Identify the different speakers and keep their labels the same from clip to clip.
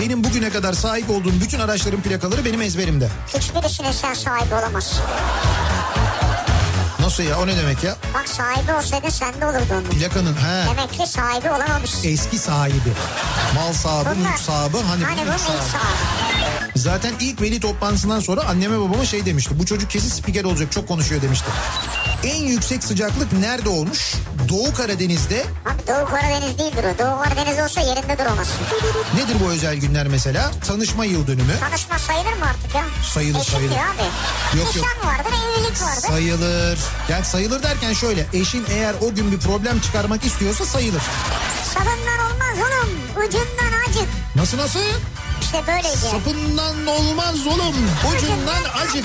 Speaker 1: Benim bugüne kadar sahip olduğum bütün araçların plakaları benim ezberimde.
Speaker 2: Hiçbirisine sen sahibi olamazsın.
Speaker 1: Nasıl ya o ne demek ya?
Speaker 2: Bak sahibi olsaydı sende olurdu onun.
Speaker 1: Plakanın he
Speaker 2: Demek ki sahibi olamamışsın.
Speaker 1: eski sahibi. Mal sahibi, mülk sahibi hani,
Speaker 2: hani
Speaker 1: mülk
Speaker 2: bunun ilk
Speaker 1: sahibi.
Speaker 2: sahibi.
Speaker 1: Zaten ilk veli toplantısından sonra anneme babama şey demişti. Bu çocuk kesin spiker olacak çok konuşuyor demişti. En yüksek sıcaklık nerede olmuş? Doğu Karadeniz'de
Speaker 2: Abi Doğu Karadeniz değildir o. Doğu Karadeniz olsa yerinde duramaz.
Speaker 1: nedir bu özel günler mesela? Tanışma yıl dönümü.
Speaker 2: Tanışma sayılır mı artık ya?
Speaker 1: Sayılır,
Speaker 2: Eşit
Speaker 1: sayılır.
Speaker 2: diyor abi.
Speaker 1: Yok, yok.
Speaker 2: Nişan vardır, evlilik vardır.
Speaker 1: Sayılır. Yani sayılır derken şöyle eşin eğer o gün bir problem çıkarmak istiyorsa sayılır.
Speaker 2: Sabından olmaz oğlum. Ucundan acık.
Speaker 1: Nasıl nasıl?
Speaker 2: İşte böyleydi. yani.
Speaker 1: Sapından olmaz oğlum. Ucundan acık.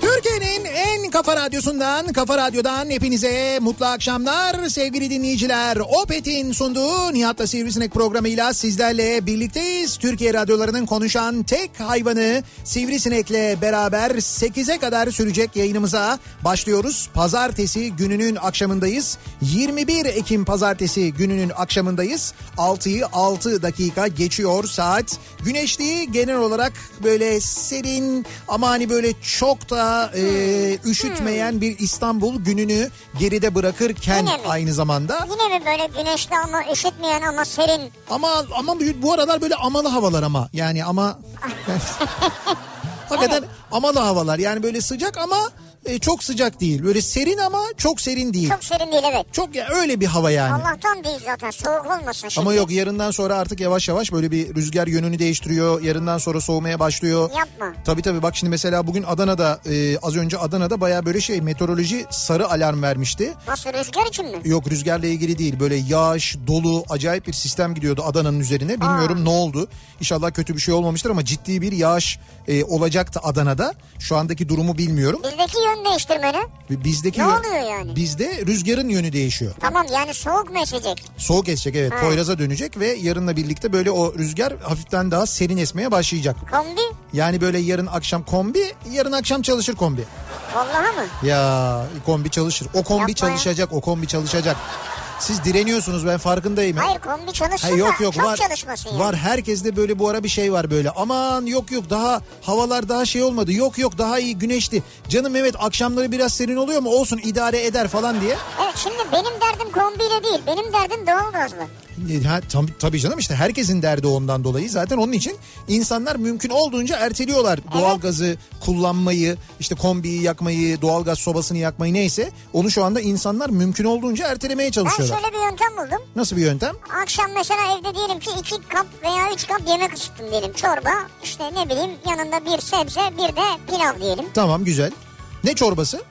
Speaker 1: Türkiye'nin en kafa radyosundan, kafa radyodan hepinize mutlu akşamlar sevgili dinleyiciler. Opet'in sunduğu Nihat'la Sivrisinek programıyla sizlerle birlikteyiz. Türkiye radyolarının konuşan tek hayvanı Sivrisinek'le beraber 8'e kadar sürecek yayınımıza başlıyoruz. Pazartesi gününün akşamındayız. 21 Ekim pazartesi gününün akşamındayız. 6'yı 6 dakika geçiyor saat. Güneşli genel olarak böyle serin ama hani böyle çok da e, üşütmeyen bir İstanbul gününü geride bırakırken
Speaker 2: Yine mi?
Speaker 1: aynı zamanda.
Speaker 2: Yine mi böyle güneşli ama üşütmeyen ama serin?
Speaker 1: Ama ama bu- bu aralar böyle amalı havalar ama yani ama hakikaten amalı havalar yani böyle sıcak ama e, çok sıcak değil. Böyle serin ama çok serin değil.
Speaker 2: Çok serin değil evet.
Speaker 1: Çok ya öyle bir hava yani.
Speaker 2: Allah'tan değil zaten soğuk olmasın şimdi.
Speaker 1: Ama yok yarından sonra artık yavaş yavaş böyle bir rüzgar yönünü değiştiriyor. Yarından sonra soğumaya başlıyor.
Speaker 2: Yapma.
Speaker 1: Tabii tabii bak şimdi mesela bugün Adana'da e, az önce Adana'da baya böyle şey meteoroloji sarı alarm vermişti.
Speaker 2: Nasıl rüzgar için mi?
Speaker 1: Yok rüzgarla ilgili değil böyle yağış, dolu acayip bir sistem gidiyordu Adana'nın üzerine. Bilmiyorum ne oldu. İnşallah kötü bir şey olmamıştır ama ciddi bir yağış e, olacaktı Adana'da. Şu andaki durumu bilmiyorum.
Speaker 2: Bizdeki yön değiştirmeni.
Speaker 1: Bizdeki
Speaker 2: Ne
Speaker 1: yö-
Speaker 2: oluyor yani?
Speaker 1: Bizde rüzgarın yönü değişiyor.
Speaker 2: Tamam yani soğuk mu esecek?
Speaker 1: Soğuk esecek evet Poyraz'a dönecek ve yarınla birlikte böyle o rüzgar hafiften daha serin esmeye başlayacak.
Speaker 2: Kombi?
Speaker 1: Yani böyle yarın akşam kombi, yarın akşam çalışır kombi.
Speaker 2: Vallahi mı?
Speaker 1: Ya kombi çalışır. O kombi
Speaker 2: Yapma ya.
Speaker 1: çalışacak, o kombi çalışacak. Siz direniyorsunuz ben farkındayım. ya.
Speaker 2: Hayır kombi çalışsın
Speaker 1: Ha, yok
Speaker 2: da
Speaker 1: yok
Speaker 2: çok
Speaker 1: var.
Speaker 2: çalışmasın yani.
Speaker 1: Var herkeste böyle bu ara bir şey var böyle. Aman yok yok daha havalar daha şey olmadı. Yok yok daha iyi güneşli. Canım Mehmet akşamları biraz serin oluyor mu? Olsun idare eder falan diye.
Speaker 2: Evet şimdi benim derdim kombiyle değil. Benim derdim doğalgazla.
Speaker 1: E, Ha, tam, tabii canım işte herkesin derdi ondan dolayı zaten onun için insanlar mümkün olduğunca erteliyorlar doğalgazı kullanmayı işte kombiyi yakmayı doğalgaz sobasını yakmayı neyse onu şu anda insanlar mümkün olduğunca ertelemeye
Speaker 2: Ben
Speaker 1: çalışıyorlar.
Speaker 2: şöyle bir yöntem buldum.
Speaker 1: Nasıl bir yöntem?
Speaker 2: Akşam mesela evde diyelim ki iki kap veya üç kap yemek ısıttım diyelim. Çorba işte ne bileyim yanında bir sebze bir de pilav diyelim.
Speaker 1: Tamam güzel. Ne çorbası?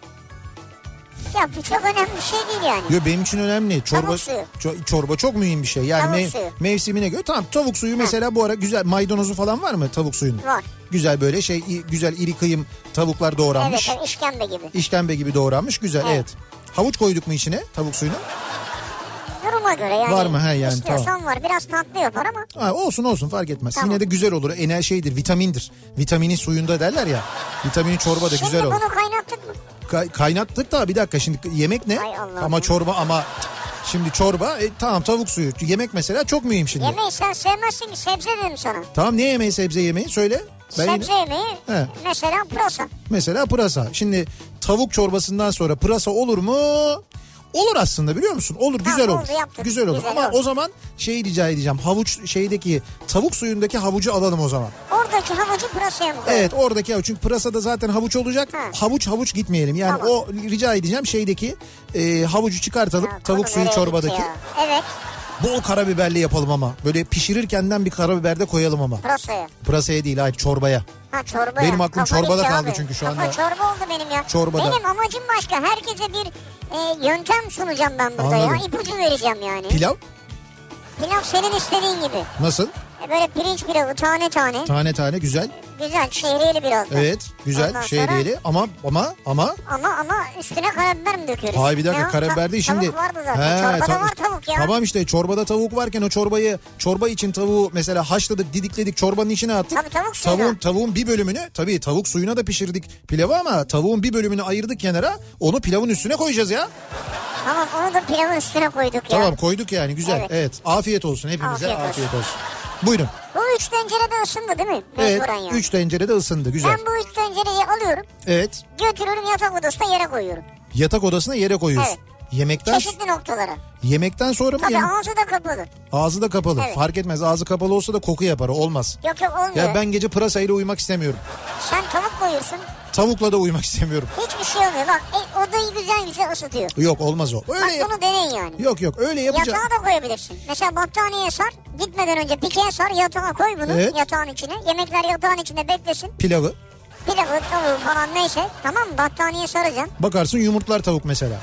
Speaker 2: Ya bu çok önemli bir şey değil yani.
Speaker 1: Yo benim için önemli. Çorba
Speaker 2: Tavuk suyu.
Speaker 1: ço- çorba çok mühim bir şey. Yani
Speaker 2: Tavuk
Speaker 1: mev-
Speaker 2: suyu.
Speaker 1: mevsimine göre. Tamam tavuk suyu mesela bu ara güzel maydanozu falan var mı tavuk suyunun?
Speaker 2: Var.
Speaker 1: Güzel böyle şey i- güzel iri kıyım tavuklar
Speaker 2: Evet
Speaker 1: doğranmış.
Speaker 2: tabii işkembe gibi.
Speaker 1: İşkembe gibi doğranmış. Güzel evet.
Speaker 2: Evet.
Speaker 1: Havuç koyduk mu içine tavuk suyunu?
Speaker 2: Duruma göre yani.
Speaker 1: Var mı? He, yani
Speaker 2: İstiyorsan
Speaker 1: tamam.
Speaker 2: var. Biraz tatlı yapar ama.
Speaker 1: Ha, olsun olsun fark etmez.
Speaker 2: Tamam.
Speaker 1: Yine de güzel olur. Ener şeydir vitamindir. Vitamini suyunda derler ya. Vitamini çorba da
Speaker 2: Şimdi
Speaker 1: güzel olur.
Speaker 2: bunu kaynattık mı?
Speaker 1: Kay- kaynattık da bir dakika şimdi yemek ne?
Speaker 2: Ay Allah'ım.
Speaker 1: ama çorba ama şimdi çorba e, tamam tavuk suyu. Yemek mesela çok mühim şimdi.
Speaker 2: Yemeği sen sevmezsin ki sebze dedim sana.
Speaker 1: Tamam ne yemeği sebze yemeği söyle. Ben yine-
Speaker 2: Sebze yemeği
Speaker 1: He.
Speaker 2: mesela pırasa.
Speaker 1: Mesela pırasa. Şimdi tavuk çorbasından sonra pırasa olur mu? Olur aslında biliyor musun? Olur
Speaker 2: Ha,
Speaker 1: güzel
Speaker 2: oldu,
Speaker 1: olur.
Speaker 2: yaptık.
Speaker 1: Güzel olur.
Speaker 2: Güzel
Speaker 1: Ama
Speaker 2: oldu.
Speaker 1: o zaman şeyi rica edeceğim. Havuç şeydeki tavuk suyundaki havucu alalım o zaman.
Speaker 2: Oradaki havucu pırasaya mı koyuyor?
Speaker 1: Evet oradaki havuç. Çünkü pırasada zaten havuç olacak.
Speaker 2: Ha.
Speaker 1: Havuç havuç gitmeyelim. Yani
Speaker 2: Tamam.
Speaker 1: o rica edeceğim şeydeki e, havucu çıkartalım.
Speaker 2: Ya, konu
Speaker 1: tavuk suyu
Speaker 2: nereye gitti
Speaker 1: çorbadaki.
Speaker 2: ya? Evet
Speaker 1: Bol karabiberli yapalım ama. Böyle pişirirkenden bir karabiber de koyalım ama.
Speaker 2: pırasaya.
Speaker 1: Pırasaya değil hayır çorbaya.
Speaker 2: Ha çorba
Speaker 1: Benim
Speaker 2: ya.
Speaker 1: aklım
Speaker 2: Kafa
Speaker 1: çorbada
Speaker 2: gitti
Speaker 1: kaldı
Speaker 2: abi.
Speaker 1: çünkü şu
Speaker 2: Kafa
Speaker 1: anda.
Speaker 2: çorba oldu benim ya.
Speaker 1: Çorbada.
Speaker 2: Benim amacım başka. Herkese bir e, yöntem sunacağım ben burada ya.
Speaker 1: Anladım.
Speaker 2: İpucu vereceğim yani.
Speaker 1: Pilav
Speaker 2: Pilav senin istediğin gibi.
Speaker 1: nasıl?
Speaker 2: E, Böyle pirinç pilavı tane tane.
Speaker 1: Tane tane güzel.
Speaker 2: Güzel şehriyeli biraz da.
Speaker 1: Evet güzel
Speaker 2: Ondan
Speaker 1: şey
Speaker 2: sonra-
Speaker 1: değil ama ama ama
Speaker 2: Ama ama üstüne karabiber mi döküyoruz?
Speaker 1: Hayır bir dakika
Speaker 2: Ya,
Speaker 1: karabiber değil
Speaker 2: ta-
Speaker 1: şimdi.
Speaker 2: Tavuk vardı
Speaker 1: He,
Speaker 2: zaten. Çorbada
Speaker 1: ta-
Speaker 2: var tavuk ya.
Speaker 1: Tamam işte çorbada tavuk varken o çorbayı çorba için tavuğu mesela haşladık didikledik çorbanın içine attık.
Speaker 2: Tabii tavuk suyuna.
Speaker 1: tavuğun, tavuğun bir bölümünü tabii tavuk suyuna da pişirdik pilavı ama tavuğun bir bölümünü ayırdık kenara onu pilavın üstüne koyacağız ya.
Speaker 2: Tamam onu da pilavın üstüne koyduk ya.
Speaker 1: Tamam koyduk yani güzel evet.
Speaker 2: Evet.
Speaker 1: afiyet olsun hepimize afiyet,
Speaker 2: Afiyet
Speaker 1: olsun. Buyurun.
Speaker 2: Bu üç tencere de ısındı değil mi?
Speaker 1: Evet
Speaker 2: Mecburen yani.
Speaker 1: 3 tencerede ısındı güzel.
Speaker 2: Ben bu üç tencereyi alıyorum.
Speaker 1: Evet
Speaker 2: Götürürüm yatak odasına yere koyuyorum.
Speaker 1: yatak odasına yere koyuyorsun. Yemekten
Speaker 2: Çeşitli noktalara.
Speaker 1: yemekten sonra mı?
Speaker 2: Tabii
Speaker 1: yem-
Speaker 2: ağzı da kapalı.
Speaker 1: Ağzı da kapalı.
Speaker 2: Evet.
Speaker 1: Fark etmez. Ağzı kapalı olsa da koku yapar. Olmaz.
Speaker 2: Yok yok olmuyor.
Speaker 1: Ya ben gece pırasayla uyumak istemiyorum.
Speaker 2: Sen tavuk koyuyorsun.
Speaker 1: Tavukla da uyumak istemiyorum.
Speaker 2: Hiçbir şey olmuyor. Bak e, odayı güzel güzel ısıtıyor.
Speaker 1: Yok olmaz o. Öyle
Speaker 2: Bak bunu deneyin yani.
Speaker 1: Yok yok öyle yapacağım.
Speaker 2: Yatağa da koyabilirsin. Mesela battaniyeye sar. Gitmeden önce pikeye sar. Yatağa koy bunu
Speaker 1: Evet.
Speaker 2: yatağın içine. Yemekler yatağın içinde beklesin.
Speaker 1: Pilavı.
Speaker 2: Pilavı, tavuğu falan neyse. Tamam mı? Battaniye saracaksın.
Speaker 1: Bakarsın yumurtlar tavuk mesela.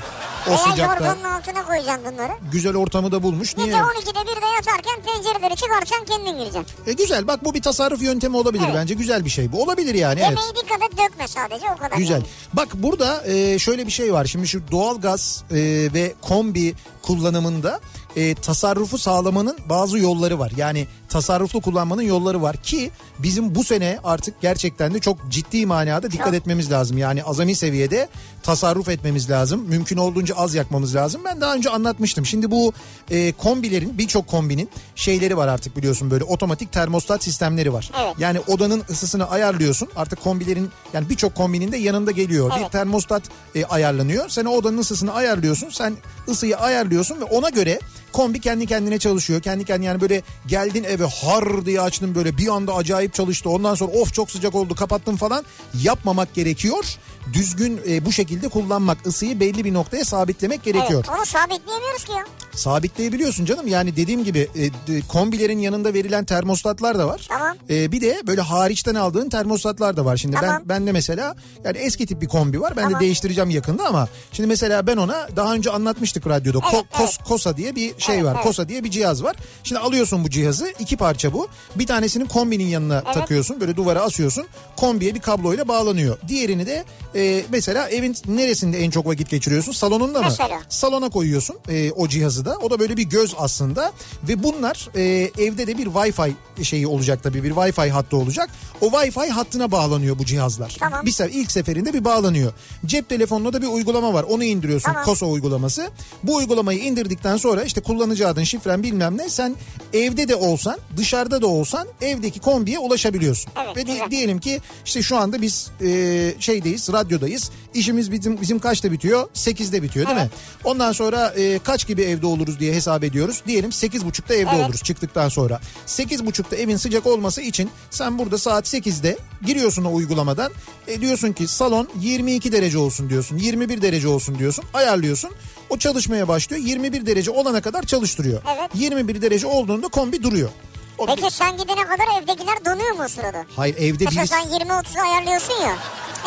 Speaker 1: O
Speaker 2: Veya
Speaker 1: sıcakta
Speaker 2: yorganın altına koyacaksın bunları.
Speaker 1: güzel ortamı da bulmuş. Niye?
Speaker 2: Gece 12'de 1'de yatarken tencereleri çıkartacaksın kendin gireceksin.
Speaker 1: E, güzel bak bu bir tasarruf yöntemi olabilir
Speaker 2: Evet.
Speaker 1: bence. Güzel bir şey bu. Olabilir yani evet.
Speaker 2: Yemeği dikkat et dökme sadece o kadar.
Speaker 1: Güzel.
Speaker 2: yani.
Speaker 1: Bak burada e, şöyle bir şey var. Şimdi şu doğalgaz e, ve kombi kullanımında e, tasarrufu sağlamanın bazı yolları var. Yani tasarruflu kullanmanın yolları var ki bizim bu sene artık gerçekten de çok ciddi manada dikkat etmemiz lazım. Yani azami seviyede tasarruf etmemiz lazım. Mümkün olduğunca az yakmamız lazım. Ben daha önce anlatmıştım. Şimdi bu e, kombilerin birçok kombinin şeyleri var artık biliyorsun böyle otomatik termostat sistemleri var.
Speaker 2: Evet.
Speaker 1: Yani odanın ısısını ayarlıyorsun. Artık kombilerin yani birçok kombinin de yanında geliyor. Bir
Speaker 2: Evet.
Speaker 1: termostat e, ayarlanıyor. Sen odanın ısısını ayarlıyorsun. Sen ısıyı ayarlıyorsun ve ona göre kombi kendi kendine çalışıyor. Kendi kendine yani böyle geldin eve har diye açtın böyle bir anda acayip çalıştı. Ondan sonra of çok sıcak oldu kapattın falan yapmamak gerekiyor. Düzgün e, bu şekilde kullanmak ısıyı belli bir noktaya sabitlemek gerekiyor
Speaker 2: Evet, onu sabitleyemiyoruz ki ya.
Speaker 1: sabitleyebiliyorsun canım. Yani dediğim gibi e, d- kombilerin yanında verilen termostatlar da var.
Speaker 2: Tamam.
Speaker 1: E, bir de böyle hariçten aldığın termostatlar da var. Şimdi
Speaker 2: Tamam.
Speaker 1: ben ben de mesela yani eski tip bir kombi var. Ben de
Speaker 2: Tamam.
Speaker 1: değiştireceğim yakında ama şimdi mesela ben ona daha önce anlatmıştık radyoda. Ko-
Speaker 2: Evet,
Speaker 1: Kos,
Speaker 2: evet.
Speaker 1: Kosa diye bir şey
Speaker 2: Evet,
Speaker 1: var.
Speaker 2: evet.
Speaker 1: Kosa diye bir cihaz var. Şimdi alıyorsun bu cihazı. iki parça bu. Bir tanesini kombinin yanına
Speaker 2: Evet.
Speaker 1: takıyorsun. Böyle duvara asıyorsun. Kombiye bir kabloyla bağlanıyor. Diğerini de e, mesela evin neresinde en çok vakit geçiriyorsun? Salonunda mı?
Speaker 2: Mesela.
Speaker 1: salona koyuyorsun e, o cihazı da. O da böyle bir göz aslında ve bunlar e, evde de bir Wi-Fi şeyi olacak tabii bir Wi-Fi hattı olacak. O Wi-Fi hattına bağlanıyor bu cihazlar.
Speaker 2: Tamam.
Speaker 1: Bir sefer ilk seferinde bir bağlanıyor. Cep telefonuna da bir uygulama var. Onu indiriyorsun.
Speaker 2: Tamam.
Speaker 1: Koso uygulaması. Bu uygulamayı indirdikten sonra işte kullanıcı adın, şifren bilmem ne sen evde de olsan, dışarıda da olsan evdeki kombiye ulaşabiliyorsun.
Speaker 2: Evet,
Speaker 1: Ve di-
Speaker 2: güzel.
Speaker 1: diyelim ki işte şu anda biz e, şeydeyiz, radyodayız. İşimiz bizim bizim kaçta bitiyor? 8'de bitiyor değil mi? Ondan sonra e, kaç gibi evde oluruz diye hesap ediyoruz. Diyelim 8.30'da evde
Speaker 2: Evet.
Speaker 1: oluruz çıktıktan sonra. 8.30'da evin sıcak olması için sen burada saat 8'de giriyorsun o uygulamadan. E, diyorsun ki salon 22 derece olsun diyorsun. 21 derece olsun diyorsun. Ayarlıyorsun. O çalışmaya başlıyor. 21 derece olana kadar çalıştırıyor.
Speaker 2: Evet.
Speaker 1: 21 derece olduğunda kombi duruyor. O-
Speaker 2: Peki sen gidene kadar evdekiler donuyor mu o sırada?
Speaker 1: Hayır evde
Speaker 2: Mesela
Speaker 1: birisi...
Speaker 2: sen 20-30'u ayarlıyorsun ya.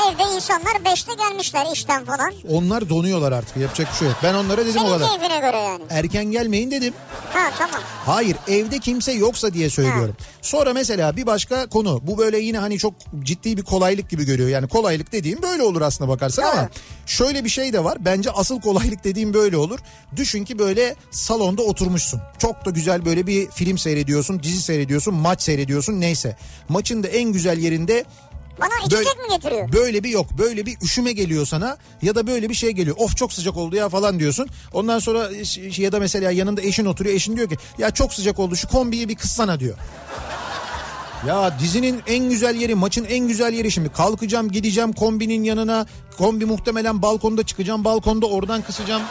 Speaker 2: Evde insanlar 5'te gelmişler işten falan.
Speaker 1: Onlar donuyorlar artık yapacak bir şey yok. Ben onlara dedim o
Speaker 2: Senin
Speaker 1: kadar.
Speaker 2: keyfine göre yani.
Speaker 1: Erken gelmeyin dedim.
Speaker 2: Ha tamam.
Speaker 1: Hayır evde kimse yoksa diye söylüyorum. Sonra mesela bir başka konu bu böyle yine hani çok ciddi bir kolaylık gibi görüyor. Yani kolaylık dediğim böyle olur aslına bakarsan ama
Speaker 2: Doğru.
Speaker 1: şöyle bir şey de var. Bence asıl kolaylık dediğim böyle olur. Düşün ki böyle salonda oturmuşsun. Çok da güzel böyle bir film seyrediyorsun, dizi seyrediyorsun, maç seyrediyorsun neyse. Maçın da en güzel yerinde
Speaker 2: Bana içecek
Speaker 1: Böyle-
Speaker 2: mi getiriyor?
Speaker 1: Böyle bir yok. Böyle bir üşüme geliyor sana ya da böyle bir şey geliyor. Of çok sıcak oldu ya falan diyorsun. Ondan sonra iş- ya da mesela yanında eşin oturuyor. Eşin diyor ki ya çok sıcak oldu şu kombiyi bir kıssana diyor. Ya dizinin en güzel yeri, maçın en güzel yeri şimdi. Kalkacağım, gideceğim kombinin yanına. Kombi muhtemelen balkonda çıkacağım. Balkonda oradan kısacağım.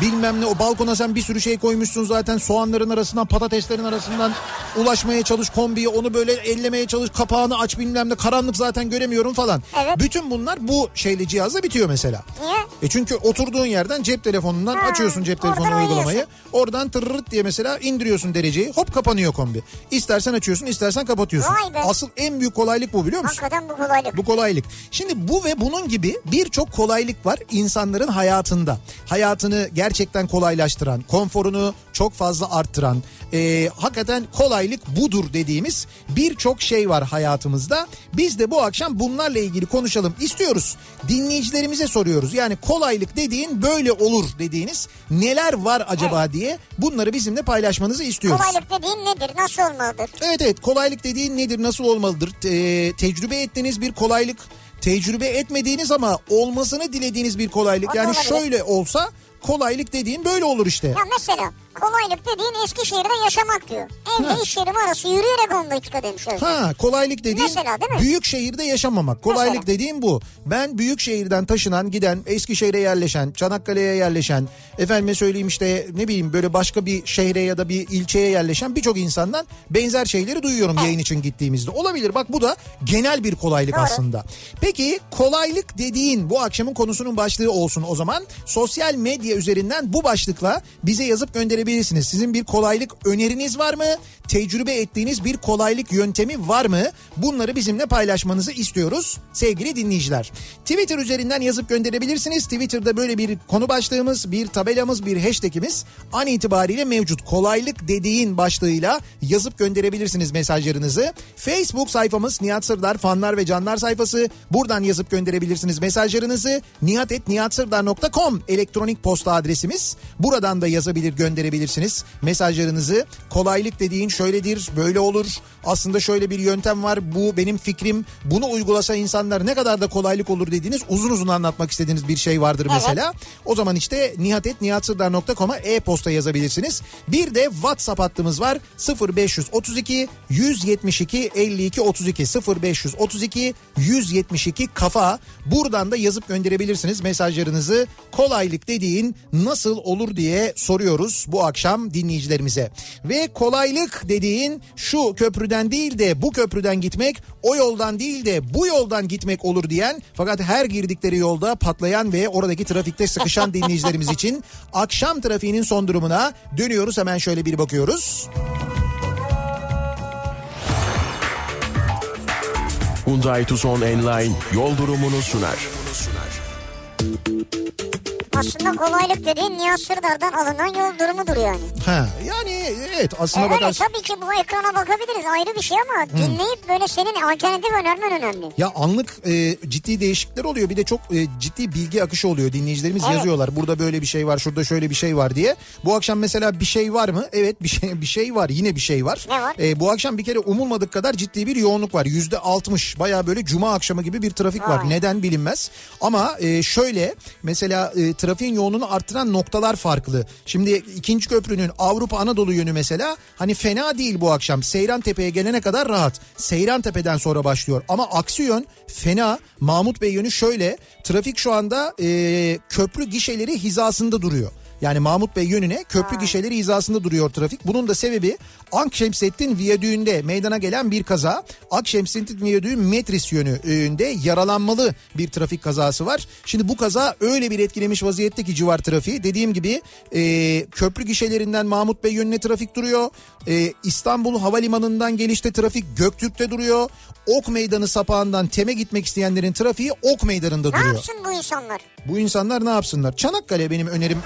Speaker 1: Bilmem ne o balkona sen bir sürü şey koymuşsun zaten. Soğanların arasından, patateslerin arasından ulaşmaya çalış kombiye. Onu böyle ellemeye çalış. Kapağını aç bilmem ne. Karanlık zaten göremiyorum falan.
Speaker 2: Evet.
Speaker 1: Bütün bunlar bu şeyle cihazla bitiyor mesela.
Speaker 2: Niye?
Speaker 1: E çünkü oturduğun yerden cep telefonundan
Speaker 2: Ha,
Speaker 1: açıyorsun cep
Speaker 2: oradan
Speaker 1: telefonu
Speaker 2: oynuyorsun.
Speaker 1: uygulamayı. Oradan tırırt diye mesela indiriyorsun dereceyi. Hop kapanıyor kombi. İstersen açıyorsun, istersen kapatıyorsun.
Speaker 2: Vay be.
Speaker 1: Asıl en büyük kolaylık bu biliyor musun?
Speaker 2: Hakikaten bu kolaylık.
Speaker 1: Bu kolaylık. Şimdi bu ve bunun gibi birçok kolaylık var insanların hayatında. Hayatını gerçekten kolaylaştıran, konforunu çok fazla arttıran, e, hakikaten kolaylık budur dediğimiz birçok şey var hayatımızda. Biz de bu akşam bunlarla ilgili konuşalım istiyoruz. Dinleyicilerimize soruyoruz. Yani kolaylık dediğin böyle olur dediğiniz neler var acaba diye bunları bizimle paylaşmanızı istiyoruz.
Speaker 2: Kolaylık dediğin nedir? Nasıl olmalıdır?
Speaker 1: Evet evet kolaylık dediğin nedir nasıl olmalıdır Te- tecrübe ettiğiniz bir kolaylık tecrübe etmediğiniz ama olmasını dilediğiniz bir kolaylık
Speaker 2: O da
Speaker 1: yani
Speaker 2: olabilir.
Speaker 1: şöyle olsa kolaylık dediğin böyle olur işte.
Speaker 2: Ya mesela kolaylık dediğin Eskişehir'de yaşamak diyor. Evle
Speaker 1: Ha.
Speaker 2: iş yerim arası yürüyerek 10 dakika demiş öyle.
Speaker 1: Ha kolaylık dediğin
Speaker 2: Mesela, değil mi?
Speaker 1: büyük şehirde yaşamamak. Kolaylık
Speaker 2: Mesela.
Speaker 1: dediğin bu. Ben büyük şehirden taşınan, giden, Eskişehir'e yerleşen, Çanakkale'ye yerleşen, efendime söyleyeyim işte ne bileyim böyle başka bir şehre ya da bir ilçeye yerleşen birçok insandan benzer şeyleri duyuyorum yayın için gittiğimizde. Olabilir bak bu da genel bir kolaylık
Speaker 2: Doğru.
Speaker 1: aslında. Peki kolaylık dediğin bu akşamın konusunun başlığı olsun o zaman. Sosyal medya üzerinden bu başlıkla bize yazıp gönderebilirsiniz. Sizin bir kolaylık öneriniz var mı? Tecrübe ettiğiniz bir kolaylık yöntemi var mı? Bunları bizimle paylaşmanızı istiyoruz sevgili dinleyiciler. Twitter üzerinden yazıp gönderebilirsiniz. Twitter'da böyle bir konu başlığımız, bir tabelamız, bir hashtagimiz an itibariyle mevcut. Kolaylık dediğin başlığıyla yazıp gönderebilirsiniz mesajlarınızı. Facebook sayfamız Nihat Sırdar fanlar ve canlar sayfası. Buradan yazıp gönderebilirsiniz mesajlarınızı. nihatetnihatsırdar.com elektronik posta adresimiz. Buradan da yazabilir gönderebilirsiniz mesajlarınızı. Kolaylık dediğin şöyledir, böyle olur. Aslında şöyle bir yöntem var. Bu benim fikrim. Bunu uygulasa insanlar ne kadar da kolaylık olur dediğiniz uzun uzun anlatmak istediğiniz bir şey vardır
Speaker 2: Evet.
Speaker 1: mesela. O zaman işte nihatetnihatsırdar.com'a e-posta yazabilirsiniz. Bir de WhatsApp hattımız var. 0532 172 52 32 0532 172 kafa. Buradan da yazıp gönderebilirsiniz mesajlarınızı. Kolaylık dediğin nasıl olur diye soruyoruz bu akşam dinleyicilerimize. Ve kolaylık dediğin şu köprüden değil de bu köprüden gitmek, o yoldan değil de bu yoldan gitmek olur diyen fakat her girdikleri yolda patlayan ve oradaki trafikte sıkışan dinleyicilerimiz için akşam trafiğinin son durumuna dönüyoruz hemen şöyle bir bakıyoruz.
Speaker 3: Hyundai Tucson Enline yol durumunu sunar.
Speaker 2: Aslında kolaylık dediğin Nihat Sırdar'dan alınan yol durumudur yani.
Speaker 1: Ha, yani evet
Speaker 2: E,
Speaker 1: aslına
Speaker 2: öyle
Speaker 1: bakarsın.
Speaker 2: tabii ki bu ekrana bakabiliriz ayrı bir şey ama dinleyip böyle senin alternatif önermen önemli.
Speaker 1: Ya anlık e, ciddi değişiklikler oluyor. Bir de çok e, ciddi bilgi akışı oluyor. Dinleyicilerimiz
Speaker 2: Evet.
Speaker 1: yazıyorlar. Burada böyle bir şey var, şurada şöyle bir şey var diye. Bu akşam mesela bir şey var mı? Evet, bir şey bir şey var. Yine bir şey var.
Speaker 2: Ne var?
Speaker 1: E, bu akşam bir kere umulmadık kadar ciddi bir yoğunluk var. Yüzde altmış. Baya böyle cuma akşamı gibi bir trafik var.
Speaker 2: Vay.
Speaker 1: Neden bilinmez. Ama e, şöyle mesela e, trafiğin yoğunluğunu arttıran noktalar farklı. Şimdi ikinci köprünün Avrupa Anadolu yönü mesela hani fena değil bu akşam. Seyran Tepe'ye gelene kadar rahat. Seyran Tepe'den sonra başlıyor. Ama aksi yön fena. Mahmut Bey yönü şöyle. Trafik şu anda e, köprü gişeleri hizasında duruyor. Yani Mahmut Bey yönüne köprü gişeleri hizasında duruyor trafik. Bunun da sebebi Akşemsettin Viyadüğü'nde meydana gelen bir kaza. Akşemsettin Viyadüğü Metris yönünde yaralanmalı bir trafik kazası var. Şimdi bu kaza öyle bir etkilemiş vaziyette ki civar trafiği. Dediğim gibi e, köprü gişelerinden Mahmut Bey yönüne trafik duruyor. E, İstanbul Havalimanı'ndan gelişte trafik Göktürk'te duruyor. Ok Meydanı sapağından Tem'e gitmek isteyenlerin trafiği Ok Meydanı'nda
Speaker 2: Ne
Speaker 1: duruyor.
Speaker 2: yapsın bu insanlar?
Speaker 1: Bu insanlar ne yapsınlar? Çanakkale benim önerim.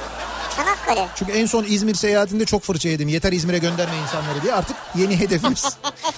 Speaker 2: Çanakkale.
Speaker 1: Çünkü en son İzmir seyahatinde çok fırça yedim. Yeter İzmir'e gönderme insanları diye artık yeni hedefimiz.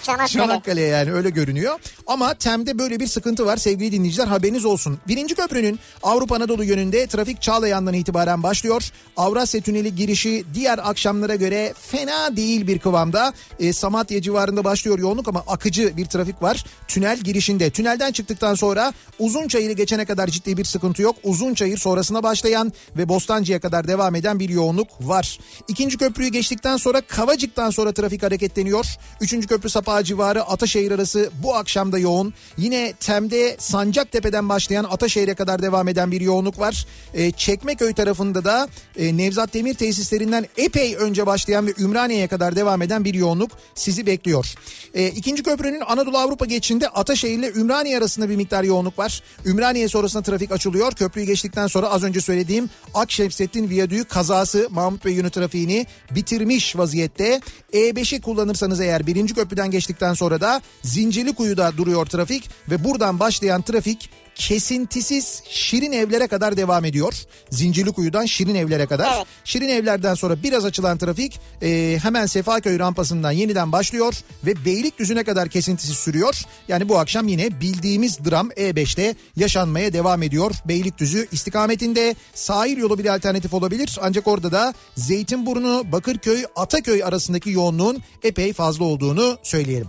Speaker 2: Çanakkale.
Speaker 1: Çanakkale yani öyle görünüyor. Ama TEM'de böyle bir sıkıntı var sevgili dinleyiciler haberiniz olsun. Birinci köprünün Avrupa Anadolu yönünde trafik Çağlayan'dan itibaren başlıyor. Avrasya Tüneli girişi diğer akşamlara göre fena değil bir kıvamda. E, Samatya civarında başlıyor yoğunluk ama akıcı bir trafik var. Tünel girişinde. Tünelden çıktıktan sonra Uzunçayır'ı geçene kadar ciddi bir sıkıntı yok. Uzunçayır sonrasına başlayan ve Bostancı'ya kadar devam eden gerçekten bir yoğunluk var. İkinci köprüyü geçtikten sonra Kavacık'tan sonra trafik hareketleniyor. Üçüncü köprü Sapağı civarı Ataşehir arası bu akşam da yoğun. Yine Tem'de Sancaktepe'den başlayan Ataşehir'e kadar devam eden bir yoğunluk var. Ee, Çekmeköy tarafında da e, Nevzat Demir tesislerinden epey önce başlayan ve Ümraniye'ye kadar devam eden bir yoğunluk sizi bekliyor. E, ikinci köprünün Anadolu Avrupa geçişinde Ataşehir ile Ümraniye arasında bir miktar yoğunluk var. Ümraniye sonrasında trafik açılıyor. Köprüyü geçtikten sonra az önce söylediğim Akşemsettin Viyadüğü kazası Mahmut Bey yönü trafiğini bitirmiş vaziyette. E5'i kullanırsanız eğer birinci köprüden geçtikten sonra da Zincirlikuyu'da duruyor trafik ve buradan başlayan trafik kesintisiz Şirin Evler'e kadar devam ediyor. Zincirlikuyu'dan Şirin Evler'e kadar.
Speaker 2: Evet.
Speaker 1: Şirin Evler'den sonra biraz açılan trafik e, hemen Sefaköy rampasından yeniden başlıyor ve Beylikdüzü'ne kadar kesintisiz sürüyor. Yani bu akşam yine bildiğimiz dram E5'te yaşanmaya devam ediyor. Beylikdüzü istikametinde sahil yolu bir alternatif olabilir. Ancak orada da Zeytinburnu, Bakırköy, Ataköy arasındaki yoğunluğun epey fazla olduğunu söyleyelim.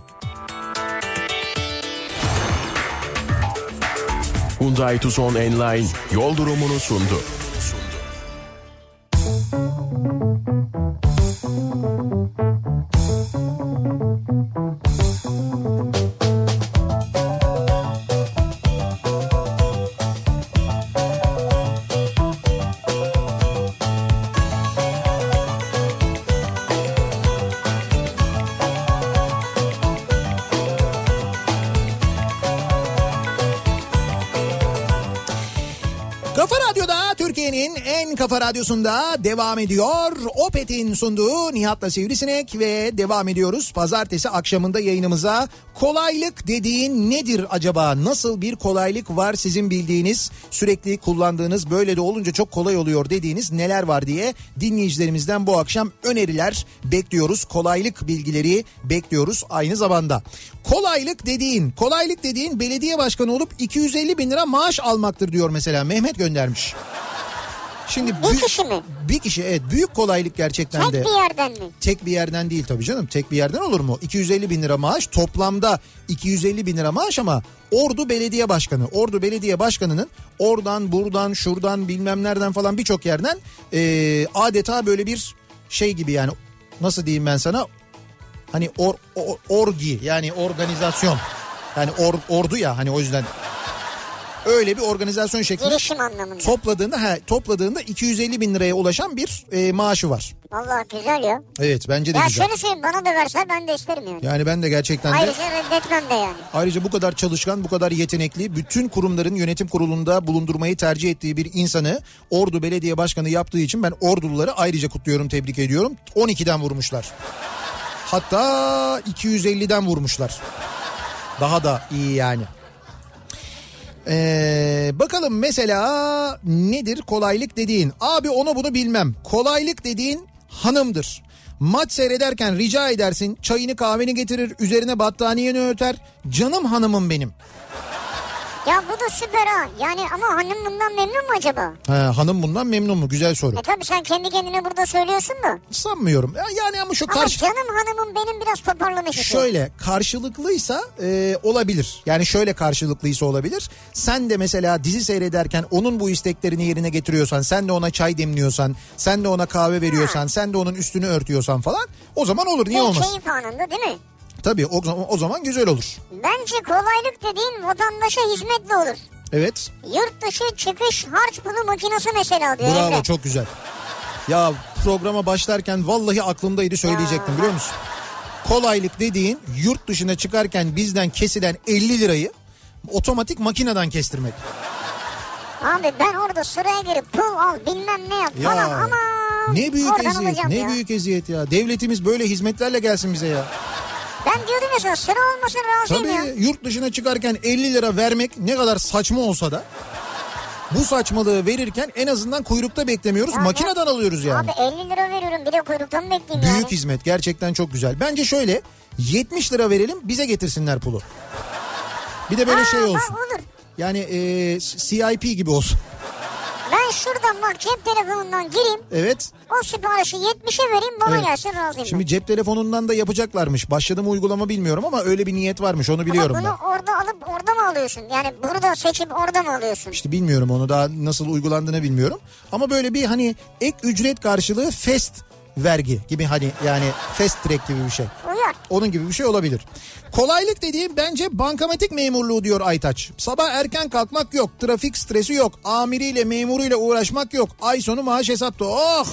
Speaker 3: Hyundai Tucson Enline yol durumunu sundu.
Speaker 1: Kafa Radyo'da Türkiye'nin en kafa radyosunda devam ediyor. Opet'in sunduğu Nihat'la Sivrisinek ve devam ediyoruz. Pazartesi akşamında yayınımıza kolaylık dediğin nedir acaba? Nasıl bir kolaylık var sizin bildiğiniz, sürekli kullandığınız, böyle de olunca çok kolay oluyor dediğiniz neler var diye dinleyicilerimizden bu akşam öneriler bekliyoruz. Kolaylık bilgileri bekliyoruz aynı zamanda. Kolaylık dediğin, kolaylık dediğin belediye başkanı olup 250 bin lira maaş almaktır diyor mesela Mehmet göndermiş. Şimdi
Speaker 2: Bir
Speaker 1: büyük-
Speaker 2: kişi mi?
Speaker 1: Bir kişi evet büyük kolaylık gerçekten
Speaker 2: Tek
Speaker 1: de.
Speaker 2: bir yerden mi?
Speaker 1: Tek bir yerden değil tabii canım. Tek bir yerden olur mu? 250 bin lira maaş toplamda 250 bin lira maaş ama Ordu Belediye Başkanı. Ordu Belediye Başkanı'nın oradan buradan şuradan bilmem nereden falan birçok yerden eee, adeta böyle bir şey gibi yani nasıl diyeyim ben sana hani or, or- orgi yani organizasyon yani or- ordu ya hani o yüzden öyle bir organizasyon şeklinde
Speaker 2: Girişim anlamında.
Speaker 1: topladığında he, topladığında 250 bin liraya ulaşan bir eee, maaşı var.
Speaker 2: Vallahi güzel ya.
Speaker 1: Evet bence de
Speaker 2: Ya
Speaker 1: güzel.
Speaker 2: şöyle söyleyeyim bana da verseler ben de isterim yani.
Speaker 1: Yani ben de gerçekten de
Speaker 2: Ayrıca reddetmem de yani.
Speaker 1: ayrıca bu kadar çalışkan, bu kadar yetenekli, bütün kurumların yönetim kurulunda bulundurmayı tercih ettiği bir insanı Ordu Belediye Başkanı yaptığı için ben Orduluları ayrıca kutluyorum, tebrik ediyorum. 12'den vurmuşlar. Hatta 250'den vurmuşlar. Daha da iyi yani. Ee, bakalım mesela nedir kolaylık dediğin? Abi onu bunu bilmem. Kolaylık dediğin hanımdır. Maç seyrederken rica edersin çayını kahveni getirir üzerine battaniyeni örter. Canım hanımım benim.
Speaker 2: Ya bu da süper ha. Yani ama hanım bundan memnun mu acaba?
Speaker 1: Ha, hanım bundan memnun mu? Güzel soru.
Speaker 2: E tabii sen kendi kendine burada söylüyorsun da.
Speaker 1: Sanmıyorum. Ya- Yani ama şu
Speaker 2: Ama
Speaker 1: karşı...
Speaker 2: canım hanımım benim biraz toparlamış. işi.
Speaker 1: Şöyle karşılıklıysa e, olabilir. Yani şöyle karşılıklıysa olabilir. Sen de mesela dizi seyrederken onun bu isteklerini yerine getiriyorsan, sen de ona çay demliyorsan, sen de ona kahve veriyorsan, sen de onun üstünü örtüyorsan falan o zaman olur. Niye
Speaker 2: Bir
Speaker 1: olmaz?
Speaker 2: Keyif anında değil mi?
Speaker 1: Tabii o zaman, o zaman güzel olur.
Speaker 2: Bence kolaylık dediğin vatandaşa hizmetle olur.
Speaker 1: Evet.
Speaker 2: Yurt dışı çıkış harç pulu makinesi mesela diyor
Speaker 1: Bravo
Speaker 2: Emre.
Speaker 1: çok güzel. Ya programa başlarken vallahi aklımdaydı söyleyecektim biliyor musun? Kolaylık dediğin yurt dışına çıkarken bizden kesilen 50 lirayı otomatik makineden kestirmek.
Speaker 2: Abi ben orada sıraya girip pul al bilmem ne yap
Speaker 1: Ya.
Speaker 2: falan ama
Speaker 1: Ne büyük
Speaker 2: oradan
Speaker 1: eziyet,
Speaker 2: alacağım
Speaker 1: ne
Speaker 2: ya.
Speaker 1: büyük eziyet ya. Devletimiz böyle hizmetlerle gelsin bize ya.
Speaker 2: Ben diyordum mesela sıra olmasın razıyım
Speaker 1: Tabii
Speaker 2: ya.
Speaker 1: yurt dışına çıkarken 50 lira vermek ne kadar saçma olsa da bu saçmalığı verirken en azından kuyrukta beklemiyoruz.
Speaker 2: Ya ne-
Speaker 1: makineden alıyoruz yani.
Speaker 2: Abi 50 lira veriyorum bir de kuyrukta mı bekleyeyim
Speaker 1: büyük
Speaker 2: yani?
Speaker 1: hizmet gerçekten çok güzel. Bence şöyle 70 lira verelim bize getirsinler pulu. Bir de böyle
Speaker 2: Aa,
Speaker 1: şey
Speaker 2: bak
Speaker 1: olsun.
Speaker 2: olur.
Speaker 1: Yani e, CIP gibi olsun.
Speaker 2: Ben şuradan bak cep telefonundan gireyim.
Speaker 1: Evet.
Speaker 2: O siparişi 70'e vereyim bana
Speaker 1: Evet.
Speaker 2: gelsin razıyım.
Speaker 1: Şimdi
Speaker 2: ben.
Speaker 1: cep telefonundan da yapacaklarmış. Başladı mı uygulama bilmiyorum ama öyle bir niyet varmış onu biliyorum
Speaker 2: Ama
Speaker 1: ben.
Speaker 2: bunu orada alıp orada mı alıyorsun? Yani burada seçip orada mı alıyorsun?
Speaker 1: İşte bilmiyorum onu daha nasıl uygulandığını bilmiyorum. Ama böyle bir hani ek ücret karşılığı fest vergi gibi hani yani fast track gibi bir şey.
Speaker 2: Uyar.
Speaker 1: Onun gibi bir şey olabilir. Kolaylık dediğim bence bankamatik memurluğu diyor Aytaç. Sabah erken kalkmak yok, trafik stresi yok, amiriyle memuruyla uğraşmak yok. Ay sonu maaş hesapta. Oh!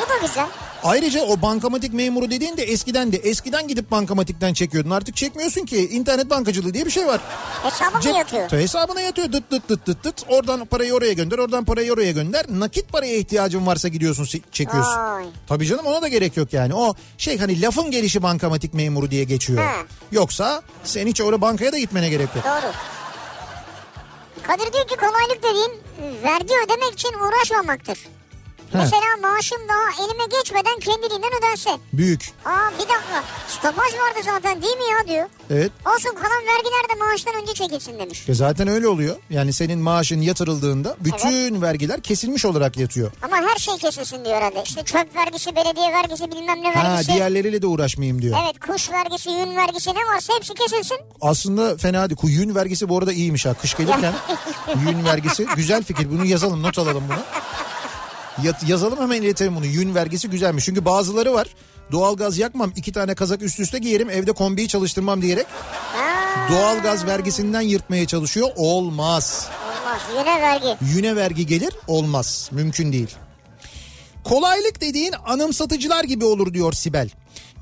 Speaker 2: Bu da güzel.
Speaker 1: Ayrıca o bankamatik memuru dediğin de eskiden de eskiden gidip bankamatikten çekiyordun. Artık çekmiyorsun ki. İnternet bankacılığı diye bir şey var.
Speaker 2: Hesabı mı yatıyor?
Speaker 1: Tabii hesabına yatıyor dıt dıt dıt dıt dıt. Oradan parayı oraya gönder, oradan parayı oraya gönder. Nakit paraya ihtiyacın varsa gidiyorsun se- çekiyorsun.
Speaker 2: Vay.
Speaker 1: Tabii canım ona da gerek yok yani. O şey hani lafın gelişi bankamatik memuru diye geçiyor.
Speaker 2: Ha.
Speaker 1: Yoksa sen hiç oraya bankaya da gitmene gerek yok.
Speaker 2: Doğru. Kadir diyor ki kolaylık dediğin vergi ödemek için uğraşmamaktır. Mesela maaşım daha elime geçmeden kendiliğinden ödense.
Speaker 1: Büyük.
Speaker 2: Aa bir dakika stopaj vardı zaten değil mi ya diyor.
Speaker 1: Evet.
Speaker 2: Olsun kalan vergiler de maaştan önce çekilsin demiş.
Speaker 1: E zaten öyle oluyor. Yani senin maaşın yatırıldığında bütün vergiler kesilmiş olarak yatıyor.
Speaker 2: Ama her şey kesilsin diyor herhalde. İşte çöp vergisi, belediye vergisi, bilmem ne
Speaker 1: Ha
Speaker 2: vergisi.
Speaker 1: diğerleriyle de uğraşmayayım diyor.
Speaker 2: Evet kuş vergisi, yün vergisi ne varsa hepsi kesilsin.
Speaker 1: Aslında fena değil. Yün vergisi bu arada iyiymiş ha. Kış gelirken yün vergisi güzel fikir. Bunu yazalım not alalım bunu. Ya- yazalım hemen iletelim bunu. Yün vergisi güzelmiş. Çünkü bazıları var. Doğalgaz yakmam iki tane kazak üst üste giyerim evde kombiyi çalıştırmam diyerek
Speaker 2: Ha,
Speaker 1: doğalgaz vergisinden yırtmaya çalışıyor. Olmaz.
Speaker 2: olmaz yüne vergi.
Speaker 1: Yüne vergi gelir olmaz. Mümkün değil. Kolaylık dediğin anımsatıcılar gibi olur diyor Sibel.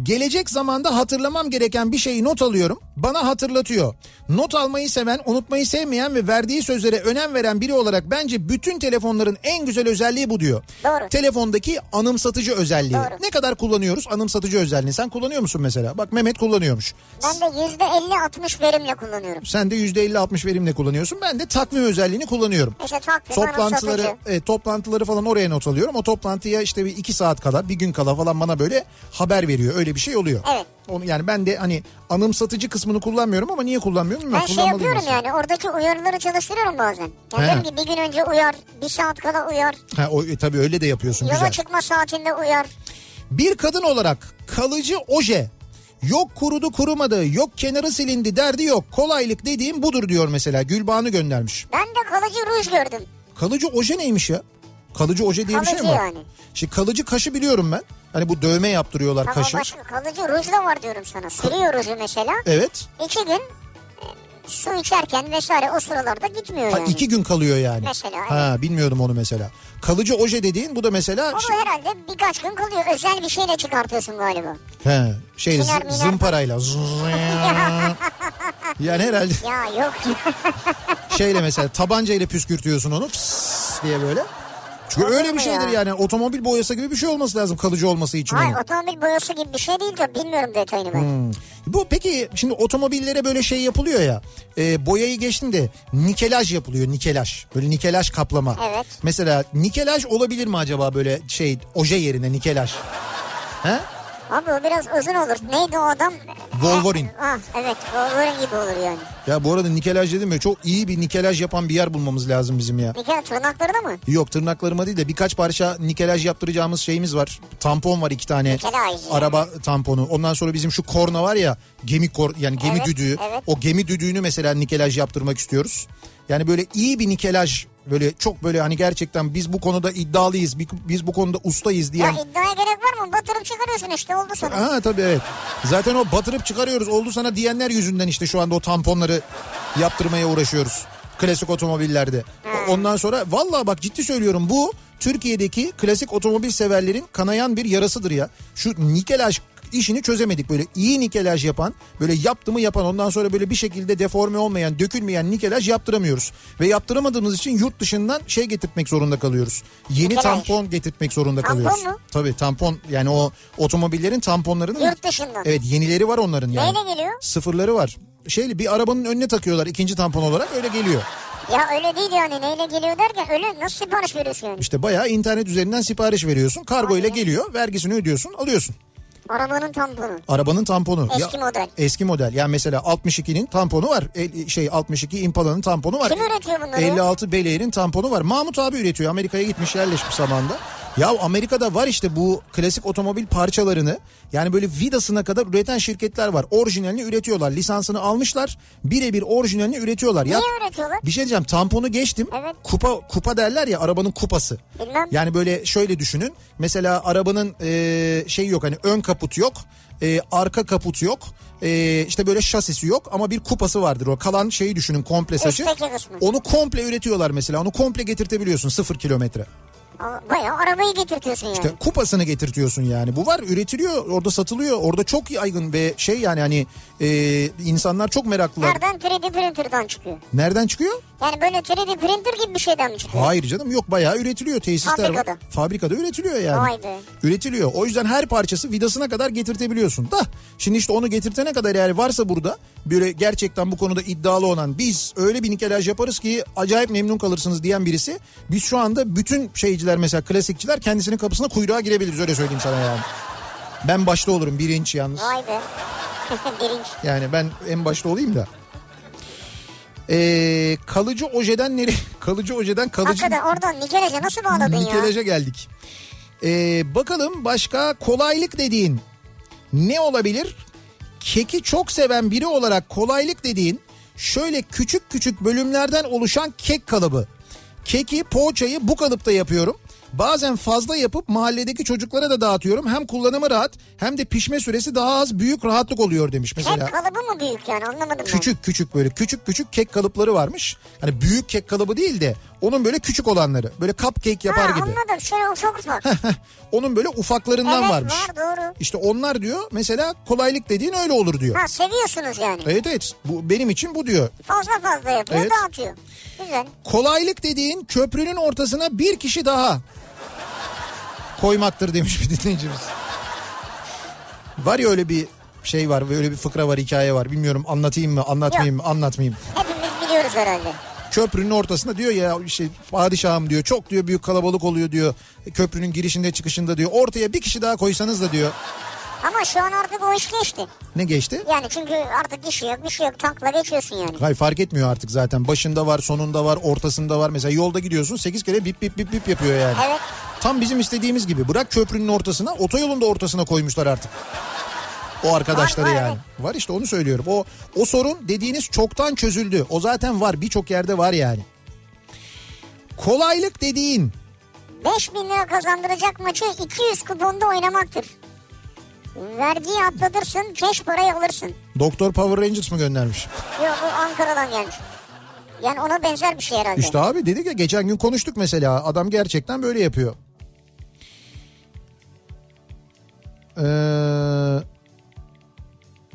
Speaker 1: Gelecek zamanda hatırlamam gereken bir şeyi not alıyorum. Bana hatırlatıyor. Not almayı seven, unutmayı sevmeyen ve verdiği sözlere önem veren biri olarak bence bütün telefonların en güzel özelliği bu diyor.
Speaker 2: Doğru.
Speaker 1: Telefondaki anımsatıcı özelliği.
Speaker 2: Doğru.
Speaker 1: Ne kadar kullanıyoruz anımsatıcı özelliğini? Sen kullanıyor musun mesela? Bak Mehmet kullanıyormuş.
Speaker 2: Ben de %50-60 verimle kullanıyorum.
Speaker 1: Sen de %50-60 verimle kullanıyorsun. Ben de takvim özelliğini kullanıyorum.
Speaker 2: İşte takvim,
Speaker 1: Toplantıları
Speaker 2: anımsatıcı.
Speaker 1: e, toplantıları falan oraya not alıyorum. O toplantıya işte bir iki saat kala bir gün kala falan bana böyle haber veriyor. Öyle bir şey oluyor.
Speaker 2: Evet.
Speaker 1: Onu, yani ben de hani anımsatıcı kısmını kullanmıyorum ama niye kullanmıyorum?
Speaker 2: Ben
Speaker 1: bilmiyorum.
Speaker 2: şey
Speaker 1: Kullanmalıyım
Speaker 2: yapıyorum
Speaker 1: aslında.
Speaker 2: yani oradaki uyarıları çalıştırıyorum bazen. Yani
Speaker 1: He.
Speaker 2: diyorum ki bir gün önce uyar, bir saat kala uyar,
Speaker 1: Ha, o, e, tabii öyle de yapıyorsun
Speaker 2: yola
Speaker 1: güzel.
Speaker 2: çıkma saatinde uyar.
Speaker 1: Bir kadın olarak kalıcı oje yok kurudu kurumadı yok kenarı silindi derdi yok kolaylık dediğim budur diyor mesela Gülbağ'ını göndermiş.
Speaker 2: Ben de kalıcı ruj gördüm.
Speaker 1: Kalıcı oje neymiş ya? Kalıcı oje diye bir şey mi
Speaker 2: Kalıcı
Speaker 1: var?
Speaker 2: yani.
Speaker 1: Şimdi kalıcı kaşı biliyorum ben. Hani bu dövme yaptırıyorlar
Speaker 2: Ama
Speaker 1: kaşı.
Speaker 2: başka kalıcı ruj da var diyorum sana. Sürüyor ruju mesela.
Speaker 1: Evet.
Speaker 2: İki gün e, su içerken vesaire o sıralarda gitmiyor
Speaker 1: Ha,
Speaker 2: yani.
Speaker 1: iki gün kalıyor yani.
Speaker 2: Mesela, evet.
Speaker 1: Ha bilmiyordum onu mesela. Kalıcı oje dediğin bu da mesela
Speaker 2: Ama herhalde birkaç gün kalıyor. Özel bir şeyle çıkartıyorsun galiba.
Speaker 1: he, şey
Speaker 2: Miner,
Speaker 1: z-
Speaker 2: miner.
Speaker 1: zımparayla. yani herhalde
Speaker 2: Ya yok ya.
Speaker 1: şeyle mesela tabanca ile püskürtüyorsun onu pss diye böyle. Çünkü
Speaker 2: Olur
Speaker 1: öyle
Speaker 2: mu
Speaker 1: bir şeydir
Speaker 2: ya?
Speaker 1: yani otomobil boyası gibi bir şey olması lazım kalıcı olması için.
Speaker 2: Hayır
Speaker 1: onun.
Speaker 2: otomobil boyası gibi bir şey değil de bilmiyorum detayını ben.
Speaker 1: Bu peki şimdi otomobillere böyle şey yapılıyor ya e, boyayı geçtim de nikelaj yapılıyor nikelaj böyle nikelaj kaplama.
Speaker 2: Evet.
Speaker 1: Mesela nikelaj olabilir mi acaba böyle şey oje yerine nikelaj? He?
Speaker 2: Abi o biraz uzun olur. Neydi o adam?
Speaker 1: Wolverine.
Speaker 2: Ah, evet Wolverine gibi olur yani.
Speaker 1: Ya bu arada nikelaj dedim ya çok iyi bir nikelaj yapan bir yer bulmamız lazım bizim ya.
Speaker 2: Bir kere tırnaklarına mı?
Speaker 1: Yok tırnaklarıma değil de birkaç parça nikelaj yaptıracağımız şeyimiz var. Tampon var iki tane.
Speaker 2: Nikelaj.
Speaker 1: Araba tamponu. Ondan sonra bizim şu korna var ya gemi kor yani gemi
Speaker 2: Evet,
Speaker 1: düdüğü.
Speaker 2: evet.
Speaker 1: O gemi düdüğünü mesela nikelaj yaptırmak istiyoruz. Yani böyle iyi bir nikelaj böyle çok böyle hani gerçekten biz bu konuda iddialıyız. bi- Biz bu konuda ustayız diyen.
Speaker 2: Ya iddiaya gerek var mı? Batırıp çıkarıyorsun işte oldu sonra.
Speaker 1: Ha tabii evet. Zaten o batırıp çıkarıyoruz oldu sana diyenler yüzünden işte şu anda o tamponları yaptırmaya uğraşıyoruz. Klasik otomobillerde. Ondan sonra vallahi bak ciddi söylüyorum bu Türkiye'deki klasik otomobil severlerin kanayan bir yarasıdır ya. Şu nikelaj işini çözemedik böyle iyi nikelaj yapan böyle yaptı mı yapan ondan sonra böyle bir şekilde deforme olmayan dökülmeyen nikelaj yaptıramıyoruz. Ve yaptıramadığımız için yurt dışından şey getirtmek zorunda kalıyoruz. Yeni
Speaker 2: Nikelaj.
Speaker 1: tampon getirtmek zorunda
Speaker 2: Tampon
Speaker 1: kalıyoruz.
Speaker 2: mu?
Speaker 1: Tabii tampon yani o otomobillerin tamponlarının
Speaker 2: Yurt dışından.
Speaker 1: Evet yenileri var onların yani.
Speaker 2: Neyle geliyor?
Speaker 1: Sıfırları var. Şeyli bir arabanın önüne takıyorlar ikinci tampon olarak öyle geliyor.
Speaker 2: Ya öyle değil yani neyle geliyor derken öyle nasıl sipariş veriyorsun yani?
Speaker 1: İşte bayağı internet üzerinden sipariş veriyorsun. Kargo ile
Speaker 2: Aynen.
Speaker 1: geliyor. Vergisini ödüyorsun, alıyorsun.
Speaker 2: Arabanın tamponu.
Speaker 1: Arabanın tamponu.
Speaker 2: Eski model.
Speaker 1: Eski model. Yani mesela 62'nin tamponu var. El- şey 62 Impala'nın tamponu var.
Speaker 2: Kim üretiyor bunları?
Speaker 1: 56 Belair'in tamponu var. Mahmut abi üretiyor. Amerika'ya gitmiş yerleşmiş zamanda. Ya Amerika'da var işte bu klasik otomobil parçalarını yani böyle vidasına kadar üreten şirketler var. Orijinalini üretiyorlar. Lisansını almışlar. Birebir orijinalini üretiyorlar. Ya,
Speaker 2: Niye üretiyorlar?
Speaker 1: Bir şey diyeceğim tamponu geçtim.
Speaker 2: Evet.
Speaker 1: Kupa kupa derler ya arabanın kupası.
Speaker 2: Bilmem.
Speaker 1: Yani böyle şöyle düşünün. Mesela arabanın e, şey yok hani ön kaputu yok. e, arka kaputu yok. E, işte böyle şasisi yok ama bir kupası vardır o. Kalan şeyi düşünün komple saçı.
Speaker 2: Üstteki kısmı.
Speaker 1: Onu komple üretiyorlar mesela. Onu komple getirtebiliyorsun sıfır kilometre.
Speaker 2: Aa, Bayağı arabayı getirtiyorsun yani.
Speaker 1: İşte kupasını getirtiyorsun yani. Bu var üretiliyor orada satılıyor. Orada çok yaygın ve şey yani hani e, insanlar çok meraklılar.
Speaker 2: Nereden 3D printer'dan çıkıyor?
Speaker 1: Nereden çıkıyor?
Speaker 2: Yani böyle 3D printer gibi bir şeyden mi çıkıyor?
Speaker 1: Hayır canım yok bayağı üretiliyor tesisler var.
Speaker 2: Fabrikada.
Speaker 1: Fabrikada üretiliyor yani.
Speaker 2: Vay be.
Speaker 1: Üretiliyor. O yüzden her parçası vidasına kadar getirtebiliyorsun. Da şimdi işte onu getirtene kadar eğer varsa burada böyle gerçekten bu konuda iddialı olan biz öyle bir nikelaj yaparız ki acayip memnun kalırsınız diyen birisi. Biz şu anda bütün şeyciler mesela klasikçiler kendisinin kapısına kuyruğa girebiliriz öyle söyleyeyim sana yani. Ben başta olurum birinci yalnız.
Speaker 2: Vay be. Birinci.
Speaker 1: Yani ben en başta olayım da. Ee, kalıcı ojeden nereye? Kalıcı ojeden kalıcı...
Speaker 2: Hakikaten oradan Nikelaj'a nasıl bağladın ya?
Speaker 1: Nikelaj'a geldik. Ee, bakalım başka kolaylık dediğin ne olabilir? Keki çok seven biri olarak kolaylık dediğin şöyle küçük küçük bölümlerden oluşan kek kalıbı. Keki, poğaçayı bu kalıpta yapıyorum. Bazen fazla yapıp mahalledeki çocuklara da dağıtıyorum. Hem kullanımı rahat hem de pişme süresi daha az büyük rahatlık oluyor demiş mesela.
Speaker 2: Hep kalıbı mı büyük yani anlamadım ben.
Speaker 1: Küçük küçük böyle küçük küçük kek kalıpları varmış. Hani büyük kek kalıbı değil de onun böyle küçük olanları. Böyle cupcake yapar
Speaker 2: ha,
Speaker 1: gibi.
Speaker 2: anladım şöyle ufak ufak.
Speaker 1: Heh, onun böyle ufaklarından
Speaker 2: Evet,
Speaker 1: varmış.
Speaker 2: var, doğru.
Speaker 1: İşte onlar diyor mesela kolaylık dediğin öyle olur diyor.
Speaker 2: ha seviyorsunuz yani.
Speaker 1: Evet evet bu benim için bu diyor.
Speaker 2: Fazla fazla yapıyor
Speaker 1: Evet.
Speaker 2: dağıtıyor. Güzel.
Speaker 1: Kolaylık dediğin köprünün ortasına bir kişi daha koymaktır demiş bir dinleyicimiz. Var ya öyle bir şey var ve öyle bir fıkra var hikaye var. Bilmiyorum anlatayım mı anlatmayayım mı anlatmayayım.
Speaker 2: Hepimiz biliyoruz herhalde.
Speaker 1: köprünün ortasında diyor ya işte padişahım diyor çok diyor büyük kalabalık oluyor diyor köprünün girişinde çıkışında diyor ortaya bir kişi daha koysanız da diyor
Speaker 2: Ama şu an artık o iş geçti.
Speaker 1: ne geçti?
Speaker 2: Yani çünkü artık işi yok bir şey yok tankla geçiyorsun yani.
Speaker 1: Hayır fark etmiyor artık zaten başında var sonunda var ortasında var mesela yolda gidiyorsun 8 kere bip bip bip bip yapıyor yani.
Speaker 2: Evet.
Speaker 1: Tam bizim istediğimiz gibi bırak köprünün ortasına otoyolun da ortasına koymuşlar artık. O arkadaşları
Speaker 2: Var, var,
Speaker 1: yani. Var işte onu söylüyorum. O o sorun dediğiniz çoktan çözüldü. O zaten var birçok yerde var yani. Kolaylık dediğin
Speaker 2: 5000 lira kazandıracak maçı 200 kuponda oynamaktır. Vergiyi atlatırsın, keş parayı alırsın.
Speaker 1: Doktor Power Rangers mı göndermiş?
Speaker 2: Yok bu Ankara'dan gelmiş. Yani ona benzer bir şey herhalde.
Speaker 1: İşte abi dedik ya geçen gün konuştuk mesela. Adam gerçekten böyle yapıyor. Ee,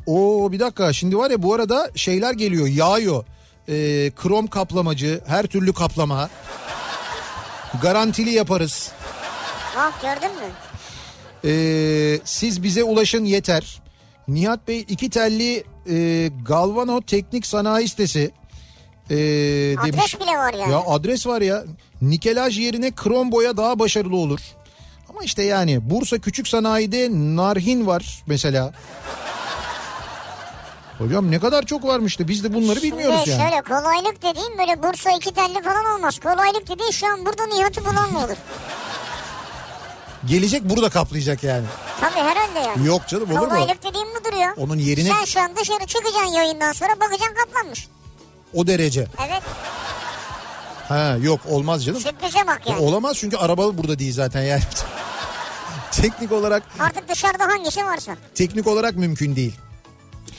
Speaker 1: o bir dakika şimdi var ya bu arada şeyler geliyor yağıyor. Ee, krom kaplamacı her türlü kaplama. Garantili yaparız.
Speaker 2: Bak gördün mü?
Speaker 1: Ee, siz bize ulaşın yeter. Nihat Bey iki telli e, Galvano Teknik Sanayi sitesi e, demiş.
Speaker 2: Adres bile var yani.
Speaker 1: Ya adres var ya. Nikelaj yerine krom boya daha başarılı olur. Ama işte yani Bursa Küçük Sanayi'de Narhin var mesela. Hocam ne kadar çok varmıştı. Biz de bunları bilmiyoruz
Speaker 2: Şimdi
Speaker 1: yani.
Speaker 2: şöyle kolaylık dediğin böyle Bursa iki telli falan olmaz. Kolaylık dediğin şu an burada Nihat'ı bulan mı olur?
Speaker 1: Gelecek burada kaplayacak yani.
Speaker 2: Tabii herhalde yani.
Speaker 1: Yok canım olur mu?
Speaker 2: kolaylık dediğin budur ya.
Speaker 1: Onun yerine
Speaker 2: Sen şu an dışarı çıkacaksın yayından sonra bakacaksın kaplanmış.
Speaker 1: o derece.
Speaker 2: Evet
Speaker 1: Ha yok olmaz canım.
Speaker 2: sürprize bak Şey yani.
Speaker 1: Olamaz çünkü araba burada değil zaten yani. teknik olarak
Speaker 2: Artık dışarıda hangisi varsa.
Speaker 1: teknik olarak mümkün değil.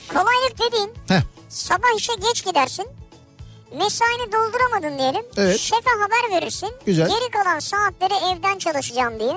Speaker 2: Kolaylık dediğin
Speaker 1: Heh.
Speaker 2: sabah işe geç gidersin. Mesaini dolduramadın diyelim.
Speaker 1: Evet.
Speaker 2: Şefe haber verirsin.
Speaker 1: Güzel.
Speaker 2: Geri kalan saatleri evden çalışacağım diye.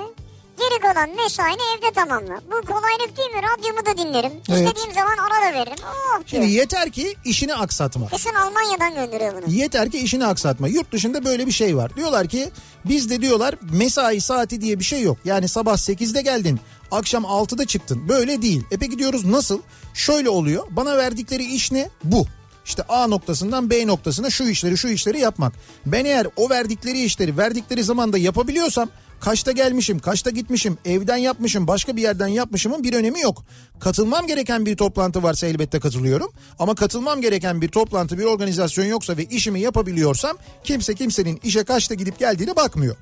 Speaker 2: Geri kalan mesaini evde tamamla. Bu kolaylık değil mi? Radyomu da dinlerim. İstediğim zaman ara da veririm. Oh
Speaker 1: Şimdi
Speaker 2: diyor.
Speaker 1: yeter ki işini aksatma.
Speaker 2: Kesin Almanya'dan gönderiyor bunu.
Speaker 1: Yeter ki işini aksatma. Yurt dışında böyle bir şey var. Diyorlar ki bizde diyorlar mesai saati diye bir şey yok. Yani sabah 8'de geldin, akşam 6'da çıktın. Böyle değil. E peki diyoruz nasıl? Şöyle oluyor. Bana verdikleri iş ne? Bu. işte A noktasından B noktasına şu işleri şu işleri yapmak. Ben eğer o verdikleri işleri verdikleri zamanda yapabiliyorsam kaçta gelmişim, kaçta gitmişim, evden yapmışım, başka bir yerden yapmışımın bir önemi yok. Katılmam gereken bir toplantı varsa elbette katılıyorum. Ama katılmam gereken bir toplantı, bir organizasyon yoksa ve işimi yapabiliyorsam kimse kimsenin işe kaçta gidip geldiğine bakmıyor.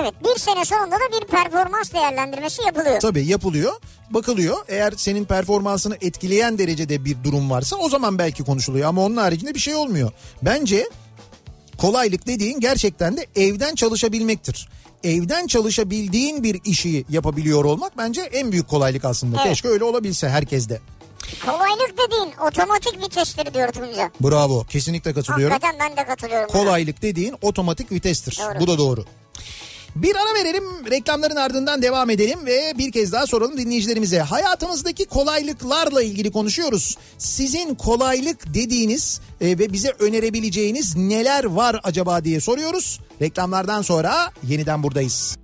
Speaker 2: Evet bir sene sonunda da bir performans değerlendirmesi yapılıyor.
Speaker 1: Tabii yapılıyor, bakılıyor. Eğer senin performansını etkileyen derecede bir durum varsa o zaman belki konuşuluyor ama onun haricinde bir şey olmuyor. Bence kolaylık dediğin gerçekten de evden çalışabilmektir. Evden çalışabildiğin bir işi yapabiliyor olmak bence en büyük kolaylık aslında.
Speaker 2: Evet.
Speaker 1: Keşke öyle olabilse herkeste.
Speaker 2: Kolaylık dediğin otomatik vitesleri diyor Tunca.
Speaker 1: Bravo. Kesinlikle katılıyorum.
Speaker 2: Hakikaten ben de katılıyorum. buna.
Speaker 1: Kolaylık dediğin otomatik vitestir.
Speaker 2: Doğru.
Speaker 1: Bu da doğru. Bir ara verelim reklamların ardından devam edelim ve bir kez daha soralım dinleyicilerimize. Hayatımızdaki kolaylıklarla ilgili konuşuyoruz. Sizin kolaylık dediğiniz e, ve bize önerebileceğiniz neler var acaba diye soruyoruz. Reklamlardan sonra yeniden buradayız.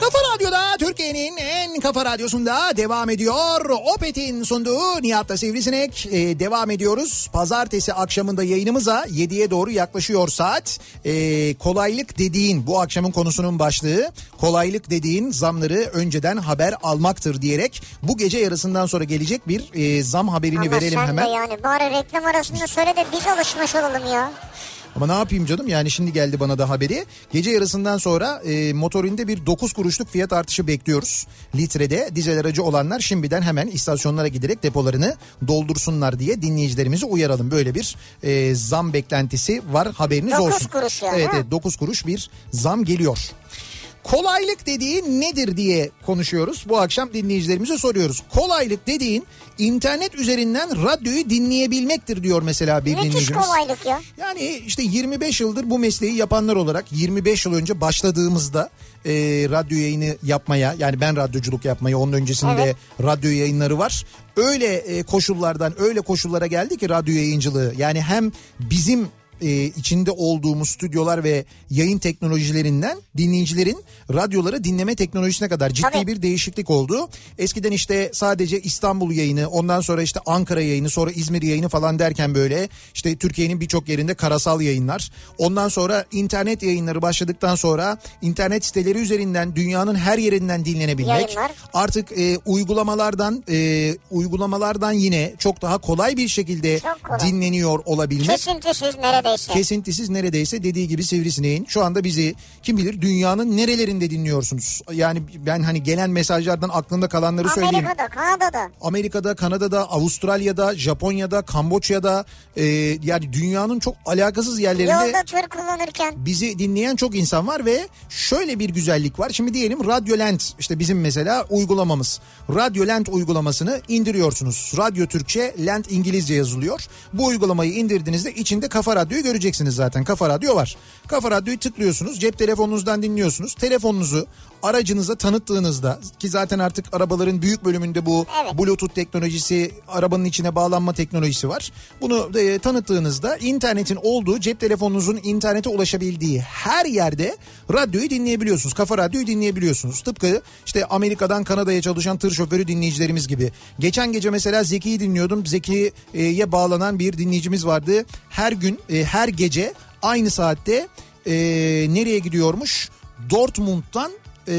Speaker 1: Kafa Radyo'da Türkiye'nin en kafa radyosunda devam ediyor. Opet'in sunduğu Nihat'la Sivrisinek Ee, devam ediyoruz. Pazartesi akşamında yayınımıza 7'ye doğru yaklaşıyor saat. Ee, kolaylık dediğin bu akşamın konusunun başlığı kolaylık dediğin zamları önceden haber almaktır diyerek bu gece yarısından sonra gelecek bir e, zam haberini
Speaker 2: Ama
Speaker 1: verelim
Speaker 2: sen
Speaker 1: hemen.
Speaker 2: de yani bari reklam arasında söyle de biz alışmış olalım ya.
Speaker 1: Ama ne yapayım canım yani şimdi geldi bana da haberi. Gece yarısından sonra e, motorinde bir 9 kuruşluk fiyat artışı bekliyoruz. Litrede dizel aracı olanlar şimdiden hemen istasyonlara giderek depolarını doldursunlar diye dinleyicilerimizi uyaralım. Böyle bir e, zam beklentisi var haberiniz
Speaker 2: Dokuz
Speaker 1: olsun.
Speaker 2: kuruş yani,
Speaker 1: Evet
Speaker 2: ha?
Speaker 1: evet 9 kuruş bir zam geliyor. Kolaylık dediğin nedir diye konuşuyoruz. Bu akşam dinleyicilerimize soruyoruz. Kolaylık dediğin internet üzerinden radyoyu dinleyebilmektir diyor mesela bir
Speaker 2: Müthiş
Speaker 1: dinleyicimiz.
Speaker 2: kolaylık ya.
Speaker 1: Yani işte 25 yıldır bu mesleği yapanlar olarak 25 yıl önce başladığımızda e, radyo yayını yapmaya yani ben radyoculuk yapmaya onun öncesinde
Speaker 2: Evet.
Speaker 1: radyo yayınları var. Öyle e, koşullardan öyle koşullara geldi ki radyo yayıncılığı yani hem bizim e, içinde olduğumuz stüdyolar ve yayın teknolojilerinden dinleyicilerin radyoları dinleme teknolojisine kadar ciddi
Speaker 2: Tabii.
Speaker 1: bir değişiklik oldu. Eskiden işte sadece İstanbul yayını, ondan sonra işte Ankara yayını, sonra İzmir yayını falan derken böyle işte Türkiye'nin birçok yerinde karasal yayınlar. Ondan sonra internet yayınları başladıktan sonra internet siteleri üzerinden dünyanın her yerinden dinlenebilmek.
Speaker 2: Yayınlar.
Speaker 1: Artık e, uygulamalardan e, uygulamalardan yine çok daha kolay bir şekilde
Speaker 2: Çok kolay.
Speaker 1: dinleniyor olabilmek
Speaker 2: Kesintisiz neredeyse.
Speaker 1: kesintisiz neredeyse dediği gibi sivrisineğin. Şu anda bizi kim bilir dünyanın nerelerinde dinliyorsunuz? Yani ben hani gelen mesajlardan aklımda kalanları söyleyeyim.
Speaker 2: Amerika'da, Kanada'da.
Speaker 1: Amerika'da, Kanada'da, Avustralya'da, Japonya'da, Kamboçya'da e, yani dünyanın çok alakasız yerlerinde
Speaker 2: Yolda tır kullanırken.
Speaker 1: bizi dinleyen çok insan var ve şöyle bir güzellik var. Şimdi diyelim Radyolent işte bizim mesela uygulamamız. Radyolent uygulamasını indiriyorsunuz. Radyo Türkçe, Lent İngilizce yazılıyor. Bu uygulamayı indirdiğinizde içinde Kafa Radyo'yu göreceksiniz zaten. Kafa Radyo var. Kafa Radyo'yu tıklıyorsunuz. Cep telefonunuzdan dinliyorsunuz. Telefonunuzu aracınıza tanıttığınızda ki zaten artık arabaların büyük bölümünde bu
Speaker 2: Evet.
Speaker 1: Bluetooth teknolojisi, arabanın içine bağlanma teknolojisi var. Bunu e, tanıttığınızda internetin olduğu, cep telefonunuzun internete ulaşabildiği her yerde radyoyu dinleyebiliyorsunuz. Kafa radyoyu dinleyebiliyorsunuz. Tıpkı işte Amerika'dan Kanada'ya çalışan tır şoförü dinleyicilerimiz gibi. Geçen gece mesela Zeki'yi dinliyordum. Zeki'ye bağlanan bir dinleyicimiz vardı. Her gün, e, her gece aynı saatte e, nereye gidiyormuş? Dortmund'dan e,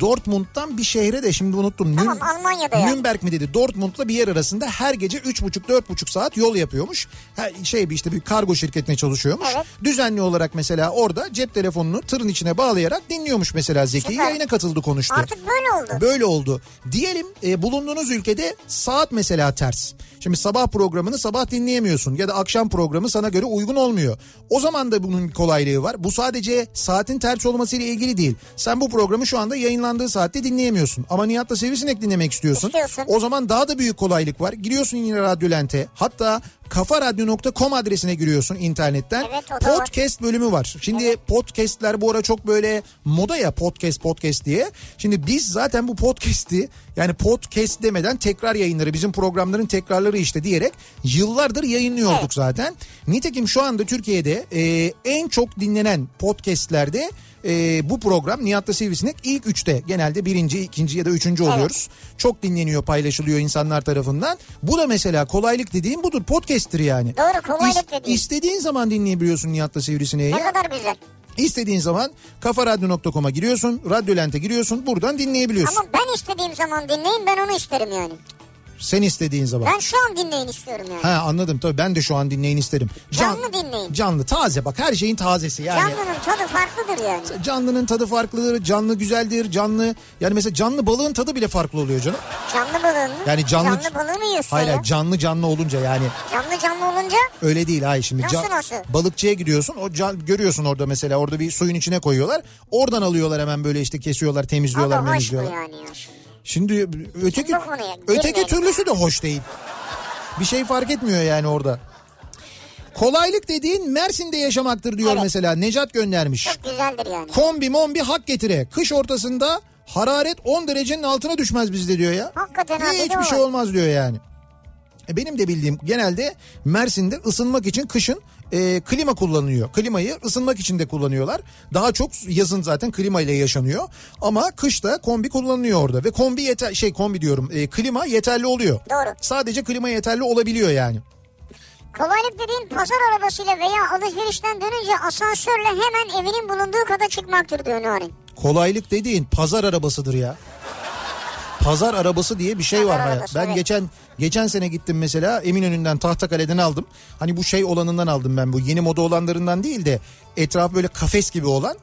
Speaker 1: Dortmund'dan bir şehre de şimdi unuttum.
Speaker 2: Tamam,
Speaker 1: Nürn-
Speaker 2: Almanya'da yani.
Speaker 1: Nürnberg mi dedi Dortmund'la bir yer arasında her gece 3,5-4,5 saat yol yapıyormuş. Ha, şey bir işte bir kargo şirketine çalışıyormuş.
Speaker 2: Evet.
Speaker 1: Düzenli olarak mesela orada cep telefonunu tırın içine bağlayarak dinliyormuş mesela Zeki'yi.
Speaker 2: Süper.
Speaker 1: Yayına katıldı konuştu.
Speaker 2: Artık böyle oldu.
Speaker 1: Böyle oldu. Diyelim e, bulunduğunuz ülkede saat mesela ters. Şimdi sabah programını sabah dinleyemiyorsun ya da akşam programı sana göre uygun olmuyor. O zaman da bunun bir kolaylığı var. Bu sadece saatin ters olmasıyla ilgili değil. Sen bu programı şu anda yayınlandığı saatte dinleyemiyorsun. Ama Nihat'la Sivrisinek dinlemek istiyorsun.
Speaker 2: İstiyorsun.
Speaker 1: O zaman daha da büyük kolaylık var. Giriyorsun yine Radyolent'e. Hatta kafaradyo.com adresine giriyorsun internetten.
Speaker 2: Evet, o da var.
Speaker 1: podcast bölümü var. Şimdi podcastler bu ara çok böyle moda ya podcast podcast diye. Şimdi biz zaten bu podcast'i yani podcast demeden tekrar yayınları bizim programların tekrarları işte diyerek yıllardır yayınlıyorduk
Speaker 2: Evet.
Speaker 1: zaten. Nitekim şu anda Türkiye'de e, en çok dinlenen podcastlerde e, bu program Nihat'la Sivrisinek ilk üçte genelde birinci, ikinci ya da üçüncü oluyoruz. Çok dinleniyor paylaşılıyor insanlar tarafından. Bu da mesela kolaylık dediğim budur podcast'tir yani.
Speaker 2: Doğru, kolaylık şey.
Speaker 1: İs-
Speaker 2: dediğin.
Speaker 1: İstediğin zaman dinleyebiliyorsun Nihat'la Sivrisineği.
Speaker 2: Ne kadar güzel.
Speaker 1: İstediğin zaman kafaradyo.com'a giriyorsun, Radyolent'e giriyorsun buradan dinleyebiliyorsun.
Speaker 2: Ama ben istediğim zaman dinleyin ben onu isterim yani.
Speaker 1: Sen istediğin zaman.
Speaker 2: Ben şu an dinleyin istiyorum yani.
Speaker 1: Ha anladım tabii ben de şu an dinleyin isterim.
Speaker 2: Canlı dinleyin.
Speaker 1: Canlı taze bak her şeyin tazesi yani.
Speaker 2: Canlının tadı farklıdır yani.
Speaker 1: Canlının tadı farklıdır, canlı güzeldir, canlı yani mesela canlı balığın tadı bile farklı oluyor canım.
Speaker 2: Canlı balığın mı?
Speaker 1: Yani canlı
Speaker 2: canlı balığı mı yiyorsun
Speaker 1: Hayır,
Speaker 2: ya?
Speaker 1: hayır, canlı canlı olunca yani
Speaker 2: Canlı canlı olunca
Speaker 1: öyle değil hayır şimdi.
Speaker 2: Nasıl, nasıl?
Speaker 1: Balıkçıya gidiyorsun o can, görüyorsun orada mesela orada bir suyun içine koyuyorlar. Oradan alıyorlar hemen böyle işte kesiyorlar
Speaker 2: o
Speaker 1: temizliyorlar
Speaker 2: da hoş bu
Speaker 1: memizliyorlar.
Speaker 2: yani. ya.
Speaker 1: Şimdi öteki
Speaker 2: Şimdi bu konuya girmeyelim.
Speaker 1: öteki türlüsü de hoş değil. Bir şey fark etmiyor yani orada. Kolaylık dediğin Mersin'de yaşamaktır diyor
Speaker 2: Evet.
Speaker 1: mesela Necat göndermiş.
Speaker 2: Çok güzeldir yani.
Speaker 1: Kombi mombi hak getire. Kış ortasında hararet 10 derecenin altına düşmez bizde diyor ya.
Speaker 2: Hakikaten abi,
Speaker 1: Hiçbir
Speaker 2: doğru.
Speaker 1: şey olmaz diyor yani. E benim de bildiğim genelde Mersin'de ısınmak için kışın e, klima kullanılıyor. Klimayı ısınmak için de kullanıyorlar. Daha çok yazın zaten klima ile yaşanıyor. Ama kışta kombi kullanılıyor orada ve kombi yeter şey kombi diyorum e, klima yeterli oluyor.
Speaker 2: Doğru.
Speaker 1: Sadece klima yeterli olabiliyor yani.
Speaker 2: Kolaylık dediğin pazar arabasıyla veya alışverişten dönünce asansörle hemen evinin bulunduğu kata çıkmaktır diyor Nuri.
Speaker 1: Kolaylık dediğin pazar arabasıdır ya. Pazar arabası diye bir şey var.
Speaker 2: Pazar
Speaker 1: hayat.
Speaker 2: arabası,
Speaker 1: ben
Speaker 2: evet.
Speaker 1: geçen geçen sene gittim mesela Eminönü'nden Tahtakale'den aldım. Hani bu şey olanından aldım ben bu yeni moda olanlarından değil de etraf böyle kafes gibi olan.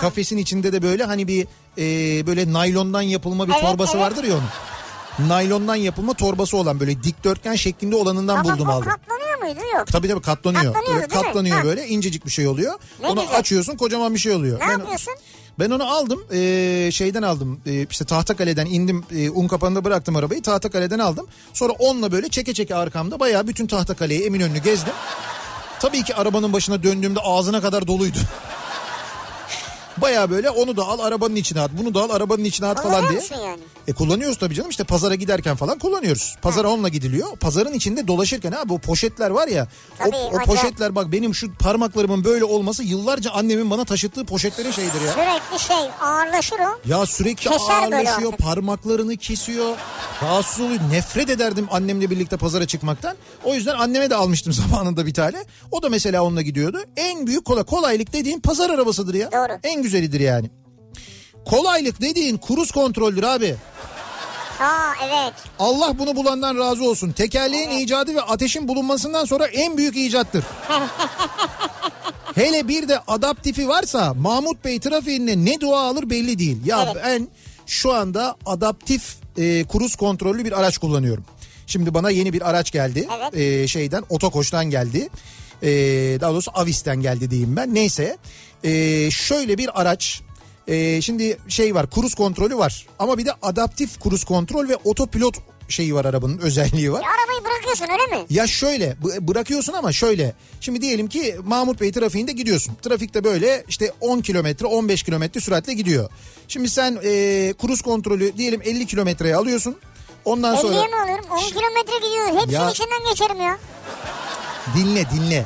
Speaker 1: Kafesin içinde de böyle hani bir e, böyle naylondan yapılma bir
Speaker 2: Evet,
Speaker 1: torbası
Speaker 2: evet.
Speaker 1: vardır ya onun. Naylondan yapılma torbası olan böyle dikdörtgen şeklinde olanından
Speaker 2: Ama
Speaker 1: buldum
Speaker 2: o
Speaker 1: aldım.
Speaker 2: katlanıyor muydu? Yok.
Speaker 1: Tabii tabii katlanıyor.
Speaker 2: Katlanıyor,
Speaker 1: böyle
Speaker 2: değil mi?
Speaker 1: katlanıyor
Speaker 2: Ha.
Speaker 1: böyle incecik bir şey oluyor.
Speaker 2: Ne
Speaker 1: onu
Speaker 2: güzel.
Speaker 1: açıyorsun kocaman bir şey oluyor.
Speaker 2: Ne
Speaker 1: Ben-
Speaker 2: yapıyorsun?
Speaker 1: ben onu aldım eee, şeyden aldım eee, işte Tahtakale'den indim eee, Unkapanı'nda bıraktım arabayı Tahtakale'den aldım. Sonra onunla böyle çeke çeke arkamda bayağı bütün Tahtakale'yi Eminönü'nü gezdim. Tabii ki arabanın başına döndüğümde ağzına kadar doluydu. bayağı böyle onu da al arabanın içine at bunu da al arabanın içine at falan
Speaker 2: Kullanıyor
Speaker 1: diye.
Speaker 2: musun yani?
Speaker 1: E kullanıyoruz tabii canım işte pazara giderken falan kullanıyoruz. Pazara onunla gidiliyor. Pazarın içinde dolaşırken abi o poşetler var ya. o-
Speaker 2: Tabii,
Speaker 1: o,
Speaker 2: acayip.
Speaker 1: poşetler bak benim şu parmaklarımın böyle olması yıllarca annemin bana taşıttığı poşetlerin şeyidir ya.
Speaker 2: Sürekli şey ağırlaşır o.
Speaker 1: Ya sürekli
Speaker 2: Keser böyle
Speaker 1: ağırlaşıyor,
Speaker 2: artık.
Speaker 1: parmaklarını kesiyor. Rahatsız oluyor. Nefret ederdim annemle birlikte pazara çıkmaktan. O yüzden anneme de almıştım zamanında bir tane. O da mesela onunla gidiyordu. En büyük kolay, kolaylık dediğin pazar arabasıdır ya.
Speaker 2: Doğru.
Speaker 1: En güzelidir yani. Kolaylık dediğin kuruz kontroldür abi.
Speaker 2: Aa evet.
Speaker 1: Allah bunu bulandan razı olsun. Tekerleğin icadı ve ateşin bulunmasından sonra en büyük icattır. Hele bir de adaptifi varsa Mahmut Bey trafiğinde ne dua alır belli değil. Ya
Speaker 2: Evet.
Speaker 1: ben şu anda adaptif e, kruz kontrollü bir araç kullanıyorum. Şimdi bana yeni bir araç geldi.
Speaker 2: Evet.
Speaker 1: E, şeyden Otokoç'tan geldi. E, daha doğrusu Avis'ten geldi diyeyim ben. Neyse E, şöyle bir araç. E, şimdi şey var kruz kontrolü var ama bir de adaptif kruz kontrol ve otopilot şeyi var arabanın özelliği var.
Speaker 2: E, arabayı bırakıyorsun öyle mi?
Speaker 1: Ya şöyle b- bırakıyorsun ama şöyle. Şimdi diyelim ki Mahmut Bey trafiğinde gidiyorsun. Trafikte böyle işte 10 kilometre 15 kilometre süratle gidiyor. Şimdi sen e, kruz kontrolü diyelim 50 kilometreye alıyorsun. Ondan
Speaker 2: 50'ye
Speaker 1: sonra
Speaker 2: mi alıyorum? 10 kilometre gidiyor. Hepsinin
Speaker 1: Ya-
Speaker 2: içinden geçerim ya.
Speaker 1: dinle dinle.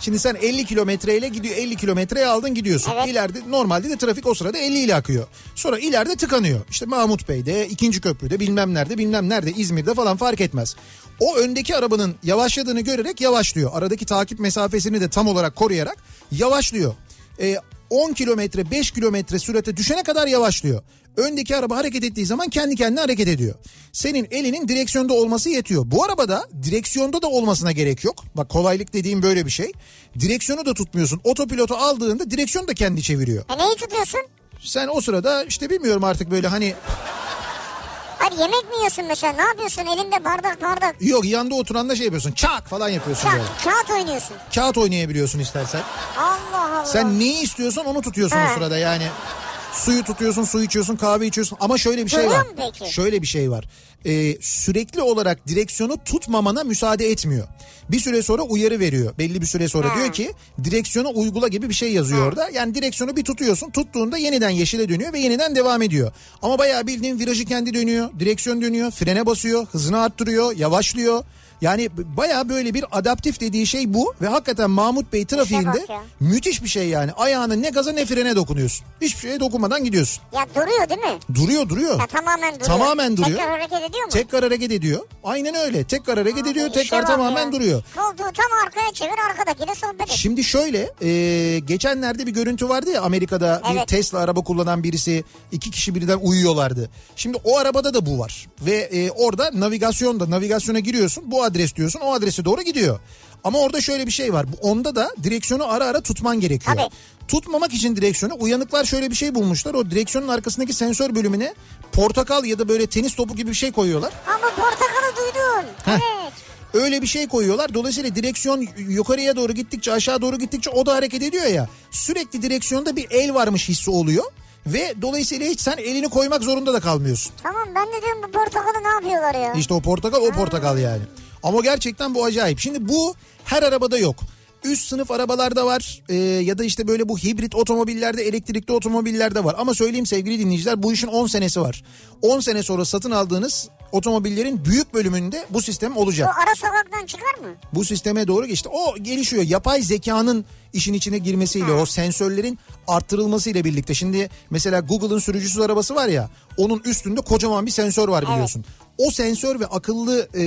Speaker 1: Şimdi sen 50 kilometreyle gidiyor 50 kilometreye aldın gidiyorsun.
Speaker 2: Evet.
Speaker 1: İleride normalde de trafik o sırada 50 ile akıyor. Sonra ileride tıkanıyor. İşte Mahmut Bey'de, ikinci köprüde, bilmem nerede, bilmem nerede, İzmir'de falan fark etmez. O öndeki arabanın yavaşladığını görerek yavaşlıyor. Aradaki takip mesafesini de tam olarak koruyarak yavaşlıyor. Ee, 10 kilometre, 5 kilometre sürate düşene kadar yavaşlıyor. Öndeki araba hareket ettiği zaman kendi kendine hareket ediyor. Senin elinin direksiyonda olması yetiyor. Bu arabada direksiyonda da olmasına gerek yok. Bak kolaylık dediğim böyle bir şey. Direksiyonu da tutmuyorsun. Otopilotu aldığında direksiyonu da kendi çeviriyor.
Speaker 2: E neyi tutuyorsun?
Speaker 1: Sen o sırada işte bilmiyorum artık böyle hani
Speaker 2: Hayır yemek mi yiyorsun mesela? Ne yapıyorsun? Elinde bardak bardak.
Speaker 1: yok yanda oturan da şey yapıyorsun. Çak falan yapıyorsun böyle.
Speaker 2: Ka- kağıt oynuyorsun.
Speaker 1: Kağıt oynayabiliyorsun istersen.
Speaker 2: Allah Allah.
Speaker 1: Sen neyi istiyorsan onu tutuyorsun
Speaker 2: Ha.
Speaker 1: o sırada yani. Suyu tutuyorsun, su içiyorsun, kahve içiyorsun. Ama şöyle bir şey
Speaker 2: Duruyor
Speaker 1: var.
Speaker 2: mu peki?
Speaker 1: Şöyle bir şey var. Ee, sürekli olarak direksiyonu tutmamana müsaade etmiyor. Bir süre sonra uyarı veriyor. Belli bir süre sonra diyor ki direksiyonu uygula gibi bir şey yazıyor orada. Yani direksiyonu bir tutuyorsun. Tuttuğunda yeniden yeşile dönüyor ve yeniden devam ediyor. Ama bayağı bildiğin virajı kendi dönüyor. Direksiyon dönüyor. Frene basıyor. Hızını arttırıyor. Yavaşlıyor. Yani b- bayağı böyle bir adaptif dediği şey bu ve hakikaten Mahmut Bey trafiğinde
Speaker 2: bak ya.
Speaker 1: müthiş bir şey yani. Ayağını ne gaza ne frene dokunuyorsun. Hiçbir şeye dokunmadan gidiyorsun.
Speaker 2: Ya duruyor değil mi?
Speaker 1: Duruyor duruyor.
Speaker 2: Ya tamamen duruyor.
Speaker 1: Tamamen duruyor.
Speaker 2: Tekrar hareket ediyor mu?
Speaker 1: Tekrar hareket ediyor. Aynen öyle. Tekrar hareket ediyor.
Speaker 2: İşe
Speaker 1: Tekrar
Speaker 2: bak
Speaker 1: tamamen
Speaker 2: ya.
Speaker 1: duruyor.
Speaker 2: Koltuğu tam arkaya çevir arkadakiyle sohbet et.
Speaker 1: Şimdi şöyle e, geçenlerde bir görüntü vardı ya Amerika'da bir
Speaker 2: Evet.
Speaker 1: Tesla araba kullanan birisi iki kişi birden uyuyorlardı. Şimdi o arabada da bu var ve e, orada navigasyonda navigasyona giriyorsun bu adres diyorsun o adrese doğru gidiyor. Ama orada şöyle bir şey var Bu- onda da direksiyonu ara ara tutman gerekiyor.
Speaker 2: Tabii.
Speaker 1: Tutmamak için direksiyonu uyanıklar şöyle bir şey bulmuşlar o direksiyonun arkasındaki sensör bölümüne portakal ya da böyle tenis topu gibi bir şey koyuyorlar.
Speaker 2: Ama portakalı duydun.
Speaker 1: Heh.
Speaker 2: Evet.
Speaker 1: Öyle bir şey koyuyorlar. Dolayısıyla direksiyon yukarıya doğru gittikçe aşağı doğru gittikçe o da hareket ediyor ya. Sürekli direksiyonda bir el varmış hissi oluyor. Ve dolayısıyla hiç sen elini koymak zorunda da kalmıyorsun.
Speaker 2: Tamam ben de diyorum bu portakalı ne yapıyorlar ya?
Speaker 1: İşte o portakal o portakal yani. Ama gerçekten bu acayip. Şimdi bu her arabada yok. Üst sınıf arabalarda var Ee, ya da işte böyle bu hibrit otomobillerde elektrikli otomobillerde var. Ama söyleyeyim sevgili dinleyiciler bu işin 10 senesi var. 10 sene sonra satın aldığınız otomobillerin büyük bölümünde bu sistem olacak.
Speaker 2: Bu ara sokaktan çıkar mı?
Speaker 1: bu sisteme doğru geçti. O gelişiyor. Yapay zekanın işin içine girmesiyle o sensörlerin arttırılmasıyla birlikte. Şimdi mesela Google'ın sürücüsüz arabası var ya onun üstünde kocaman bir sensör var biliyorsun. O sensör ve akıllı e,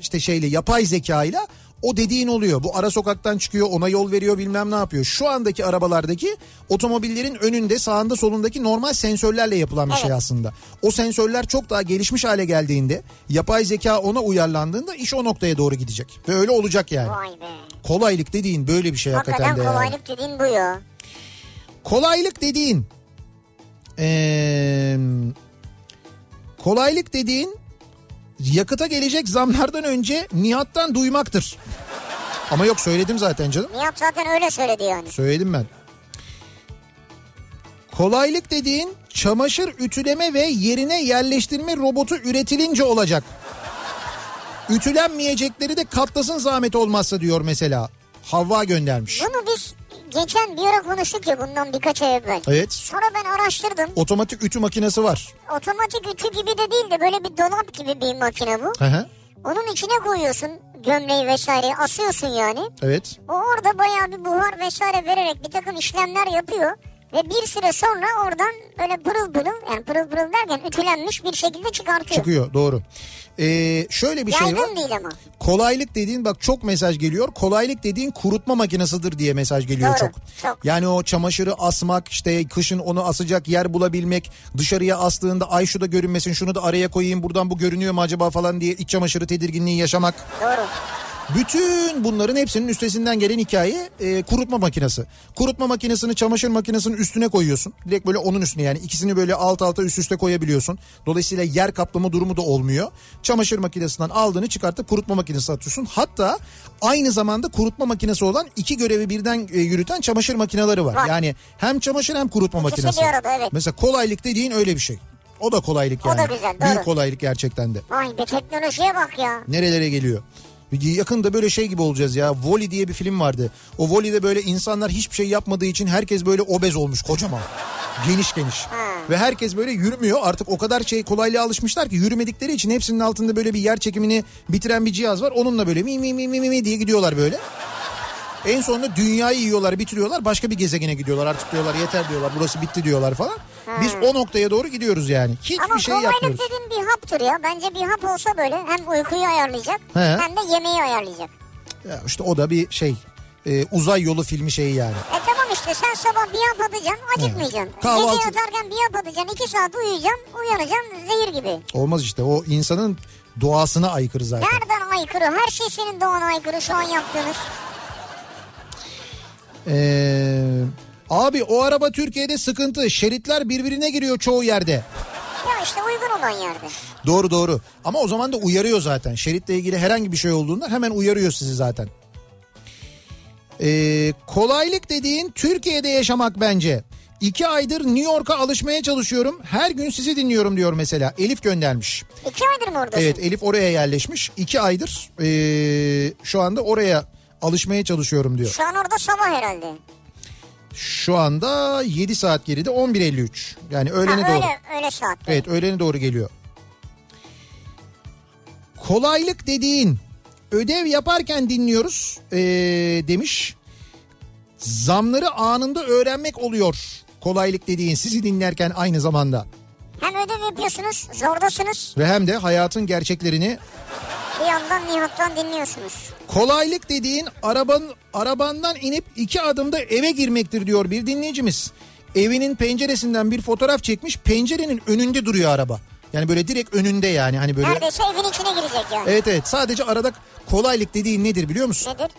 Speaker 1: işte şeyle yapay zekayla o dediğin oluyor. Bu ara sokaktan çıkıyor ona yol veriyor bilmem ne yapıyor. Şu andaki arabalardaki otomobillerin önünde sağında solundaki normal sensörlerle yapılan bir şey aslında. O sensörler çok daha gelişmiş hale geldiğinde yapay zeka ona uyarlandığında iş o noktaya doğru gidecek. Ve öyle olacak yani.
Speaker 2: Vay be.
Speaker 1: Kolaylık dediğin böyle bir şey hakikaten,
Speaker 2: Hakikaten
Speaker 1: de yani.
Speaker 2: kolaylık dediğin bu ya.
Speaker 1: Kolaylık dediğin eee, kolaylık dediğin yakıta gelecek zamlardan önce Nihat'tan duymaktır. Ama yok söyledim zaten canım.
Speaker 2: Nihat zaten öyle söyledi yani.
Speaker 1: Söyledim ben. Kolaylık dediğin çamaşır ütüleme ve yerine yerleştirme robotu üretilince olacak. Ütülenmeyecekleri de katlasın zahmet olmazsa diyor mesela. Havva göndermiş.
Speaker 2: Bunu biz geçen bir ara konuştuk ya bundan birkaç ay evvel.
Speaker 1: Evet.
Speaker 2: Sonra ben araştırdım.
Speaker 1: Otomatik ütü makinesi var.
Speaker 2: Otomatik ütü gibi de değil de böyle bir dolap gibi bir makine bu.
Speaker 1: Hı hı.
Speaker 2: Onun içine koyuyorsun gömleği vesaire asıyorsun yani.
Speaker 1: Evet.
Speaker 2: O orada bayağı bir buhar vesaire vererek bir takım işlemler yapıyor. Ve bir süre sonra oradan böyle pırıl pırıl yani pırıl pırıl derken ütülenmiş bir şekilde çıkartıyor.
Speaker 1: Çıkıyor doğru. Ee, şöyle bir şey
Speaker 2: Yaygın
Speaker 1: var.
Speaker 2: değil ama.
Speaker 1: Kolaylık dediğin bak çok mesaj geliyor. Kolaylık dediğin kurutma makinesidir diye mesaj geliyor
Speaker 2: Doğru,
Speaker 1: çok.
Speaker 2: çok.
Speaker 1: Yani o çamaşırı asmak işte kışın onu asacak yer bulabilmek. Dışarıya astığında ay şu da görünmesin şunu da araya koyayım buradan bu görünüyor mu acaba falan diye iç çamaşırı tedirginliği yaşamak.
Speaker 2: Doğru.
Speaker 1: Bütün bunların hepsinin üstesinden gelen hikaye e, kurutma makinesi. Kurutma makinesini çamaşır makinesinin üstüne koyuyorsun. Direkt böyle onun üstüne yani ikisini böyle alt alta üst üste koyabiliyorsun. Dolayısıyla yer kaplama durumu da olmuyor. Çamaşır makinesinden aldığını çıkartıp kurutma makinesine atıyorsun. Hatta aynı zamanda kurutma makinesi olan iki görevi birden e, yürüten çamaşır makineleri var.
Speaker 2: Var.
Speaker 1: Yani hem çamaşır hem kurutma
Speaker 2: İkisi bir
Speaker 1: makinesi.
Speaker 2: arada, evet.
Speaker 1: Mesela kolaylık dediğin öyle bir şey. O da kolaylık
Speaker 2: O da
Speaker 1: yani.
Speaker 2: güzel, doğru.
Speaker 1: Büyük kolaylık gerçekten de.
Speaker 2: Vay be teknolojiye bak ya.
Speaker 1: Nerelere geliyor? Yakında böyle şey gibi olacağız ya. Voli diye bir film vardı. O Voli'de böyle insanlar hiçbir şey yapmadığı için herkes böyle obez olmuş kocaman. Geniş geniş. Ve herkes böyle yürümüyor. Artık o kadar şey kolaylığa alışmışlar ki yürümedikleri için hepsinin altında böyle bir yer çekimini bitiren bir cihaz var. Onunla böyle mi mi mi mi mi diye gidiyorlar böyle. En sonunda dünyayı yiyorlar, bitiriyorlar. Başka bir gezegene gidiyorlar. Artık diyorlar yeter diyorlar. Burası bitti diyorlar falan. Biz o noktaya doğru gidiyoruz yani. Hiçbir
Speaker 2: Ama
Speaker 1: şey
Speaker 2: kolaylık
Speaker 1: yapmıyoruz.
Speaker 2: dediğin bir haptır ya. Bence bir hap olsa böyle hem uykuyu ayarlayacak
Speaker 1: He.
Speaker 2: hem de yemeği ayarlayacak.
Speaker 1: Ya işte o da bir şey. e, uzay yolu filmi şeyi yani.
Speaker 2: E tamam işte sen sabah bir hap atacaksın acıkmayacaksın.
Speaker 1: Kahvaltı-
Speaker 2: Gece yatarken bir hap atacaksın iki saat uyuyacaksın uyanacaksın zehir gibi.
Speaker 1: Olmaz işte o insanın doğasına aykırı zaten.
Speaker 2: Nereden aykırı her şey senin doğana aykırı şu an yaptığınız.
Speaker 1: Ee, abi o araba Türkiye'de sıkıntı. Şeritler birbirine giriyor çoğu yerde.
Speaker 2: Ya işte uygun olan yerde.
Speaker 1: Doğru doğru. Ama o zaman da uyarıyor zaten. Şeritle ilgili herhangi bir şey olduğunda hemen uyarıyor sizi zaten. E, Ee, kolaylık dediğin Türkiye'de yaşamak bence. İki aydır New York'a alışmaya çalışıyorum. Her gün sizi dinliyorum diyor mesela. Elif göndermiş.
Speaker 2: İki aydır mı oradasın?
Speaker 1: Evet Elif oraya yerleşmiş. İki aydır ee, şu anda oraya alışmaya çalışıyorum diyor.
Speaker 2: Şu an orada sabah herhalde.
Speaker 1: Şu anda 7 saat geride 11.53. Yani öğlene
Speaker 2: ha,
Speaker 1: doğru.
Speaker 2: öyle, öyle saat.
Speaker 1: Evet öğlene doğru geliyor. Kolaylık dediğin ödev yaparken dinliyoruz ee, demiş. Zamları anında öğrenmek oluyor. Kolaylık dediğin sizi dinlerken aynı zamanda.
Speaker 2: Hem ödev yapıyorsunuz, zordasınız.
Speaker 1: Ve hem de hayatın gerçeklerini
Speaker 2: Bir yandan Nihat'tan dinliyorsunuz.
Speaker 1: Kolaylık dediğin araban, arabandan inip iki adımda eve girmektir diyor bir dinleyicimiz. Evinin penceresinden bir fotoğraf çekmiş pencerenin önünde duruyor araba. Yani böyle direkt önünde yani hani böyle.
Speaker 2: Neredeyse evin içine girecek yani.
Speaker 1: Evet evet sadece arada kolaylık dediğin nedir biliyor musun?
Speaker 2: Nedir?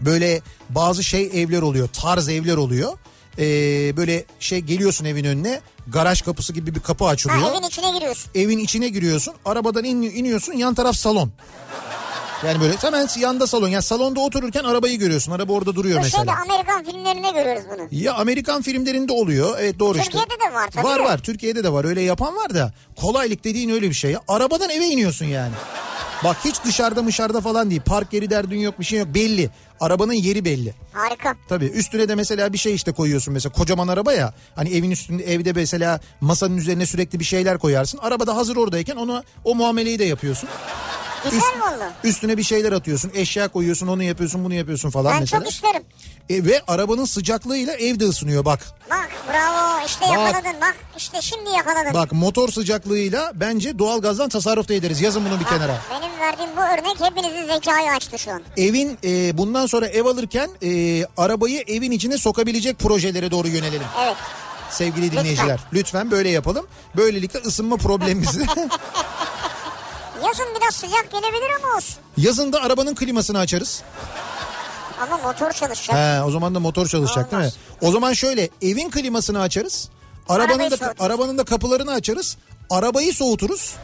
Speaker 1: Böyle bazı şey evler oluyor tarz evler oluyor. Ee, böyle şey geliyorsun evin önüne garaj kapısı gibi bir kapı
Speaker 2: Ha,
Speaker 1: açılıyor.
Speaker 2: evin içine giriyorsun.
Speaker 1: Evin içine giriyorsun. Arabadan in, iniyorsun. Yan taraf salon. Yani böyle hemen yanda salon. Yani salonda otururken arabayı görüyorsun. Araba orada duruyor
Speaker 2: Bu şeyde
Speaker 1: mesela.
Speaker 2: Amerikan filmlerinde görüyoruz bunu.
Speaker 1: Ya Amerikan filmlerinde oluyor. Evet doğru işte.
Speaker 2: Türkiye'de de var tabii
Speaker 1: Var
Speaker 2: de.
Speaker 1: var. Türkiye'de de var. Öyle yapan var da. Kolaylık dediğin öyle bir şey. ya. Arabadan eve iniyorsun yani. Bak hiç dışarıda mışarda falan değil. Park yeri derdin yok bir şey yok. Belli. Arabanın yeri belli.
Speaker 2: Harika.
Speaker 1: Tabii üstüne de mesela bir şey işte koyuyorsun mesela kocaman araba ya. Hani evin üstünde evde mesela masanın üzerine sürekli bir şeyler koyarsın. Arabada hazır oradayken onu o muameleyi de yapıyorsun.
Speaker 2: Güzel valla.
Speaker 1: Üstüne bir şeyler atıyorsun, eşya koyuyorsun, onu yapıyorsun, bunu yapıyorsun falan
Speaker 2: Ben
Speaker 1: mesela.
Speaker 2: çok isterim.
Speaker 1: E, ve arabanın sıcaklığıyla ev de ısınıyor bak.
Speaker 2: Bak bravo işte
Speaker 1: Bak.
Speaker 2: yakaladın bak işte şimdi yakaladın.
Speaker 1: Bak motor sıcaklığıyla bence doğalgazdan tasarruf da ederiz. Yazın bunu bir
Speaker 2: Bak,
Speaker 1: kenara.
Speaker 2: Benim verdiğim bu örnek hepinizin zekayı açtı şu an.
Speaker 1: Evin e, bundan sonra ev alırken e, arabayı evin içine sokabilecek projelere doğru yönelelim.
Speaker 2: Evet.
Speaker 1: Sevgili dinleyiciler lütfen, böyle yapalım. Böylelikle ısınma problemimizi
Speaker 2: Yazın biraz sıcak gelebilir ama olsun.
Speaker 1: Yazın da arabanın klimasını açarız.
Speaker 2: Ama motor çalışacak.
Speaker 1: He, o zaman da motor çalışacak değil mi?
Speaker 2: Olmaz.
Speaker 1: O zaman şöyle evin klimasını açarız. Arabanın
Speaker 2: Arabayı
Speaker 1: da
Speaker 2: soğuturuz.
Speaker 1: arabanın da kapılarını açarız. Arabayı soğuturuz.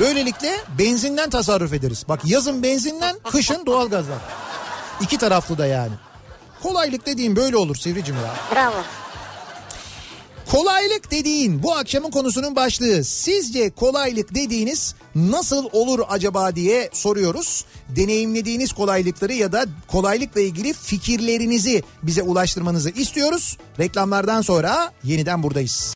Speaker 1: Böylelikle benzinden tasarruf ederiz. Bak yazın benzinden, kışın doğalgazdan. İki taraflı da yani. Kolaylık dediğim böyle olur Sivricim ya.
Speaker 2: Bravo.
Speaker 1: Kolaylık dediğin bu akşamın konusunun başlığı. Sizce kolaylık dediğiniz nasıl olur acaba diye soruyoruz. Deneyimlediğiniz kolaylıkları ya da kolaylıkla ilgili fikirlerinizi bize ulaştırmanızı istiyoruz. Reklamlardan sonra yeniden buradayız.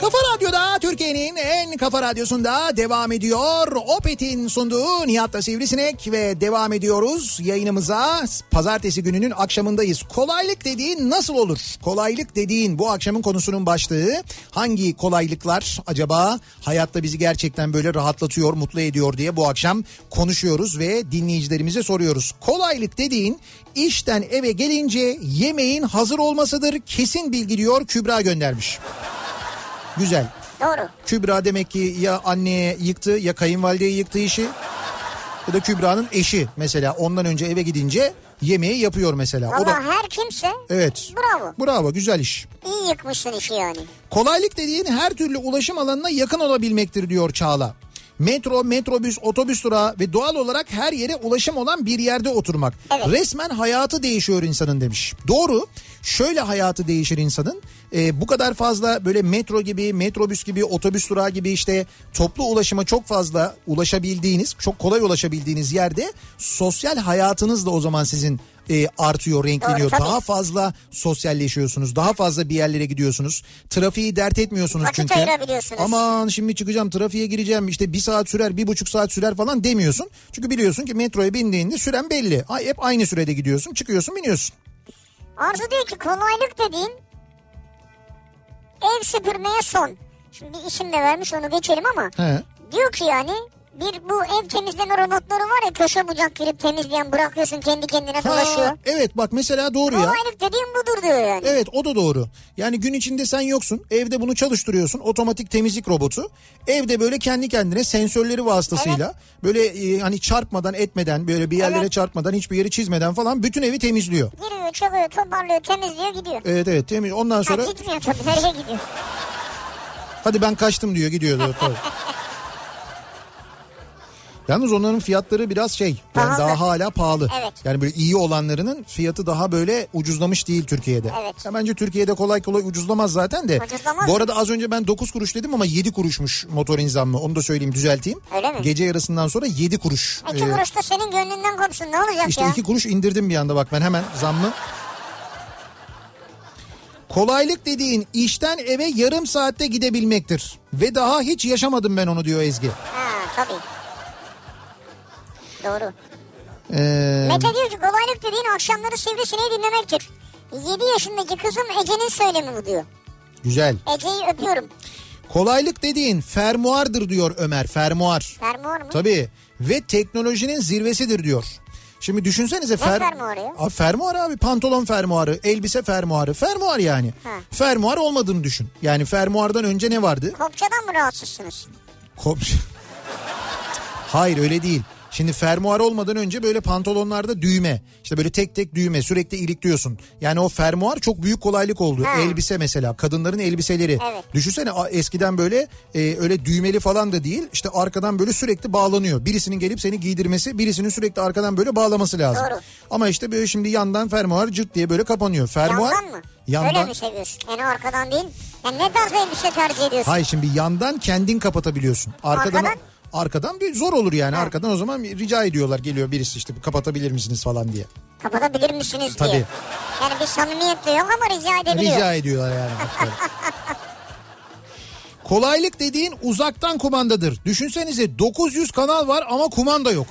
Speaker 1: Kafa Radyo'da Türkiye'nin en kafa radyosunda devam ediyor. Opet'in sunduğu Nihat'la Sivrisinek ve devam ediyoruz yayınımıza. Pazartesi gününün akşamındayız. Kolaylık dediğin nasıl olur? Kolaylık dediğin bu akşamın konusunun başlığı. Hangi kolaylıklar acaba hayatta bizi gerçekten böyle rahatlatıyor, mutlu ediyor diye bu akşam konuşuyoruz ve dinleyicilerimize soruyoruz. Kolaylık dediğin işten eve gelince yemeğin hazır olmasıdır. Kesin bilgi diyor Kübra göndermiş. Güzel.
Speaker 2: Doğru.
Speaker 1: Kübra demek ki ya anneye yıktı ya kayınvalideye yıktı işi. Ya da Kübra'nın eşi mesela ondan önce eve gidince yemeği yapıyor mesela. O
Speaker 2: Valla
Speaker 1: da
Speaker 2: her kimse
Speaker 1: evet.
Speaker 2: Bravo.
Speaker 1: Bravo güzel iş.
Speaker 2: iyi yıkmışsın işi yani.
Speaker 1: Kolaylık dediğin her türlü ulaşım alanına yakın olabilmektir diyor Çağla. Metro, metrobüs, otobüs durağı ve doğal olarak her yere ulaşım olan bir yerde oturmak.
Speaker 2: Evet.
Speaker 1: Resmen hayatı değişiyor insanın demiş. Doğru. Şöyle hayatı değişir insanın. Ee, bu kadar fazla böyle metro gibi, metrobüs gibi, otobüs durağı gibi işte toplu ulaşıma çok fazla ulaşabildiğiniz, çok kolay ulaşabildiğiniz yerde sosyal hayatınız da o zaman sizin e, artıyor, renkleniyor.
Speaker 2: tabii.
Speaker 1: daha fazla sosyalleşiyorsunuz. Daha fazla bir yerlere gidiyorsunuz. Trafiği dert etmiyorsunuz
Speaker 2: Vakit
Speaker 1: çünkü.
Speaker 2: ayırabiliyorsunuz.
Speaker 1: Aman şimdi çıkacağım trafiğe gireceğim işte bir saat sürer bir buçuk saat sürer falan demiyorsun. Çünkü biliyorsun ki metroya bindiğinde süren belli. Ay, hep aynı sürede gidiyorsun çıkıyorsun biniyorsun.
Speaker 2: Arzu diyor ki kolaylık dediğin ev süpürmeye son. Şimdi bir isim de vermiş onu geçelim ama
Speaker 1: He.
Speaker 2: diyor ki yani bir bu ev temizleme robotları var ya köşe bucak girip temizleyen bırakıyorsun kendi kendine
Speaker 1: Ha,
Speaker 2: dolaşıyor.
Speaker 1: evet bak mesela doğru ya.
Speaker 2: Kolaylık dediğim budur diyor yani.
Speaker 1: Evet o da doğru. Yani gün içinde sen yoksun. Evde bunu çalıştırıyorsun. Otomatik temizlik robotu. Evde böyle kendi kendine sensörleri vasıtasıyla böyle e, hani çarpmadan etmeden böyle bir yerlere
Speaker 2: Evet.
Speaker 1: çarpmadan hiçbir yeri çizmeden falan bütün evi temizliyor.
Speaker 2: Giriyor, çalıyor, toparlıyor, temizliyor, gidiyor.
Speaker 1: Evet evet temiz. Ondan sonra
Speaker 2: Ha, gitmiyor tabii nereye gidiyor.
Speaker 1: hadi ben kaçtım diyor gidiyor. diyor, tabii. Yalnız onların fiyatları biraz şey yani
Speaker 2: Pahalı.
Speaker 1: daha hala pahalı.
Speaker 2: Evet.
Speaker 1: Yani böyle iyi olanlarının fiyatı daha böyle ucuzlamış değil Türkiye'de.
Speaker 2: Evet.
Speaker 1: Ya bence Türkiye'de kolay kolay ucuzlamaz zaten de.
Speaker 2: Ucuzlamaz.
Speaker 1: Bu arada az önce ben 9 kuruş dedim ama 7 kuruşmuş motorin zammı. Onu da söyleyeyim düzelteyim.
Speaker 2: Öyle mi?
Speaker 1: Gece yarısından sonra 7 kuruş.
Speaker 2: İki
Speaker 1: Ee,
Speaker 2: kuruş da E, senin gönlünden kopsun ne olacak
Speaker 1: işte
Speaker 2: ya?
Speaker 1: 2 kuruş indirdim bir anda bak ben hemen zammı. Kolaylık dediğin işten eve yarım saatte gidebilmektir. Ve daha hiç yaşamadım ben onu diyor Ezgi.
Speaker 2: Ha tabii. Doğru.
Speaker 1: Ee,
Speaker 2: Mete diyor ki kolaylık dediğin akşamları sivrisineği dinlemektir. 7 yaşındaki kızım Ece'nin söylemi bu diyor.
Speaker 1: güzel.
Speaker 2: Ece'yi öpüyorum.
Speaker 1: Kolaylık dediğin fermuardır diyor Ömer. Fermuar.
Speaker 2: Fermuar mı?
Speaker 1: Tabii. Ve teknolojinin zirvesidir diyor. Şimdi düşünsenize
Speaker 2: fermuarı ya?
Speaker 1: Abi fermuar abi pantolon fermuarı, elbise fermuarı, fermuar yani.
Speaker 2: Ha.
Speaker 1: Fermuar olmadığını düşün. Yani fermuardan önce ne vardı?
Speaker 2: Kopçadan mı rahatsızsınız?
Speaker 1: Kop- Hayır öyle değil. Şimdi fermuar olmadan önce böyle pantolonlarda düğme. İşte böyle tek tek düğme sürekli ilikliyorsun. Yani o fermuar çok büyük kolaylık oldu.
Speaker 2: Ha.
Speaker 1: Elbise mesela kadınların elbiseleri.
Speaker 2: Evet.
Speaker 1: Düşünsene a- eskiden böyle e, öyle düğmeli falan da değil. İşte arkadan böyle sürekli bağlanıyor. Birisinin gelip seni giydirmesi birisinin sürekli arkadan böyle bağlaması lazım.
Speaker 2: Doğru.
Speaker 1: Ama işte böyle şimdi yandan fermuar cırt diye böyle kapanıyor. Fermuar
Speaker 2: Yandan mı? Öyle
Speaker 1: yandan
Speaker 2: mi seviyorsun? Yani arkadan değil. Yani ne tarz elbise tercih ediyorsun?
Speaker 1: Hayır şimdi yandan kendin kapatabiliyorsun. Arkadan
Speaker 2: Arkadan?
Speaker 1: arkadan, bir zor olur yani. Arkadan o zaman rica ediyorlar geliyor birisi işte kapatabilir misiniz falan diye.
Speaker 2: Kapatabilir misiniz diye.
Speaker 1: Tabii.
Speaker 2: Yani bir samimiyet de yok ama rica edebiliyor.
Speaker 1: Rica ediyorlar yani. hakikaten. Kolaylık dediğin uzaktan kumandadır. Düşünsenize 900 kanal var ama kumanda yok.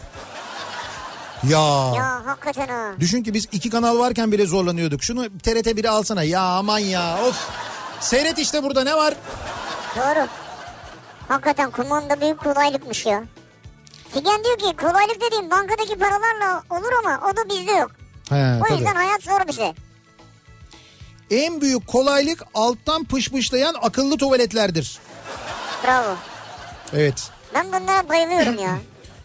Speaker 1: Ya.
Speaker 2: Ya hakikaten ha.
Speaker 1: Düşün ki biz iki kanal varken bile zorlanıyorduk. Şunu TRT 1'i alsana. Ya aman ya. Of. Seyret işte burada ne var?
Speaker 2: Doğru. Hakikaten kumanda büyük kolaylıkmış ya. Figen diyor ki kolaylık dediğim bankadaki paralarla olur ama o da bizde yok.
Speaker 1: He,
Speaker 2: o
Speaker 1: tabii.
Speaker 2: yüzden hayat zor bize.
Speaker 1: En büyük kolaylık alttan pışpışlayan akıllı tuvaletlerdir.
Speaker 2: Bravo.
Speaker 1: Evet.
Speaker 2: Ben bunlara bayılıyorum ya.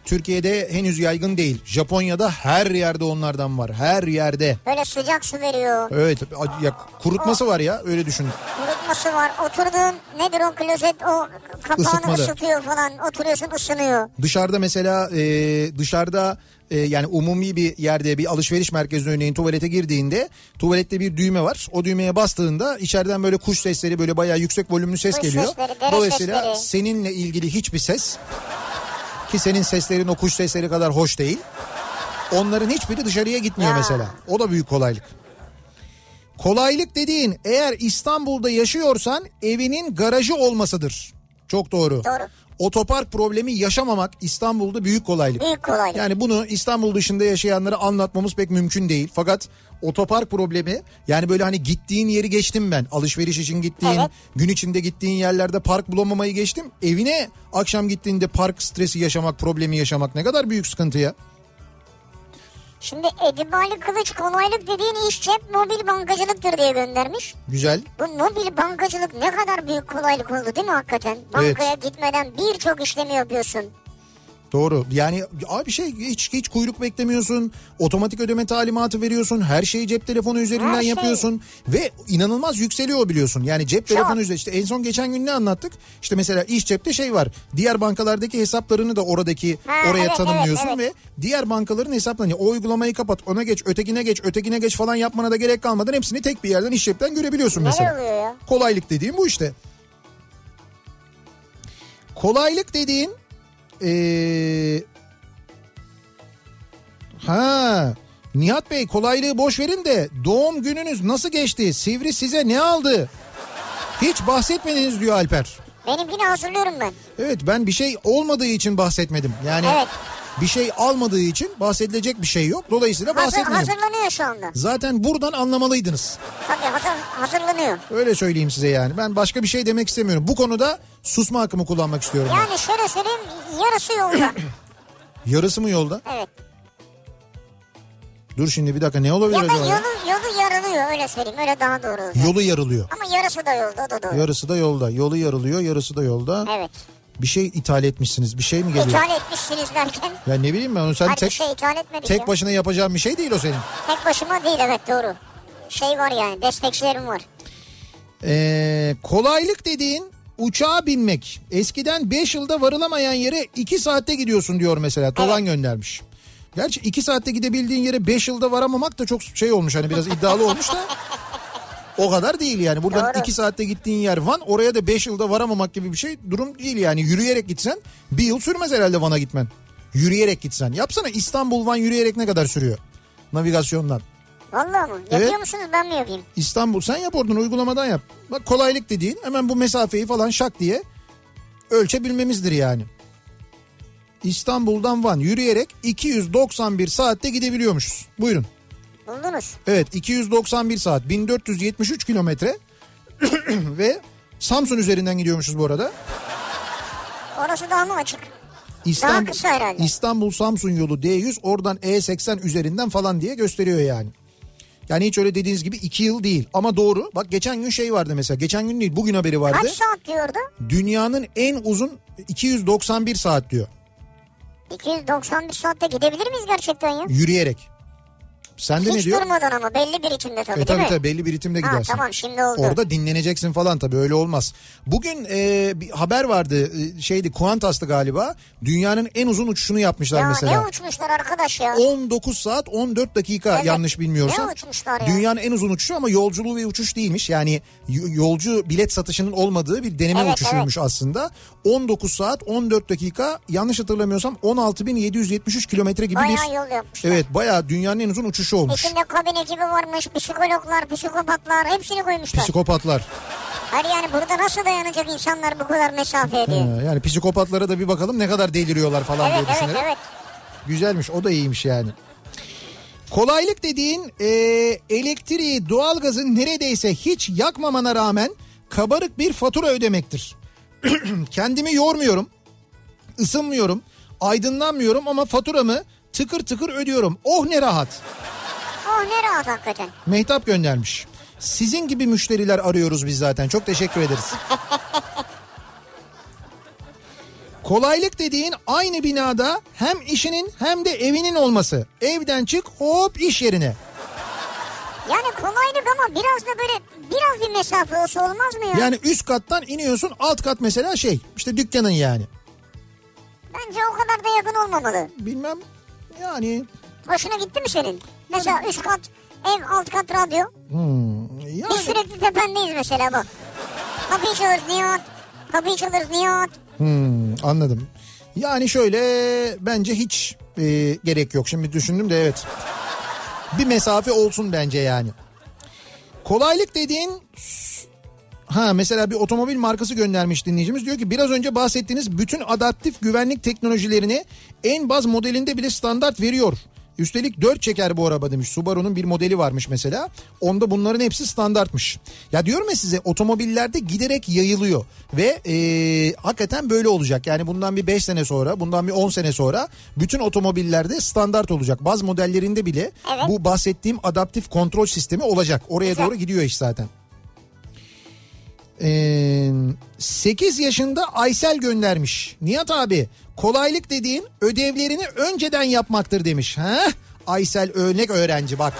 Speaker 1: Türkiye'de henüz yaygın değil. Japonya'da her yerde onlardan var. Her yerde.
Speaker 2: Böyle sıcak su veriyor.
Speaker 1: Evet. Ya kurutması var ya öyle düşün.
Speaker 2: Kurutması var. Oturduğun nedir o klozet o kapağını
Speaker 1: Isıtmalı.
Speaker 2: ısıtıyor falan. Oturuyorsun ısınıyor.
Speaker 1: Dışarıda mesela e, dışarıda e, yani umumi bir yerde bir alışveriş merkezine örneğin tuvalete girdiğinde tuvalette bir düğme var. O düğmeye bastığında içeriden böyle kuş sesleri böyle bayağı yüksek volümlü ses
Speaker 2: Kuş
Speaker 1: geliyor.
Speaker 2: sesleri, dere
Speaker 1: Dolayısıyla
Speaker 2: sesleri.
Speaker 1: seninle ilgili hiçbir ses ki senin seslerin o kuş sesleri kadar hoş değil. Onların hiçbiri dışarıya gitmiyor
Speaker 2: Ya.
Speaker 1: mesela. O da büyük kolaylık. Kolaylık dediğin eğer İstanbul'da yaşıyorsan evinin garajı olmasıdır. Çok doğru.
Speaker 2: Doğru.
Speaker 1: Otopark problemi yaşamamak İstanbul'da büyük kolaylık.
Speaker 2: Büyük kolaylık.
Speaker 1: Yani bunu İstanbul dışında yaşayanlara anlatmamız pek mümkün değil. Fakat otopark problemi yani böyle hani gittiğin yeri geçtim ben. Alışveriş için gittiğin,
Speaker 2: Evet.
Speaker 1: gün içinde gittiğin yerlerde park bulamamayı geçtim. Evine akşam gittiğinde park stresi yaşamak, problemi yaşamak ne kadar büyük sıkıntı ya.
Speaker 2: Şimdi Edibali Kılıç kolaylık dediğin iş cep mobil bankacılıktır diye göndermiş.
Speaker 1: Güzel.
Speaker 2: Bu mobil bankacılık ne kadar büyük kolaylık oldu değil mi hakikaten? Bankaya gitmeden birçok işlemi yapıyorsun.
Speaker 1: Doğru. Yani abi şey hiç hiç kuyruk beklemiyorsun. Otomatik ödeme talimatı veriyorsun. Her şeyi cep telefonu üzerinden
Speaker 2: Her şey.
Speaker 1: yapıyorsun ve inanılmaz yükseliyor biliyorsun. Yani cep telefonu üzerinden işte en son geçen gün ne anlattık? İşte mesela iş cepte şey var. Diğer bankalardaki hesaplarını da oradaki
Speaker 2: Ha,
Speaker 1: oraya
Speaker 2: evet, evet,
Speaker 1: tanımlıyorsun
Speaker 2: evet.
Speaker 1: ve diğer bankaların hesaplarını o uygulamayı kapat, ona geç, ötekine geç, ötekine geç falan yapmana da gerek kalmadan hepsini tek bir yerden iş cepten görebiliyorsun mesela.
Speaker 2: Neler oluyor ya?
Speaker 1: Kolaylık dediğim bu işte. Kolaylık dediğin e, ee, ha Nihat Bey kolaylığı boş verin de doğum gününüz nasıl geçti? Sivri size ne aldı? Hiç bahsetmediniz diyor Alper.
Speaker 2: Benimkini hazırlıyorum ben.
Speaker 1: Evet ben bir şey olmadığı için bahsetmedim. Yani
Speaker 2: Evet.
Speaker 1: bir şey almadığı için bahsedilecek bir şey yok. Dolayısıyla
Speaker 2: Hazır,
Speaker 1: bahsetmiyorum.
Speaker 2: hazırlanıyor şu anda.
Speaker 1: Zaten buradan anlamalıydınız.
Speaker 2: Tabii hazır, hazırlanıyor.
Speaker 1: Öyle söyleyeyim size yani. Ben başka bir şey demek istemiyorum. Bu konuda susma hakkımı kullanmak istiyorum. ben.
Speaker 2: Yani şöyle söyleyeyim yarısı yolda.
Speaker 1: Yarısı mı yolda?
Speaker 2: Evet.
Speaker 1: Dur şimdi bir dakika ne olabilir
Speaker 2: Ya da
Speaker 1: acaba? ya?
Speaker 2: yolu, yolu yarılıyor öyle söyleyeyim. Öyle daha doğru olacak.
Speaker 1: Yolu yarılıyor.
Speaker 2: Ama yarısı da yolda o da doğru.
Speaker 1: Yarısı da yolda. Yolu yarılıyor, yarısı da yolda.
Speaker 2: Evet.
Speaker 1: Bir şey ithal etmişsiniz. Bir şey mi geliyor?
Speaker 2: İthal etmişsiniz derken.
Speaker 1: Ya ne bileyim ben onu sen
Speaker 2: Hayır bir
Speaker 1: tek
Speaker 2: şey ithal etmedik ya.
Speaker 1: tek başına yapacağın bir şey değil o senin.
Speaker 2: Tek başıma değil evet doğru. Şey var yani destekçilerim var.
Speaker 1: Ee, kolaylık dediğin uçağa binmek. Eskiden 5 yılda varılamayan yere 2 saatte gidiyorsun diyor mesela. Tolan göndermiş. Gerçi 2 saatte gidebildiğin yere 5 yılda varamamak da çok şey olmuş hani biraz iddialı olmuş da. O kadar değil yani. Buradan
Speaker 2: Doğru.
Speaker 1: 2 saatte gittiğin yer Van. Oraya da 5 yılda varamamak gibi bir şey durum değil yani. Yürüyerek gitsen bir yıl sürmez herhalde Van'a gitmen. Yürüyerek gitsen. Yapsana İstanbul Van yürüyerek ne kadar sürüyor? Navigasyondan.
Speaker 2: Vallahi mı? Yapıyor musunuz ben mi yapayım?
Speaker 1: İstanbul sen yap oradan uygulamadan yap. Bak kolaylık dediğin hemen bu mesafeyi falan şak diye ölçebilmemizdir yani. İstanbul'dan Van yürüyerek 291 saatte gidebiliyormuşuz. Buyurun.
Speaker 2: Buldunuz.
Speaker 1: Evet 291 saat 1473 kilometre ve Samsun üzerinden gidiyormuşuz bu arada.
Speaker 2: Orası daha mı açık?
Speaker 1: İstanbul,
Speaker 2: kısa herhalde.
Speaker 1: İstanbul Samsun yolu D100 oradan E80 üzerinden falan diye gösteriyor yani. Yani hiç öyle dediğiniz gibi 2 yıl değil ama doğru. Bak geçen gün şey vardı mesela geçen gün değil bugün haberi vardı.
Speaker 2: Kaç saat diyordu?
Speaker 1: Dünyanın en uzun 291 saat diyor
Speaker 2: 291 saatte gidebilir miyiz gerçekten ya?
Speaker 1: yürüyerek. Sen de ne
Speaker 2: Hiç
Speaker 1: diyor?
Speaker 2: durmadan ama belli bir içinde tabii
Speaker 1: E,
Speaker 2: değil
Speaker 1: tabii
Speaker 2: mi?
Speaker 1: tabii belli bir ritimde
Speaker 2: Ha,
Speaker 1: gidersin.
Speaker 2: tamam şimdi oldu.
Speaker 1: Orada dinleneceksin falan tabii öyle olmaz. Bugün e, bir haber vardı e, şeydi Qantas'tı galiba. Dünyanın en uzun uçuşunu yapmışlar
Speaker 2: ya
Speaker 1: mesela.
Speaker 2: ne uçmuşlar arkadaş ya.
Speaker 1: 19 saat 14 dakika
Speaker 2: Evet.
Speaker 1: yanlış bilmiyorsam.
Speaker 2: Ne uçmuşlar ya?
Speaker 1: Dünyanın en uzun uçuşu ama yolculuğu ve uçuş değilmiş. Yani y- yolcu bilet satışının olmadığı bir deneme
Speaker 2: Evet,
Speaker 1: uçuşuymuş aslında. 19 saat 14 dakika yanlış hatırlamıyorsam 16.773 kilometre gibi
Speaker 2: Bayağı
Speaker 1: bir...
Speaker 2: yol yapmışlar.
Speaker 1: Evet bayağı dünyanın en uzun uçuşu olmuş.
Speaker 2: İçinde kabin ekibi varmış, psikologlar, psikopatlar hepsini koymuşlar.
Speaker 1: Psikopatlar.
Speaker 2: Hayır yani burada nasıl dayanacak insanlar bu kadar mesafeye
Speaker 1: Ee,
Speaker 2: diye.
Speaker 1: Yani psikopatlara da bir bakalım ne kadar deliriyorlar falan
Speaker 2: Evet
Speaker 1: diye
Speaker 2: evet
Speaker 1: düşünerek.
Speaker 2: evet.
Speaker 1: Güzelmiş o da iyiymiş yani. Kolaylık dediğin e, elektriği doğalgazı neredeyse hiç yakmamana rağmen kabarık bir fatura ödemektir. Kendimi yormuyorum, ısınmıyorum, aydınlanmıyorum ama faturamı tıkır tıkır ödüyorum. Oh ne rahat.
Speaker 2: Oh ne rahat hakikaten.
Speaker 1: Mehtap göndermiş. Sizin gibi müşteriler arıyoruz biz zaten. Çok teşekkür ederiz. Kolaylık dediğin aynı binada hem işinin hem de evinin olması. Evden çık hop iş yerine.
Speaker 2: Yani kolaylık ama biraz da böyle biraz bir mesafe olsa olmaz mı ya?
Speaker 1: Yani üst kattan iniyorsun alt kat mesela şey işte dükkanın yani.
Speaker 2: Bence o kadar da yakın olmamalı.
Speaker 1: Bilmem yani
Speaker 2: Hoşuna gitti mi senin? Mesela üst kat ev alt kat radyo. Biz
Speaker 1: yani
Speaker 2: sürekli tependeyiz mesela bak. Kapıyı çalırız Nihat. Kapıyı çalırız Nihat.
Speaker 1: Hmm, anladım. Yani şöyle bence hiç e, gerek yok. Şimdi düşündüm de evet. Bir mesafe olsun bence yani. Kolaylık dediğin ha mesela bir otomobil markası göndermiş dinleyicimiz diyor ki biraz önce bahsettiğiniz bütün adaptif güvenlik teknolojilerini en baz modelinde bile standart veriyor. Üstelik 4 çeker bu araba demiş. Subaru'nun bir modeli varmış mesela. Onda bunların hepsi standartmış. Ya diyorum ya size otomobillerde giderek yayılıyor. Ve eee, hakikaten böyle olacak. Yani bundan bir 5 sene sonra, bundan bir 10 sene sonra bütün otomobillerde standart olacak. Bazı modellerinde bile
Speaker 2: Evet.
Speaker 1: bu bahsettiğim adaptif kontrol sistemi olacak. Oraya
Speaker 2: Güzel.
Speaker 1: doğru gidiyor iş zaten. Ee, 8 yaşında Aysel göndermiş. Nihat abi kolaylık dediğin ödevlerini önceden yapmaktır demiş. Ha? Aysel örnek öğrenci bak.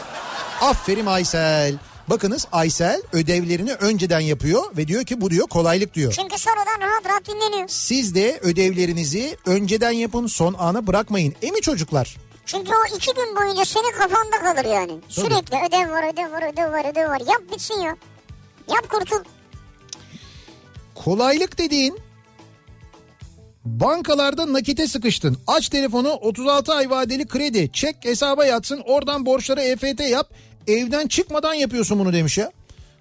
Speaker 1: Aferin Aysel. Bakınız Aysel ödevlerini önceden yapıyor ve diyor ki bu diyor kolaylık diyor.
Speaker 2: Çünkü sonradan rahat rahat dinleniyor.
Speaker 1: Siz de ödevlerinizi önceden yapın son ana bırakmayın. E mi çocuklar?
Speaker 2: Çünkü o iki gün boyunca senin kafanda kalır yani. Sürekli ödev var ödev var ödev var ödev var. Yap bitsin ya. Yap kurtul.
Speaker 1: Kolaylık dediğin bankalarda nakite sıkıştın. Aç telefonu 36 ay vadeli kredi. E Çek hesaba yatsın oradan borçlara EFT yap. Evden çıkmadan yapıyorsun bunu demiş ya.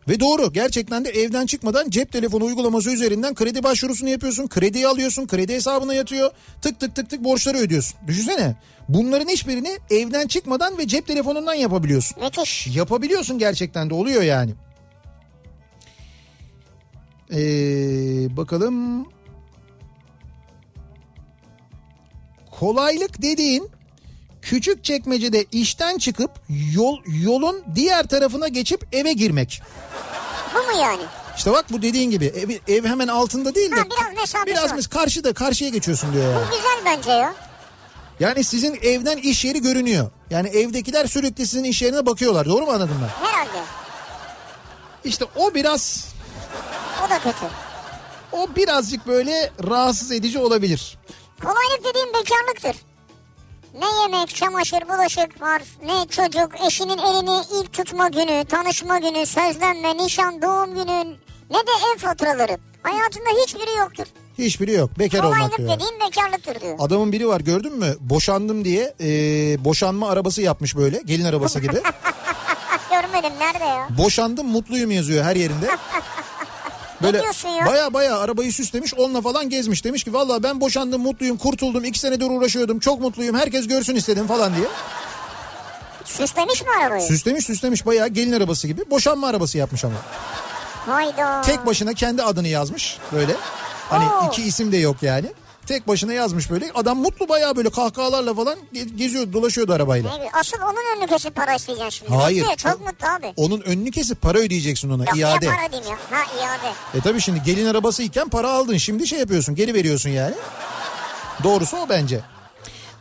Speaker 1: Ve doğru gerçekten de evden çıkmadan cep telefonu uygulaması üzerinden kredi başvurusunu yapıyorsun. Krediyi alıyorsun kredi hesabına yatıyor tık tık tık tık borçları ödüyorsun. Düşünsene bunların hiçbirini evden çıkmadan ve cep telefonundan yapabiliyorsun.
Speaker 2: Müthiş.
Speaker 1: Yapabiliyorsun gerçekten de oluyor yani. Ee, bakalım. Kolaylık dediğin küçük çekmecede işten çıkıp yol yolun diğer tarafına geçip eve girmek.
Speaker 2: Bu mu yani?
Speaker 1: İşte bak bu dediğin gibi ev, ev hemen altında değil de
Speaker 2: Ha, biraz mesafesi
Speaker 1: biraz
Speaker 2: var.
Speaker 1: mes- karşıda karşıya geçiyorsun diyor. ya.
Speaker 2: Bu güzel bence ya.
Speaker 1: Yani sizin evden iş yeri görünüyor. Yani evdekiler sürekli sizin iş yerine bakıyorlar. Doğru mu anladım ben?
Speaker 2: Herhalde.
Speaker 1: İşte o biraz
Speaker 2: O da kötü.
Speaker 1: O birazcık böyle rahatsız edici olabilir.
Speaker 2: Kolaylık dediğim bekarlıktır. Ne yemek, çamaşır, bulaşık var, ne çocuk, eşinin elini ilk tutma günü, tanışma günü, sözlenme, nişan, doğum günü, ne de ev faturaları. Hayatında hiçbiri yoktur.
Speaker 1: Hiçbiri yok. Bekar olmak
Speaker 2: Kolaylık
Speaker 1: diyor.
Speaker 2: dediğim bekarlıktır diyor.
Speaker 1: Adamın biri var gördün mü? Boşandım diye e, boşanma arabası yapmış böyle. Gelin arabası gibi.
Speaker 2: Görmedim nerede ya?
Speaker 1: Boşandım mutluyum yazıyor her yerinde. Böyle
Speaker 2: diyorsun ya?
Speaker 1: baya baya arabayı süslemiş onunla falan gezmiş. Demiş ki valla ben boşandım mutluyum kurtuldum iki senedir uğraşıyordum çok mutluyum herkes görsün istedim falan diye.
Speaker 2: Süslemiş mi arabayı?
Speaker 1: Süslemiş süslemiş baya gelin arabası gibi boşanma arabası yapmış ama.
Speaker 2: Hayda.
Speaker 1: Tek başına kendi adını yazmış böyle. Hani
Speaker 2: Oo.
Speaker 1: iki isim de yok yani. Tek başına yazmış böyle. Adam mutlu bayağı böyle kahkahalarla falan ge- geziyordu, dolaşıyordu arabayla.
Speaker 2: Ne bileyim, Asıl onun önünü kesip para isteyeceksin şimdi.
Speaker 1: Hayır.
Speaker 2: Mutlu ya, çok
Speaker 1: O-
Speaker 2: mutlu abi.
Speaker 1: Onun önünü kesip para ödeyeceksin ona
Speaker 2: Yok,
Speaker 1: iade.
Speaker 2: niye para diyeyim ya? Ha iade.
Speaker 1: E tabii şimdi gelin arabası iken para aldın. Şimdi şey yapıyorsun, geri veriyorsun yani. Doğrusu o bence.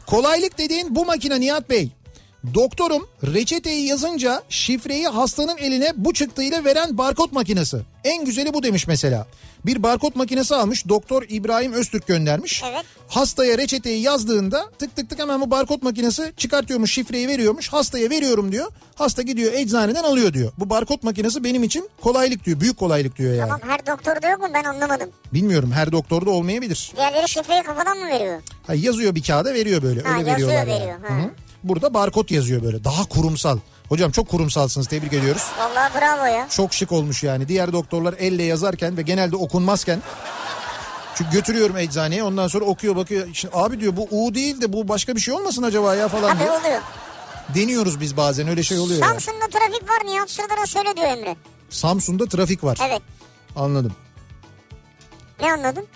Speaker 1: Kolaylık dediğin bu makine Nihat Bey. Doktorum reçeteyi yazınca şifreyi hastanın eline bu çıktığıyla veren barkod makinesi. En güzeli bu demiş mesela. Bir barkod makinesi almış doktor İbrahim Öztürk göndermiş.
Speaker 2: Evet.
Speaker 1: Hastaya reçeteyi yazdığında tık tık tık hemen bu barkod makinesi çıkartıyormuş şifreyi veriyormuş. Hastaya veriyorum diyor. Hasta gidiyor eczaneden alıyor diyor. Bu barkod makinesi benim için kolaylık diyor. Büyük kolaylık diyor yani.
Speaker 2: Tamam her doktorda yok mu ben anlamadım.
Speaker 1: Bilmiyorum her doktorda olmayabilir.
Speaker 2: Diğerleri şifreyi kafadan mı veriyor?
Speaker 1: Ha, yazıyor bir kağıda veriyor böyle.
Speaker 2: Ha,
Speaker 1: Öyle
Speaker 2: yazıyor,
Speaker 1: veriyorlar. yani.
Speaker 2: veriyor, ha.
Speaker 1: Hı hı. Burada barkod yazıyor böyle. Daha kurumsal. Hocam çok kurumsalsınız tebrik ediyoruz.
Speaker 2: Vallahi bravo ya.
Speaker 1: Çok şık olmuş yani. Diğer doktorlar elle yazarken ve genelde okunmazken. Çünkü götürüyorum eczaneye ondan sonra okuyor bakıyor. Şimdi, abi diyor bu U değil de bu başka bir şey olmasın acaba ya falan
Speaker 2: Abi
Speaker 1: diyor.
Speaker 2: oluyor.
Speaker 1: Deniyoruz biz bazen öyle şey oluyor. ya.
Speaker 2: Samsun'da trafik var Nihat Sırdar'a söyle diyor Emre.
Speaker 1: Samsun'da trafik var.
Speaker 2: Evet.
Speaker 1: Anladım.
Speaker 2: Ne anladın?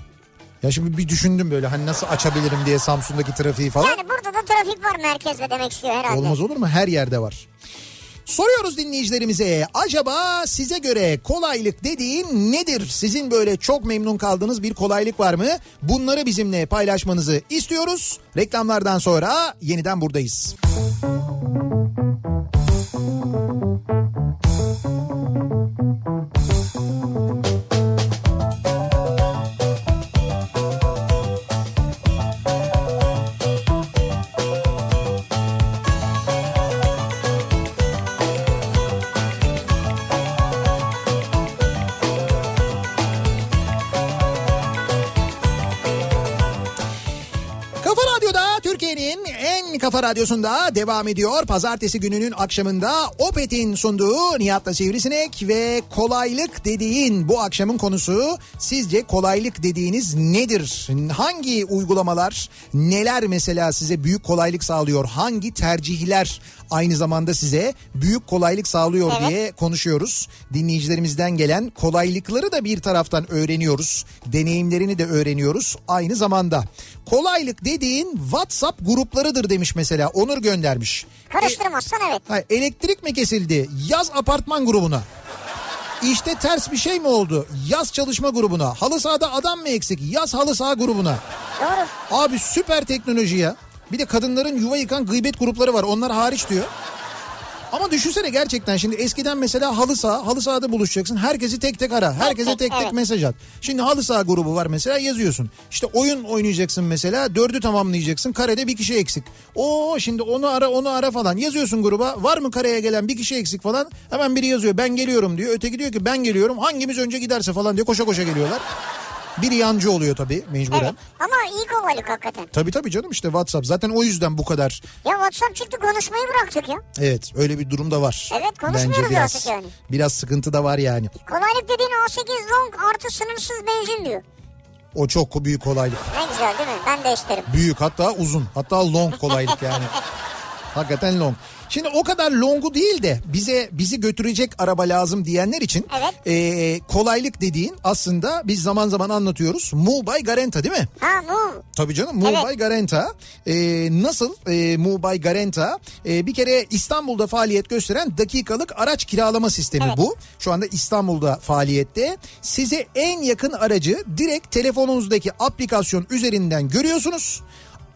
Speaker 1: Ya şimdi bir düşündüm böyle hani nasıl açabilirim diye Samsun'daki trafiği falan.
Speaker 2: Yani burada da trafik var merkezde demek istiyor herhalde.
Speaker 1: Olmaz olur mu? Her yerde var. Soruyoruz dinleyicilerimize acaba size göre kolaylık dediğin nedir? Sizin böyle çok memnun kaldığınız bir kolaylık var mı? Bunları bizimle paylaşmanızı istiyoruz. Reklamlardan sonra yeniden buradayız. Kafa Radyo'da Türkiye'nin en kafa radyosunda devam ediyor. Pazartesi gününün akşamında Opet'in sunduğu Nihat'la Sivrisinek ve kolaylık dediğin bu akşamın konusu. Sizce kolaylık dediğiniz nedir? Hangi uygulamalar, neler mesela size büyük kolaylık sağlıyor? Hangi tercihler aynı zamanda size büyük kolaylık sağlıyor
Speaker 2: Evet.
Speaker 1: diye konuşuyoruz. Dinleyicilerimizden gelen kolaylıkları da bir taraftan öğreniyoruz. Deneyimlerini de öğreniyoruz aynı zamanda. Kolaylık dediğin WhatsApp gruplarıdır demiş mesela Onur göndermiş.
Speaker 2: Karıştırmazsan evet.
Speaker 1: Ha, elektrik mi kesildi? Yaz apartman grubuna. İşte ters bir şey mi oldu? Yaz çalışma grubuna. Halı sahada adam mı eksik? Yaz halı saha grubuna.
Speaker 2: Doğru.
Speaker 1: Abi süper teknoloji ya. Bir de kadınların yuva yıkan gıybet grupları var. Onlar hariç diyor. Ama düşünsene gerçekten şimdi eskiden mesela halı saha, halı sahada buluşacaksın. Herkesi tek tek ara, herkese tek
Speaker 2: tek,
Speaker 1: tek,
Speaker 2: evet.
Speaker 1: mesaj at. Şimdi halı saha grubu var mesela yazıyorsun. İşte oyun oynayacaksın mesela, dördü tamamlayacaksın. Karede bir kişi eksik. Oo şimdi onu ara, onu ara falan. Yazıyorsun gruba. Var mı kareye gelen bir kişi eksik falan. Hemen biri yazıyor ben geliyorum diyor. Öteki diyor ki ben geliyorum. Hangimiz önce giderse falan diyor. Koşa koşa geliyorlar. Biri yancı oluyor tabii mecburen.
Speaker 2: Evet. Ama iyi kovalık hakikaten.
Speaker 1: Tabii tabii canım işte WhatsApp. Zaten o yüzden bu kadar
Speaker 2: Ya WhatsApp çıktı konuşmayı bıraktık ya.
Speaker 1: evet öyle bir durum da var.
Speaker 2: Evet, konuşmuyoruz
Speaker 1: Bence biraz,
Speaker 2: artık yani.
Speaker 1: Biraz sıkıntı da var yani.
Speaker 2: Kolaylık dediğin A8 long artı sınırsız benzin diyor.
Speaker 1: O çok büyük kolaylık.
Speaker 2: Ne güzel değil mi? Ben de isterim.
Speaker 1: Büyük hatta uzun hatta long kolaylık yani. Hakikaten long. Şimdi o kadar longu değil de bize bizi götürecek araba lazım diyenler için
Speaker 2: Evet.
Speaker 1: eee, kolaylık dediğin aslında biz zaman zaman anlatıyoruz. Mubay Garanta değil mi?
Speaker 2: Ha mu.
Speaker 1: Tabii canım Mubay Garanta. Ee, nasıl e, Mubay Garanta? Ee, bir kere İstanbul'da faaliyet gösteren dakikalık araç kiralama sistemi bu. Şu anda İstanbul'da faaliyette. Size en yakın aracı direkt telefonunuzdaki aplikasyon üzerinden görüyorsunuz.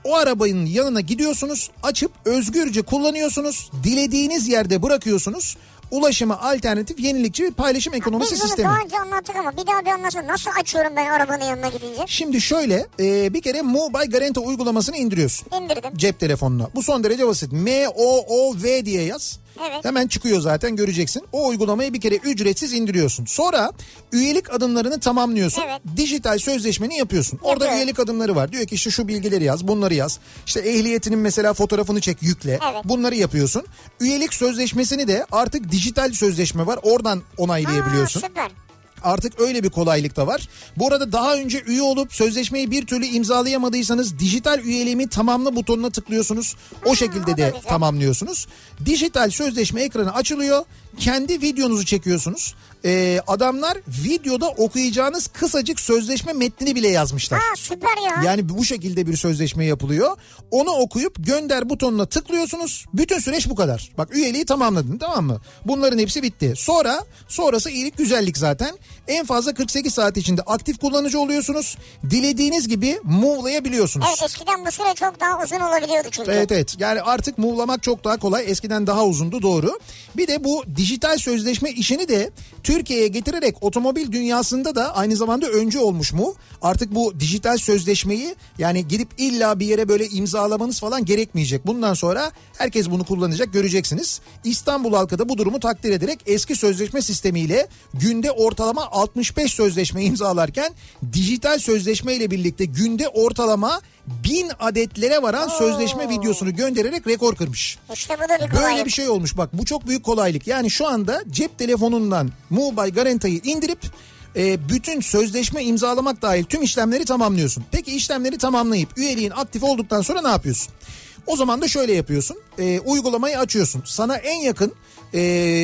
Speaker 1: O arabanın yanına gidiyorsunuz, açıp özgürce kullanıyorsunuz, dilediğiniz yerde bırakıyorsunuz. Ulaşıma alternatif yenilikçi bir paylaşım ekonomisi
Speaker 2: Biz bunu
Speaker 1: sistemi.
Speaker 2: daha önce anlattık ama bir daha bir anlatsın. Nasıl açıyorum ben arabanın yanına gidince?
Speaker 1: Şimdi şöyle e, bir kere Mobile Garanta uygulamasını indiriyorsun.
Speaker 2: İndirdim.
Speaker 1: Cep telefonuna. Bu son derece basit. M-O-O-V diye yaz.
Speaker 2: Evet.
Speaker 1: Hemen çıkıyor zaten göreceksin. O uygulamayı bir kere ücretsiz indiriyorsun. Sonra üyelik adımlarını tamamlıyorsun.
Speaker 2: Evet.
Speaker 1: Dijital sözleşmeni yapıyorsun. Orada
Speaker 2: Yapıyorum.
Speaker 1: üyelik adımları var. Diyor ki işte şu bilgileri yaz, bunları yaz. İşte ehliyetinin mesela fotoğrafını çek, yükle.
Speaker 2: Evet.
Speaker 1: Bunları yapıyorsun. Üyelik sözleşmesini de artık dijital sözleşme var. Oradan onaylayabiliyorsun.
Speaker 2: Aa, süper.
Speaker 1: Artık öyle bir kolaylık da var. Bu arada daha önce üye olup sözleşmeyi bir türlü imzalayamadıysanız dijital üyeliğimi tamamla butonuna tıklıyorsunuz. O şekilde
Speaker 2: o
Speaker 1: de
Speaker 2: da güzel.
Speaker 1: tamamlıyorsunuz. Dijital sözleşme ekranı açılıyor. Kendi videonuzu çekiyorsunuz. Ee, adamlar videoda okuyacağınız kısacık sözleşme metnini bile yazmışlar.
Speaker 2: Ha süper ya.
Speaker 1: Yani bu şekilde bir sözleşme yapılıyor. Onu okuyup gönder butonuna tıklıyorsunuz. Bütün süreç bu kadar. Bak üyeliği tamamladın tamam mı? Bunların hepsi bitti. Sonra sonrası iyilik güzellik zaten. En fazla 48 saat içinde aktif kullanıcı oluyorsunuz. Dilediğiniz gibi move'layabiliyorsunuz.
Speaker 2: Evet eskiden bu süre çok daha uzun olabiliyordu çünkü.
Speaker 1: Evet evet yani artık muğlamak çok daha kolay eskiden daha uzundu doğru. Bir de bu dijital sözleşme işini de Türkiye'ye getirerek otomobil dünyasında da aynı zamanda öncü olmuş mu? Artık bu dijital sözleşmeyi yani gidip illa bir yere böyle imzalamanız falan gerekmeyecek. Bundan sonra herkes bunu kullanacak göreceksiniz. İstanbul halkı da bu durumu takdir ederek eski sözleşme sistemiyle günde ortalama 65 sözleşme imzalarken dijital sözleşme ile birlikte günde ortalama 1000 adetlere varan sözleşme videosunu göndererek rekor kırmış.
Speaker 2: İşte bu da bir kolaylık.
Speaker 1: Böyle bir şey olmuş bak bu çok büyük kolaylık. Yani şu anda cep telefonundan Mobile Garanta'yı indirip e, bütün sözleşme imzalamak dahil tüm işlemleri tamamlıyorsun. Peki işlemleri tamamlayıp üyeliğin aktif olduktan sonra ne yapıyorsun? O zaman da şöyle yapıyorsun. E, uygulamayı açıyorsun. Sana en yakın e,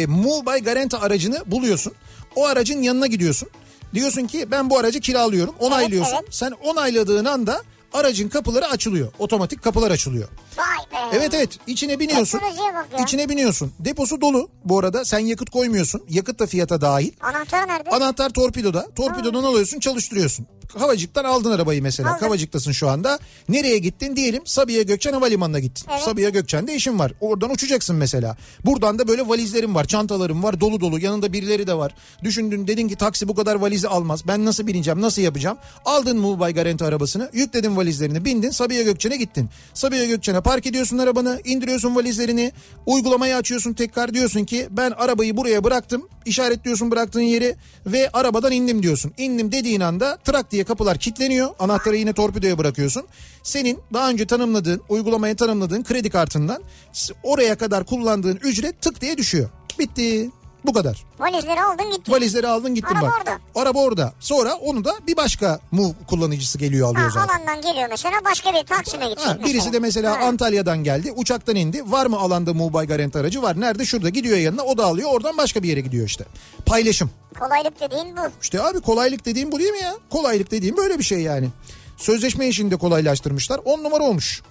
Speaker 1: Mobile Garanta aracını buluyorsun. O aracın yanına gidiyorsun. Diyorsun ki ben bu aracı kiralıyorum. Onaylıyorsun.
Speaker 2: evet.
Speaker 1: Sen onayladığın anda aracın kapıları açılıyor. Otomatik kapılar açılıyor.
Speaker 2: Vay be.
Speaker 1: şey- Evet evet içine biniyorsun.
Speaker 2: Ee, Teknolojiye bak ya.
Speaker 1: İçine biniyorsun. Deposu dolu bu arada. Sen yakıt koymuyorsun. Yakıt da fiyata dahil.
Speaker 2: Anahtarı nerede?
Speaker 1: Anahtar torpidoda. Torpidodan alıyorsun çalıştırıyorsun. Havacıktan aldın arabayı mesela.
Speaker 2: Aldım.
Speaker 1: Havacıktasın şu anda. Nereye gittin diyelim Sabiha Gökçen Havalimanı'na gittin.
Speaker 2: Evet.
Speaker 1: Sabiha Gökçen'de işin var. Oradan uçacaksın mesela. Buradan da böyle valizlerim var, çantalarım var dolu dolu. Yanında birileri de var. Düşündün dedin ki taksi bu kadar valizi almaz. Ben nasıl bineceğim, nasıl yapacağım? Aldın Mubay Garanti arabasını, yükledin valizlerini, bindin Sabiha Gökçen'e gittin. Sabiha Gökçen'e park ediyorsun arabanı, indiriyorsun valizlerini. Uygulamayı açıyorsun tekrar diyorsun ki ben arabayı buraya bıraktım. işaretliyorsun bıraktığın yeri ve arabadan indim diyorsun. İndim dediğin anda trak diye kapılar kilitleniyor. Anahtarı yine torpidoya bırakıyorsun. Senin daha önce tanımladığın, uygulamaya tanımladığın kredi kartından s- oraya kadar kullandığın ücret tık diye düşüyor. Bitti. Bu kadar.
Speaker 2: Valizleri aldın gittin.
Speaker 1: Valizleri aldın gittin
Speaker 2: Araba
Speaker 1: bak.
Speaker 2: orada.
Speaker 1: Araba orada. Sonra onu da bir başka mu kullanıcısı geliyor alıyor
Speaker 2: Ha,
Speaker 1: zaten.
Speaker 2: alandan geliyor mesela başka bir Taksim'e gidecek
Speaker 1: Ha, birisi de mesela
Speaker 2: Ha.
Speaker 1: Antalya'dan geldi uçaktan indi var mı alanda Mubay Garanti aracı var nerede şurada gidiyor yanına o da alıyor oradan başka bir yere gidiyor işte paylaşım
Speaker 2: Kolaylık dediğin bu.
Speaker 1: işte abi kolaylık dediğim bu değil mi ya kolaylık dediğim böyle bir şey yani sözleşme işini de kolaylaştırmışlar on numara olmuş.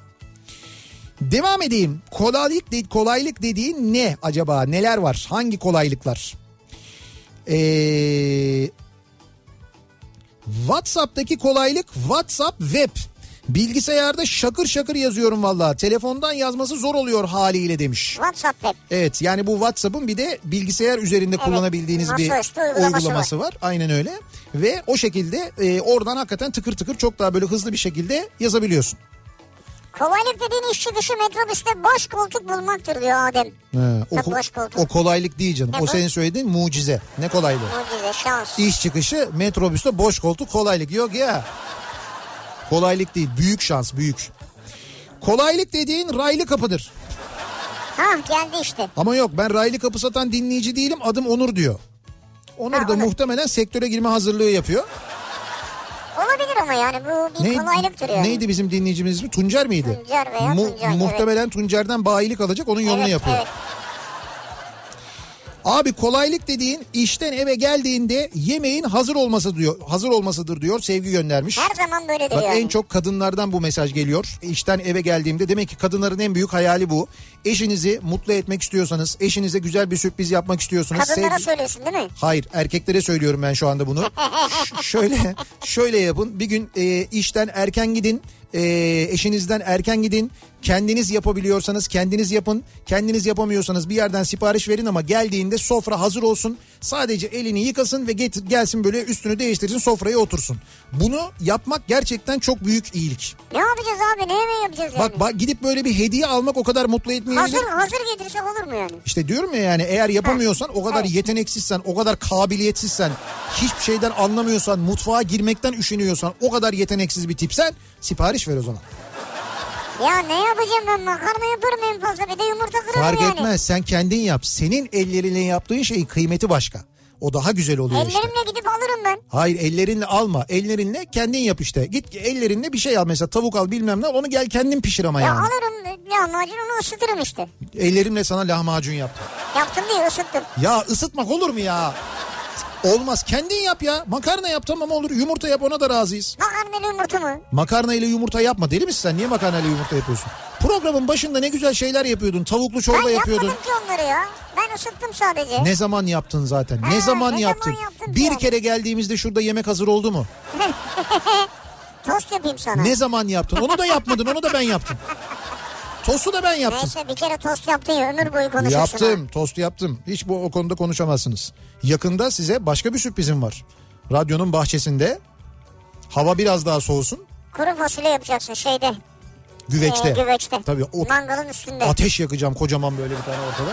Speaker 1: Devam edeyim kolaylık, de, kolaylık dediğin ne acaba neler var hangi kolaylıklar? Ee, WhatsApp'taki kolaylık WhatsApp Web. Bilgisayarda şakır şakır yazıyorum vallahi. Telefondan yazması zor oluyor haliyle demiş.
Speaker 2: WhatsApp hep.
Speaker 1: Evet yani bu WhatsApp'ın bir de bilgisayar üzerinde kullanabildiğiniz bir
Speaker 2: masaüstü
Speaker 1: uygulaması,
Speaker 2: uygulaması
Speaker 1: var. Aynen öyle. Ve o şekilde e, oradan hakikaten tıkır tıkır çok daha böyle hızlı bir şekilde yazabiliyorsun.
Speaker 2: Kolaylık dediğin iş çıkışı metrobüste boş koltuk bulmaktır diyor Adem.
Speaker 1: He, o,
Speaker 2: Tabii
Speaker 1: ko-
Speaker 2: boş koltuk.
Speaker 1: o kolaylık değil canım. O
Speaker 2: Evet.
Speaker 1: senin söylediğin mucize. Ne kolaylığı?
Speaker 2: Mucize, şans.
Speaker 1: İş çıkışı metrobüste boş koltuk kolaylık yok ya. Kolaylık değil büyük şans büyük. Kolaylık dediğin raylı kapıdır.
Speaker 2: Ha geldi işte.
Speaker 1: Ama yok ben raylı kapı satan dinleyici değilim adım Onur diyor. Onur
Speaker 2: Ha,
Speaker 1: da
Speaker 2: Onur.
Speaker 1: muhtemelen sektöre girme hazırlığı yapıyor.
Speaker 2: Olabilir ama yani bu bir
Speaker 1: Ney-
Speaker 2: kolaylıktır yani.
Speaker 1: Neydi bizim dinleyicimiz ismi? Tuncer miydi?
Speaker 2: Tuncer veya Tuncer, evet.
Speaker 1: Muhtemelen Tuncer'den bayilik alacak onun yolunu
Speaker 2: Evet,
Speaker 1: yapıyor.
Speaker 2: evet.
Speaker 1: Abi kolaylık dediğin işten eve geldiğinde yemeğin hazır olması diyor. Hazır olmasıdır diyor. Sevgi göndermiş.
Speaker 2: Her zaman böyledir
Speaker 1: Bak
Speaker 2: yani.
Speaker 1: en çok kadınlardan bu mesaj geliyor. İşten eve geldiğimde demek ki kadınların en büyük hayali bu. Eşinizi mutlu etmek istiyorsanız, eşinize güzel bir sürpriz yapmak istiyorsunuz.
Speaker 2: Kadınlara
Speaker 1: sevgi-
Speaker 2: söylüyorsun değil mi?
Speaker 1: Hayır erkeklere söylüyorum ben şu anda bunu. Ş- şöyle şöyle yapın bir gün e, işten erken gidin e, eşinizden erken gidin kendiniz yapabiliyorsanız kendiniz yapın kendiniz yapamıyorsanız bir yerden sipariş verin ama geldiğinde sofra hazır olsun sadece elini yıkasın ve getir, gelsin böyle üstünü değiştirsin sofraya otursun. Bunu yapmak gerçekten çok büyük iyilik.
Speaker 2: Ne yapacağız abi? Ne yemeği yapacağız yani?
Speaker 1: Bak, bak gidip böyle bir hediye almak o kadar mutlu etmeyebilir.
Speaker 2: hazır, hazır getirsek olur mu yani?
Speaker 1: İşte diyorum ya yani eğer yapamıyorsan o kadar
Speaker 2: Evet.
Speaker 1: yeteneksizsen o kadar kabiliyetsizsen hiçbir şeyden anlamıyorsan mutfağa girmekten üşeniyorsan o kadar yeteneksiz bir tipsen sipariş ver o zaman.
Speaker 2: Ya ne yapacağım ben? Makarna yaparım en fazla. Bir de yumurta kırarım
Speaker 1: Fark
Speaker 2: yani.
Speaker 1: etmez sen kendin yap senin ellerinle yaptığın şeyin kıymeti başka o daha güzel oluyor işte.
Speaker 2: Ellerimle gidip alırım ben.
Speaker 1: Hayır ellerinle alma ellerinle kendin yap işte git ellerinle bir şey al mesela tavuk al bilmem ne al, onu gel kendin pişir ama
Speaker 2: Ya
Speaker 1: yani.
Speaker 2: alırım lahmacun onu ısıtırım işte.
Speaker 1: Ellerimle sana lahmacun yaptım.
Speaker 2: Yaptım değil ısıttım.
Speaker 1: Ya ısıtmak olur mu ya? Olmaz kendin yap ya makarna yap tamam olur yumurta yap ona da razıyız.
Speaker 2: Makarnalı yumurta mı?
Speaker 1: Makarna ile yumurta yapma deli misin sen? Niye makarna ile yumurta yapıyorsun? Programın başında ne güzel şeyler yapıyordun. Tavuklu
Speaker 2: Ben
Speaker 1: çorba yapıyordun.
Speaker 2: yapmadım ki onları ya. Ben ısıttım sadece.
Speaker 1: Ne zaman yaptın zaten?
Speaker 2: Ha,
Speaker 1: ne zaman
Speaker 2: ne zaman
Speaker 1: yaptın?
Speaker 2: yaptım
Speaker 1: bir
Speaker 2: diyorum.
Speaker 1: kere geldiğimizde şurada yemek hazır oldu mu?
Speaker 2: Tost yapayım sana.
Speaker 1: Ne zaman yaptın? Onu da yapmadın. Onu da ben yaptım. Tostu da ben yaptım.
Speaker 2: Neyse bir kere tost yaptın ya ömür boyu konuşursun.
Speaker 1: Yaptım. Tostu yaptım. Hiç bu o konuda konuşamazsınız. Yakında size başka bir sürprizim var. Radyonun bahçesinde hava biraz daha soğusun.
Speaker 2: ha. Kuru fasulye yapacaksın şeyde.
Speaker 1: Güveçte.
Speaker 2: e, güveçte.
Speaker 1: Tabii o
Speaker 2: Mangalın üstünde.
Speaker 1: Ateş yakacağım kocaman böyle bir tane ortada.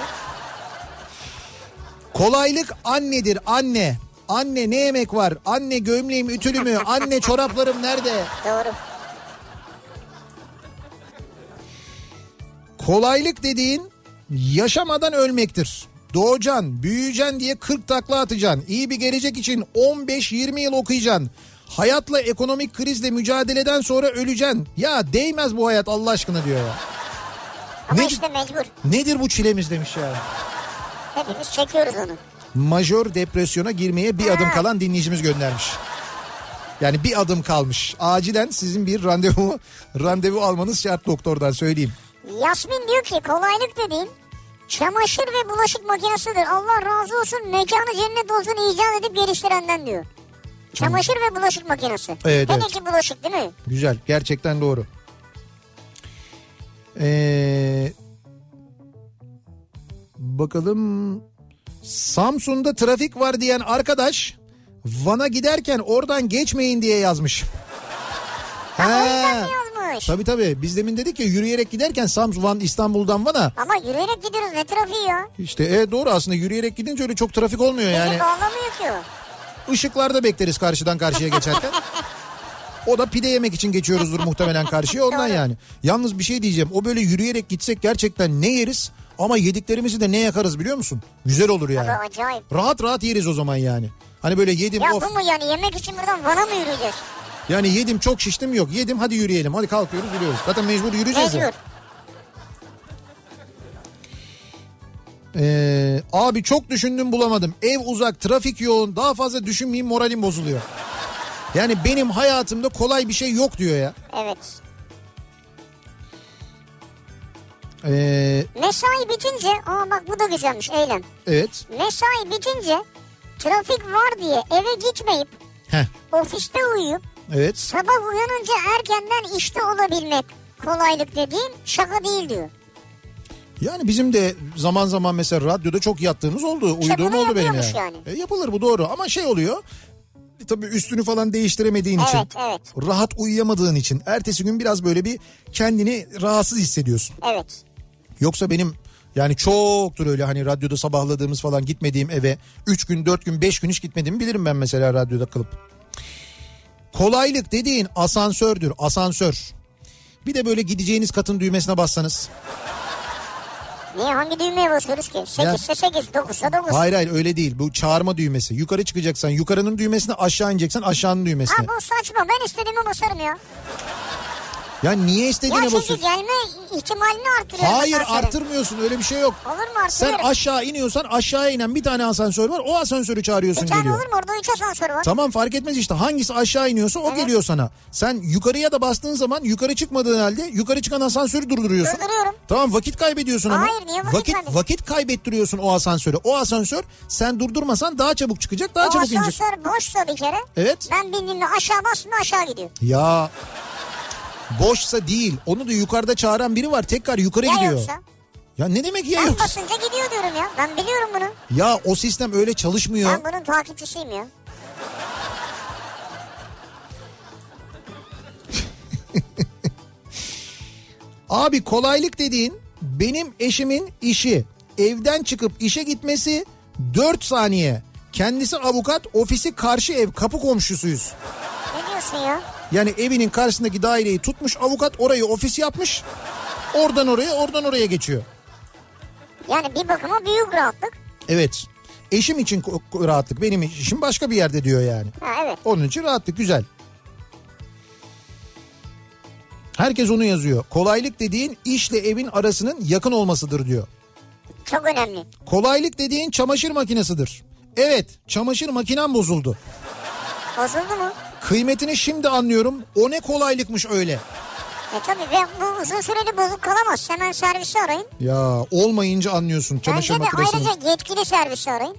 Speaker 1: Kolaylık annedir anne. Anne ne yemek var? Anne gömleğim ütülü mü? Anne çoraplarım nerede?
Speaker 2: Doğru.
Speaker 1: Kolaylık dediğin yaşamadan ölmektir. Doğacan, büyüyeceksin diye 40 takla atacaksın. İyi bir gelecek için 15-20 yıl okuyacaksın. Hayatla ekonomik krizle mücadeleden sonra öleceksin. Ya değmez bu hayat Allah aşkına diyor ya.
Speaker 2: Ama
Speaker 1: Ne-
Speaker 2: işte mecbur.
Speaker 1: Nedir bu çilemiz demiş yani.
Speaker 2: Hepimiz çekiyoruz onu.
Speaker 1: majör depresyona girmeye bir adım kalan dinleyicimiz göndermiş. Yani bir adım kalmış. Acilen sizin bir randevu randevu almanız şart doktordan söyleyeyim.
Speaker 2: Yasmin diyor ki kolaylık dediğin çamaşır ve bulaşık makinesidir. Allah razı olsun mekanı cennet olsun icat edip geliştirenden diyor. Çamaşır ve bulaşık makinesi.
Speaker 1: Evet,
Speaker 2: Hele
Speaker 1: evet.
Speaker 2: ki bulaşık değil mi?
Speaker 1: Güzel, gerçekten doğru. Ee, bakalım. Samsun'da trafik var diyen arkadaş Van'a giderken oradan geçmeyin diye yazmış.
Speaker 2: O
Speaker 1: Ha,
Speaker 2: yüzden mi yazmış?
Speaker 1: tabii tabii. Biz demin dedik ya yürüyerek giderken Samsun, Van, İstanbul'dan Van'a
Speaker 2: Ama yürüyerek gidiyoruz ne trafiği ya.
Speaker 1: İşte e, doğru aslında yürüyerek gidince öyle çok trafik olmuyor
Speaker 2: Bizi
Speaker 1: yani.
Speaker 2: bağlamıyor ki o.
Speaker 1: Işıklarda bekleriz karşıdan karşıya geçerken. O da pide yemek için geçiyoruzdur muhtemelen karşıya ondan
Speaker 2: Doğru.
Speaker 1: yani. Yalnız bir şey diyeceğim o böyle yürüyerek gitsek gerçekten ne yeriz ama yediklerimizi de ne yakarız biliyor musun? Güzel olur
Speaker 2: Bu
Speaker 1: yani.
Speaker 2: acayip.
Speaker 1: Rahat rahat yeriz o zaman yani. Hani böyle yedim
Speaker 2: Ya
Speaker 1: of
Speaker 2: bu mu yani yemek için buradan Van'a mı yürüyeceğiz?
Speaker 1: yani yedim çok şiştim yok yedim hadi yürüyelim hadi kalkıyoruz yürüyoruz. Zaten mecbur yürüyeceğiz ya.
Speaker 2: Mecbur.
Speaker 1: Ee, abi çok düşündüm bulamadım. Ev uzak, trafik yoğun. Daha fazla düşünmeyeyim moralim bozuluyor. Yani benim hayatımda kolay bir şey yok diyor ya.
Speaker 2: Evet.
Speaker 1: Ee,
Speaker 2: Mesai bitince aa bak bu da güzelmiş eylem.
Speaker 1: evet.
Speaker 2: Mesai bitince trafik var diye eve gitmeyip
Speaker 1: Heh,
Speaker 2: ofiste uyuyup
Speaker 1: evet.
Speaker 2: sabah uyanınca erkenden işte olabilmek kolaylık dediğin şaka değil diyor.
Speaker 1: Yani bizim de zaman zaman mesela radyoda çok yattığımız oldu. Uyuduğum
Speaker 2: bunu
Speaker 1: oldu benim
Speaker 2: yapıyormuş
Speaker 1: yani.
Speaker 2: yani.
Speaker 1: E, yapılır bu doğru ama şey oluyor. tabii üstünü falan değiştiremediğin için.
Speaker 2: Evet, evet.
Speaker 1: Rahat uyuyamadığın için. Ertesi gün biraz böyle bir kendini rahatsız hissediyorsun.
Speaker 2: Evet.
Speaker 1: Yoksa benim yani çoktur öyle hani radyoda sabahladığımız falan gitmediğim eve 3 gün 4 gün 5 gün hiç gitmediğimi bilirim ben mesela radyoda kalıp. Kolaylık dediğin asansördür asansör. Bir de böyle gideceğiniz katın düğmesine bassanız.
Speaker 2: Niye hangi düğmeye basıyoruz ki? 8'se 8, 9'sa 9.
Speaker 1: Hayır hayır öyle değil bu çağırma düğmesi. Yukarı çıkacaksan yukarının düğmesine aşağı ineceksen aşağının düğmesine.
Speaker 2: Ha bu saçma ben istediğime basarım ya.
Speaker 1: Ya niye
Speaker 2: Ya
Speaker 1: istediğine
Speaker 2: çünkü
Speaker 1: basıyorsun?
Speaker 2: gelme ihtimalini artırıyor.
Speaker 1: Hayır
Speaker 2: asansörün.
Speaker 1: artırmıyorsun öyle bir şey yok.
Speaker 2: Olur mu artırıyorum.
Speaker 1: Sen aşağı iniyorsan aşağı inen bir tane asansör var o asansörü çağırıyorsun
Speaker 2: Bir tane
Speaker 1: geliyor.
Speaker 2: olur mu orada 3 asansör var.
Speaker 1: Tamam fark etmez işte hangisi aşağı iniyorsa o geliyor sana. Sen yukarıya da bastığın zaman yukarı çıkmadığın halde yukarı çıkan asansörü durduruyorsun.
Speaker 2: Durduruyorum.
Speaker 1: Tamam vakit kaybediyorsun ama.
Speaker 2: Hayır, niye vakit
Speaker 1: vakit,
Speaker 2: kaybediyorum?
Speaker 1: vakit kaybettiriyorsun o asansörü. O asansör sen durdurmasan daha çabuk çıkacak daha
Speaker 2: O
Speaker 1: çabuk inecek.
Speaker 2: asansör boşsa bir kere.
Speaker 1: Evet.
Speaker 2: Ben bindiğimde aşağı bastım aşağı gidiyor.
Speaker 1: Ya boşsa değil onu da yukarıda çağıran biri var tekrar yukarı
Speaker 2: Ya
Speaker 1: gidiyor.
Speaker 2: yoksa.
Speaker 1: Ya ne demek ya
Speaker 2: Ben
Speaker 1: yoksa?
Speaker 2: basınca gidiyor diyorum ya. Ben biliyorum bunu.
Speaker 1: Ya o sistem öyle çalışmıyor.
Speaker 2: Ben bunun takipçisiyim ya.
Speaker 1: Abi kolaylık dediğin benim eşimin işi. Evden çıkıp işe gitmesi 4 saniye. Kendisi avukat, ofisi karşı ev, kapı komşusuyuz.
Speaker 2: Ne diyorsun ya?
Speaker 1: Yani evinin karşısındaki daireyi tutmuş avukat orayı ofis yapmış. Oradan oraya, oradan oraya geçiyor.
Speaker 2: Yani bir bakıma büyük rahatlık.
Speaker 1: Evet. Eşim için ko- ko- rahatlık, benim işim başka bir yerde diyor yani.
Speaker 2: Ha evet.
Speaker 1: Onun için rahatlık güzel. Herkes onu yazıyor. Kolaylık dediğin işle evin arasının yakın olmasıdır diyor.
Speaker 2: Çok önemli.
Speaker 1: Kolaylık dediğin çamaşır makinesidir. Evet, çamaşır makinem bozuldu.
Speaker 2: Bozuldu mu?
Speaker 1: Kıymetini şimdi anlıyorum. O ne kolaylıkmış öyle.
Speaker 2: E tabii ve bu uzun süreli bozuk kalamaz. Hemen servisi arayın.
Speaker 1: Ya olmayınca anlıyorsun çamaşır
Speaker 2: Bence de
Speaker 1: makinesini.
Speaker 2: ayrıca yetkili servisi arayın.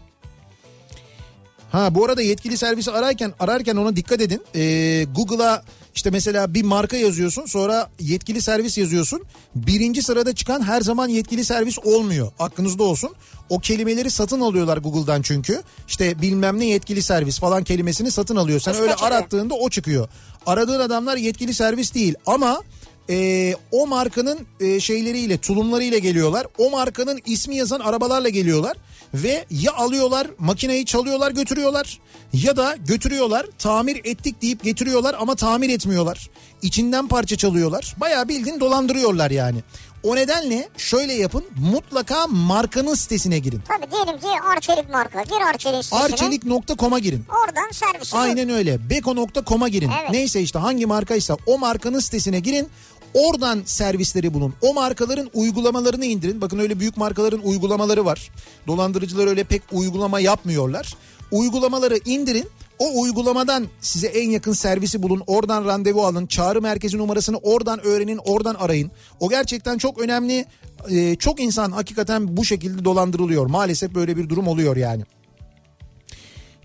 Speaker 1: Ha bu arada yetkili servisi ararken ararken ona dikkat edin. Ee, Google'a işte mesela bir marka yazıyorsun sonra yetkili servis yazıyorsun. Birinci sırada çıkan her zaman yetkili servis olmuyor. Aklınızda olsun. O kelimeleri satın alıyorlar Google'dan çünkü. İşte bilmem ne yetkili servis falan kelimesini satın alıyor. Sen
Speaker 2: İşte
Speaker 1: öyle
Speaker 2: çıkıyor.
Speaker 1: arattığında o çıkıyor. Aradığın adamlar yetkili servis değil ama e, o markanın e, şeyleriyle tulumlarıyla geliyorlar. O markanın ismi yazan arabalarla geliyorlar ve ya alıyorlar makineyi çalıyorlar götürüyorlar ya da götürüyorlar tamir ettik deyip getiriyorlar ama tamir etmiyorlar. İçinden parça çalıyorlar. Bayağı bildiğin dolandırıyorlar yani. O nedenle şöyle yapın mutlaka markanın sitesine girin.
Speaker 2: Tabii diyelim ki Arçelik marka. Gir Arçelik sitesine.
Speaker 1: Arçelik.com'a girin.
Speaker 2: Oradan servisi bul.
Speaker 1: Aynen öyle. Beko.com'a girin.
Speaker 2: Evet.
Speaker 1: Neyse işte hangi markaysa o markanın sitesine girin. Oradan servisleri bulun. O markaların uygulamalarını indirin. Bakın öyle büyük markaların uygulamaları var. Dolandırıcılar öyle pek uygulama yapmıyorlar. Uygulamaları indirin. O uygulamadan size en yakın servisi bulun. Oradan randevu alın. Çağrı merkezi numarasını oradan öğrenin. Oradan arayın. O gerçekten çok önemli. Ee, çok insan hakikaten bu şekilde dolandırılıyor. Maalesef böyle bir durum oluyor yani.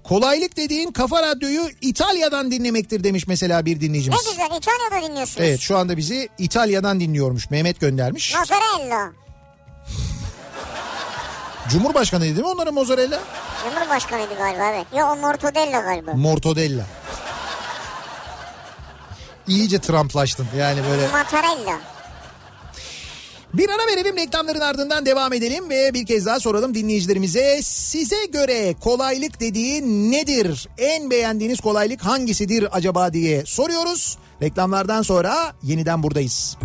Speaker 1: Kolaylık dediğin kafa radyoyu İtalya'dan dinlemektir demiş mesela bir
Speaker 2: Ne
Speaker 1: dinleyicimiz.
Speaker 2: güzel İtalya'da dinliyorsunuz.
Speaker 1: Evet şu anda bizi İtalya'dan dinliyormuş Mehmet göndermiş.
Speaker 2: Mozzarella.
Speaker 1: Cumhurbaşkanı dedi mi onlara mozzarella?
Speaker 2: Cumhurbaşkanıydı galiba evet. Ya o Mortadella galiba.
Speaker 1: Mortadella. İyice Trumplaştın yani böyle.
Speaker 2: Mozzarella.
Speaker 1: Bir ara verelim reklamların ardından devam edelim ve bir kez daha soralım dinleyicilerimize. Size göre kolaylık dediği nedir? En beğendiğiniz kolaylık hangisidir acaba diye soruyoruz. Reklamlardan sonra yeniden buradayız.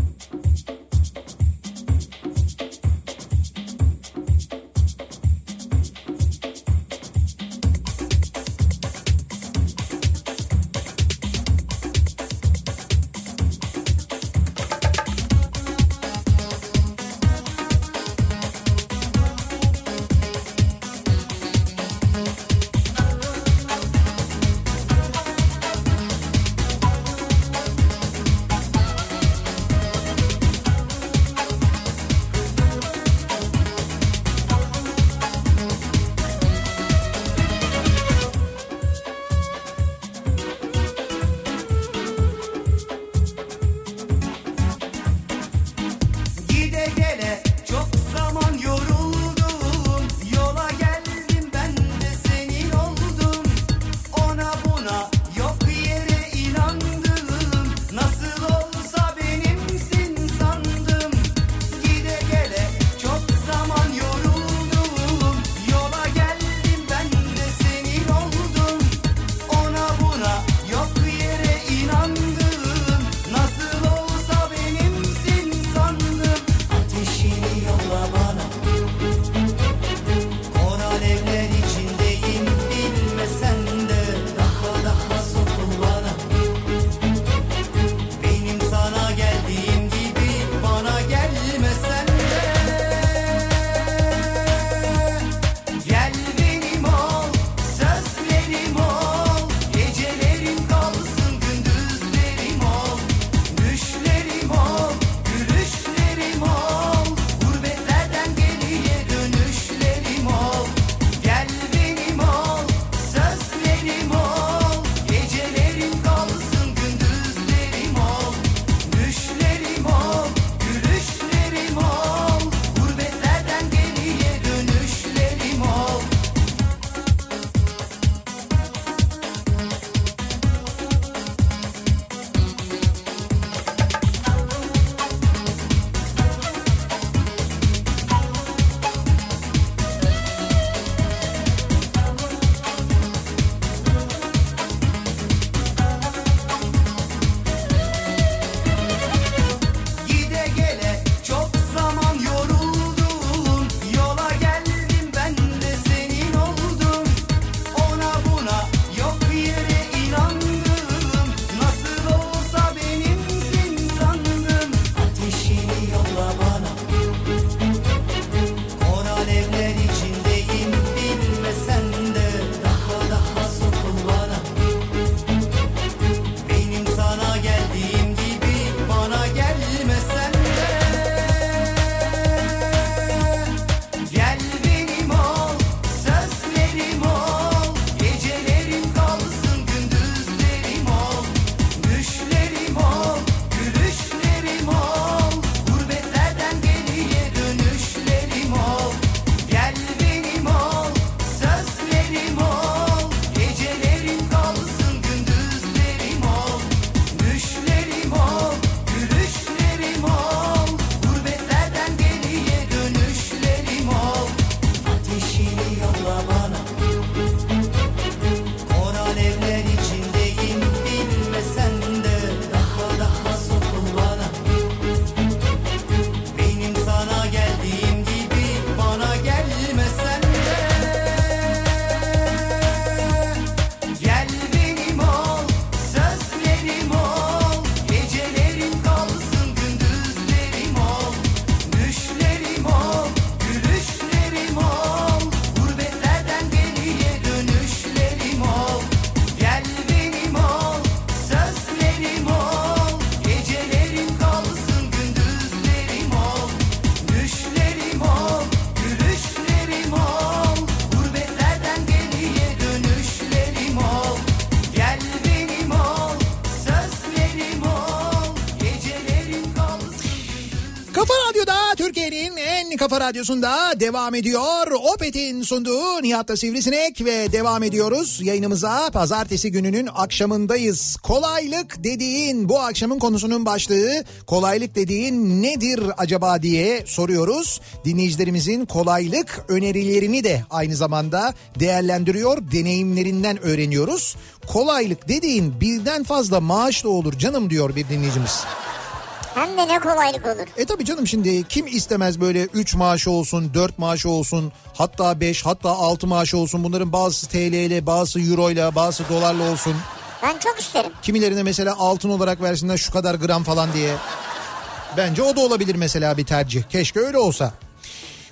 Speaker 1: Kafa Radyosu'nda devam ediyor. Opet'in sunduğu Nihat'ta Sivrisinek ve devam ediyoruz. Yayınımıza pazartesi gününün akşamındayız. Kolaylık dediğin bu akşamın konusunun başlığı kolaylık dediğin nedir acaba diye soruyoruz. Dinleyicilerimizin kolaylık önerilerini de aynı zamanda değerlendiriyor, deneyimlerinden öğreniyoruz. Kolaylık dediğin birden fazla maaş da olur canım diyor bir dinleyicimiz.
Speaker 2: Hem de ne kolaylık olur.
Speaker 1: E tabii canım şimdi kim istemez böyle 3 maaşı olsun, 4 maaşı olsun, hatta 5, hatta 6 maaşı olsun. Bunların bazısı TL ile, bazısı euro ile, bazısı dolarla olsun.
Speaker 2: Ben çok isterim.
Speaker 1: Kimilerine mesela altın olarak versinler şu kadar gram falan diye. Bence o da olabilir mesela bir tercih. Keşke öyle olsa.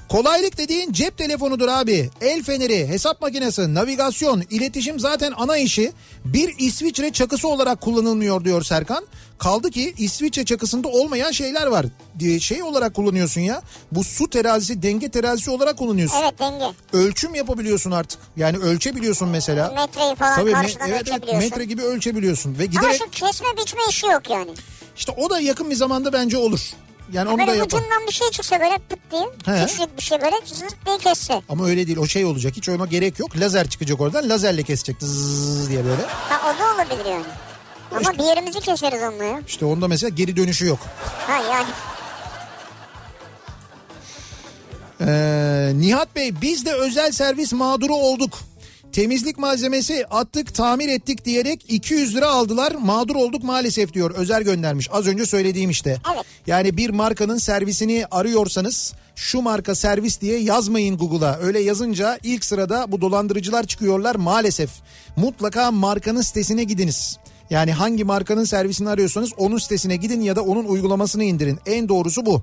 Speaker 1: Kolaylık dediğin cep telefonudur abi. El feneri, hesap makinesi, navigasyon, iletişim zaten ana işi. Bir İsviçre çakısı olarak kullanılmıyor diyor Serkan. Kaldı ki İsviçre çakısında olmayan şeyler var. Ee, Şey olarak kullanıyorsun ya. Bu su terazisi, denge terazisi olarak kullanıyorsun.
Speaker 2: Evet denge.
Speaker 1: Ölçüm yapabiliyorsun artık. Yani ölçebiliyorsun mesela.
Speaker 2: Metreyi falan
Speaker 1: Tabii me-
Speaker 2: karşıdan
Speaker 1: evet, evet,
Speaker 2: ölçebiliyorsun.
Speaker 1: metre gibi ölçebiliyorsun ve
Speaker 2: Ama
Speaker 1: giderek
Speaker 2: şu kesme biçme işi yok yani.
Speaker 1: işte o da yakın bir zamanda bence olur. Yani onu da
Speaker 2: Böyle
Speaker 1: yapar.
Speaker 2: ucundan bir şey çıksa böyle pıt diye.
Speaker 1: He.
Speaker 2: Küçücük bir şey böyle zırt diye kesse.
Speaker 1: Ama öyle değil o şey olacak hiç ona gerek yok. Lazer çıkacak oradan lazerle kesecek zzzz diye böyle.
Speaker 2: Ha o da olabilir yani. Ama bir yerimizi keseriz onunla ya.
Speaker 1: İşte onda mesela geri dönüşü yok.
Speaker 2: Ha yani.
Speaker 1: Ee, Nihat Bey biz de özel servis mağduru olduk. Temizlik malzemesi attık tamir ettik diyerek 200 lira aldılar mağdur olduk maalesef diyor özel göndermiş az önce söylediğim işte.
Speaker 2: Evet.
Speaker 1: Yani bir markanın servisini arıyorsanız şu marka servis diye yazmayın Google'a öyle yazınca ilk sırada bu dolandırıcılar çıkıyorlar maalesef mutlaka markanın sitesine gidiniz. Yani hangi markanın servisini arıyorsanız onun sitesine gidin ya da onun uygulamasını indirin. En doğrusu bu.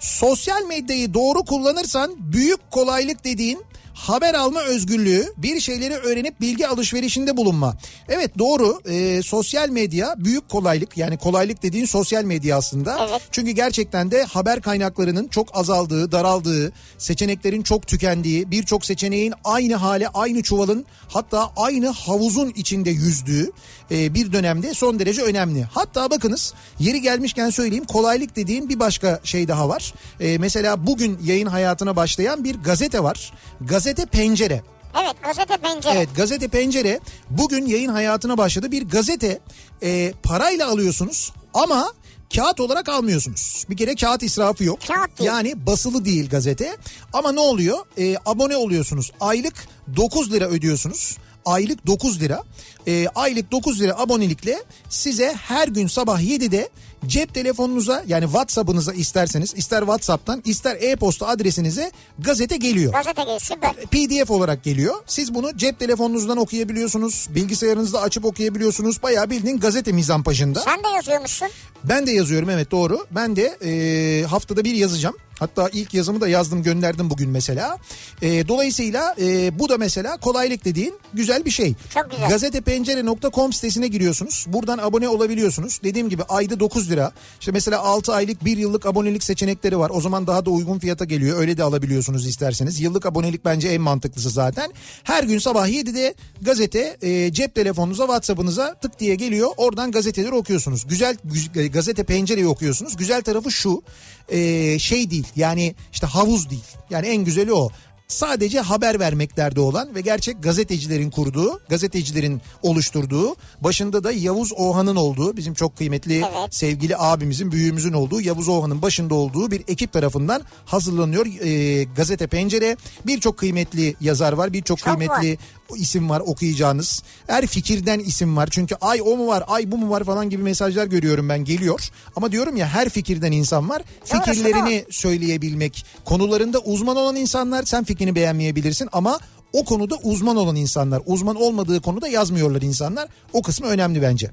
Speaker 1: Sosyal medyayı doğru kullanırsan büyük kolaylık dediğin haber alma özgürlüğü, bir şeyleri öğrenip bilgi alışverişinde bulunma. Evet doğru Ee, sosyal medya büyük kolaylık yani kolaylık dediğin sosyal medya aslında.
Speaker 2: Evet.
Speaker 1: Çünkü gerçekten de haber kaynaklarının çok azaldığı, daraldığı, seçeneklerin çok tükendiği, birçok seçeneğin aynı hale, aynı çuvalın hatta aynı havuzun içinde yüzdüğü e, bir dönemde son derece önemli. Hatta bakınız yeri gelmişken söyleyeyim kolaylık dediğim bir başka şey daha var. E, mesela bugün yayın hayatına başlayan bir gazete var. Gazete Pencere.
Speaker 2: Evet gazete pencere.
Speaker 1: Evet gazete Pencere bugün yayın hayatına başladı. Bir gazete e, parayla alıyorsunuz ama kağıt olarak almıyorsunuz. Bir kere kağıt israfı yok.
Speaker 2: Kağıt değil.
Speaker 1: yani basılı değil gazete. Ama ne oluyor? E, abone oluyorsunuz. Aylık 9 lira ödüyorsunuz. Aylık 9 lira. E, aylık 9 lira abonelikle size her gün sabah 7'de cep telefonunuza yani WhatsApp'ınıza isterseniz ister WhatsApp'tan ister e-posta adresinize gazete geliyor.
Speaker 2: Gazete gel süper.
Speaker 1: PDF olarak geliyor. Siz bunu cep telefonunuzdan okuyabiliyorsunuz. Bilgisayarınızda açıp okuyabiliyorsunuz. Bayağı bildiğin gazete mizampajında.
Speaker 2: Sen de yazıyormuşsun.
Speaker 1: Ben de yazıyorum evet doğru. Ben de e, haftada bir yazacağım. Hatta ilk yazımı da yazdım gönderdim bugün mesela. E, dolayısıyla e, bu da mesela kolaylık dediğin güzel bir şey.
Speaker 2: Çok güzel.
Speaker 1: Gazetepencere.com sitesine giriyorsunuz. Buradan abone olabiliyorsunuz. Dediğim gibi ayda 9 lira. İşte mesela 6 aylık 1 yıllık abonelik seçenekleri var. O zaman daha da uygun fiyata geliyor. Öyle de alabiliyorsunuz isterseniz. Yıllık abonelik bence en mantıklısı zaten. Her gün sabah 7'de gazete e, cep telefonunuza WhatsApp'ınıza tık diye geliyor. Oradan gazeteleri okuyorsunuz. Güzel güz- e, gazete pencereyi okuyorsunuz. Güzel tarafı şu. e, şey değil. Yani işte havuz değil. Yani en güzeli o sadece haber vermeklerde olan ve gerçek gazetecilerin kurduğu, gazetecilerin oluşturduğu, başında da Yavuz Ohan'ın olduğu, bizim çok kıymetli
Speaker 2: Evet.
Speaker 1: sevgili abimizin, büyüğümüzün olduğu, Yavuz Ohan'ın başında olduğu bir ekip tarafından hazırlanıyor e, Gazete Pencere. Birçok kıymetli yazar var, birçok
Speaker 2: Çok
Speaker 1: kıymetli isim var okuyacağınız. Her fikirden isim var. Çünkü ay o mu var, ay bu mu var falan gibi mesajlar görüyorum ben geliyor. Ama diyorum ya her fikirden insan var.
Speaker 2: Doğru,
Speaker 1: Fikirlerini söyleyebilmek. Konularında uzman olan insanlar sen fikrini beğenmeyebilirsin ama o konuda uzman olan insanlar, uzman olmadığı konuda yazmıyorlar insanlar. O kısmı önemli bence.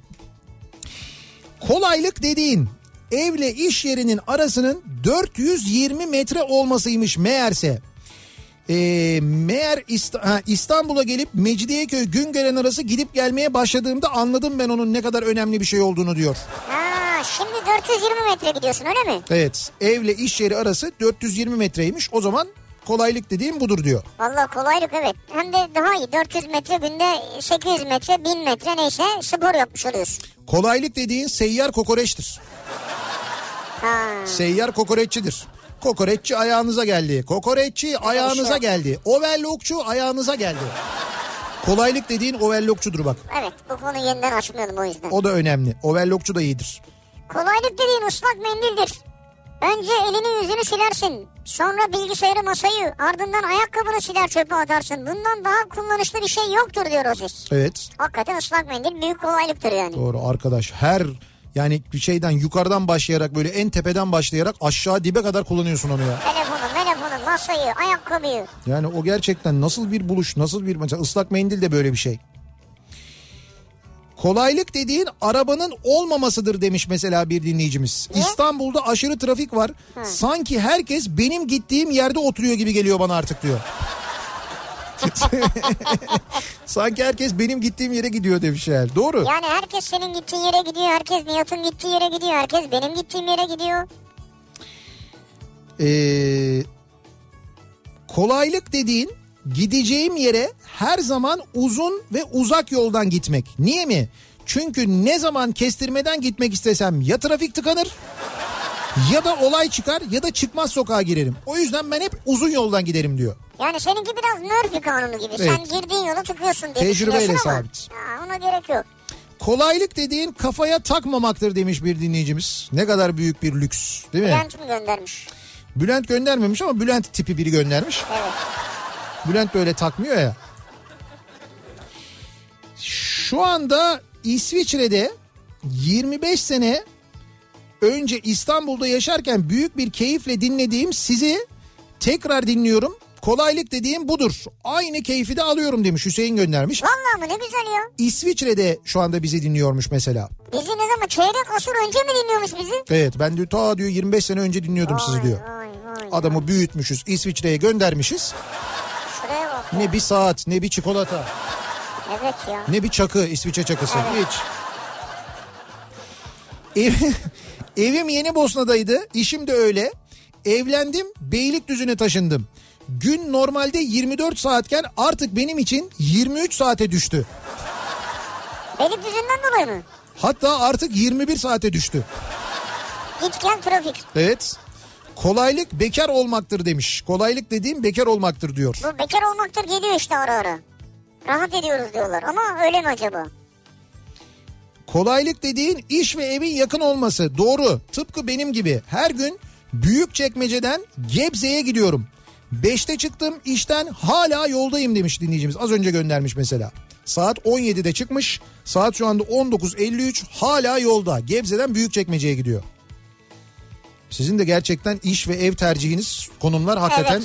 Speaker 1: Kolaylık dediğin evle iş yerinin arasının 420 metre olmasıymış meğerse. Ee, meğer İst- ha, İstanbul'a gelip Mecidiyeköy Güngören arası gidip gelmeye başladığımda anladım ben onun ne kadar önemli bir şey olduğunu diyor.
Speaker 2: Ha şimdi 420 metre gidiyorsun öyle mi?
Speaker 1: Evet evle iş yeri arası 420 metreymiş o zaman kolaylık dediğim budur diyor.
Speaker 2: Valla kolaylık evet. Hem de daha iyi 400 metre günde 800 metre 1000 metre neyse spor yapmış oluyorsun.
Speaker 1: Kolaylık dediğin seyyar kokoreçtir.
Speaker 2: Ha.
Speaker 1: Seyyar kokoreççidir. Kokoreççi ayağınıza geldi. Kokoreççi ayağınıza
Speaker 2: yok.
Speaker 1: geldi. Overlockçu ayağınıza geldi. Kolaylık dediğin overlockçudur bak.
Speaker 2: Evet bu konuyu yeniden açmayalım o yüzden.
Speaker 1: O da önemli. Overlockçu da iyidir.
Speaker 2: Kolaylık dediğin ıslak mendildir. Önce elini yüzünü silersin. Sonra bilgisayarı masayı ardından ayakkabını siler çöpe atarsın. Bundan daha kullanışlı bir şey yoktur diyor Ozis.
Speaker 1: Evet.
Speaker 2: Hakikaten ıslak mendil büyük kolaylıktır yani.
Speaker 1: Doğru arkadaş. Her yani bir şeyden yukarıdan başlayarak böyle en tepeden başlayarak aşağı dibe kadar kullanıyorsun onu ya.
Speaker 2: Telefonu, telefonu, masayı, ayakkabıyı.
Speaker 1: Yani o gerçekten nasıl bir buluş, nasıl bir mesela ıslak mendil de böyle bir şey. Kolaylık dediğin arabanın olmamasıdır demiş mesela bir dinleyicimiz. İstanbul'da aşırı trafik var. Sanki herkes benim gittiğim yerde oturuyor gibi geliyor bana artık diyor. Sanki herkes benim gittiğim yere gidiyor demiş yani. Doğru.
Speaker 2: Yani herkes senin gittiğin yere gidiyor. Herkes Nihat'ın gittiği yere gidiyor. Herkes benim gittiğim yere gidiyor.
Speaker 1: Ee, kolaylık dediğin gideceğim yere her zaman uzun ve uzak yoldan gitmek. Niye mi? Çünkü ne zaman kestirmeden gitmek istesem ya trafik tıkanır ya da olay çıkar ya da çıkmaz sokağa girerim. O yüzden ben hep uzun yoldan giderim diyor.
Speaker 2: Yani seninki biraz Murphy kanunu gibi. Sen
Speaker 1: Evet.
Speaker 2: girdiğin yolu tıkıyorsun diye
Speaker 1: Tecrübeyle
Speaker 2: düşünüyorsun ama.
Speaker 1: sabit.
Speaker 2: Ya ona gerek yok.
Speaker 1: Kolaylık dediğin kafaya takmamaktır demiş bir dinleyicimiz. Ne kadar büyük bir lüks değil mi?
Speaker 2: Bülent mi göndermiş?
Speaker 1: Bülent göndermemiş ama Bülent tipi biri göndermiş.
Speaker 2: Evet.
Speaker 1: Bülent böyle takmıyor ya. Şu anda İsviçre'de 25 sene önce İstanbul'da yaşarken büyük bir keyifle dinlediğim sizi tekrar dinliyorum. Kolaylık dediğim budur. Aynı keyfi de alıyorum demiş Hüseyin göndermiş.
Speaker 2: Vallahi mı ne güzel ya.
Speaker 1: İsviçre'de şu anda bizi dinliyormuş mesela.
Speaker 2: Bizi ne zaman çeyrek asır önce mi dinliyormuş bizi?
Speaker 1: Evet ben diyor ta diyor 25 sene önce dinliyordum sizi diyor.
Speaker 2: Vay vay.
Speaker 1: Adamı büyütmüşüz İsviçre'ye göndermişiz.
Speaker 2: Şuraya bak. ya.
Speaker 1: Ne bir saat ne bir çikolata.
Speaker 2: Evet ya.
Speaker 1: Ne bir çakı İsviçre çakısı hiç. Ev- evim Yeni Bosna'daydı işim de öyle. Evlendim Beylikdüzü'ne taşındım. Gün normalde 24 saatken artık benim için 23 saate düştü.
Speaker 2: Beylikdüzü'nden dolayı mı?
Speaker 1: Hatta artık 21 saate düştü.
Speaker 2: Git gel trafik.
Speaker 1: Evet. Kolaylık bekar olmaktır demiş. Kolaylık dediğim bekar olmaktır diyor.
Speaker 2: Bu bekar olmaktır geliyor işte ara ara. Rahat ediyoruz diyorlar ama öyle mi acaba?
Speaker 1: Kolaylık dediğin iş ve evin yakın olması doğru. Tıpkı benim gibi her gün büyük çekmeceden Gebze'ye gidiyorum. Beşte çıktım işten hala yoldayım demiş dinleyicimiz. Az önce göndermiş mesela. Saat 17'de çıkmış. Saat şu anda 19.53 hala yolda. Gebze'den büyük çekmeceye gidiyor. Sizin de gerçekten iş ve ev tercihiniz konumlar hakikaten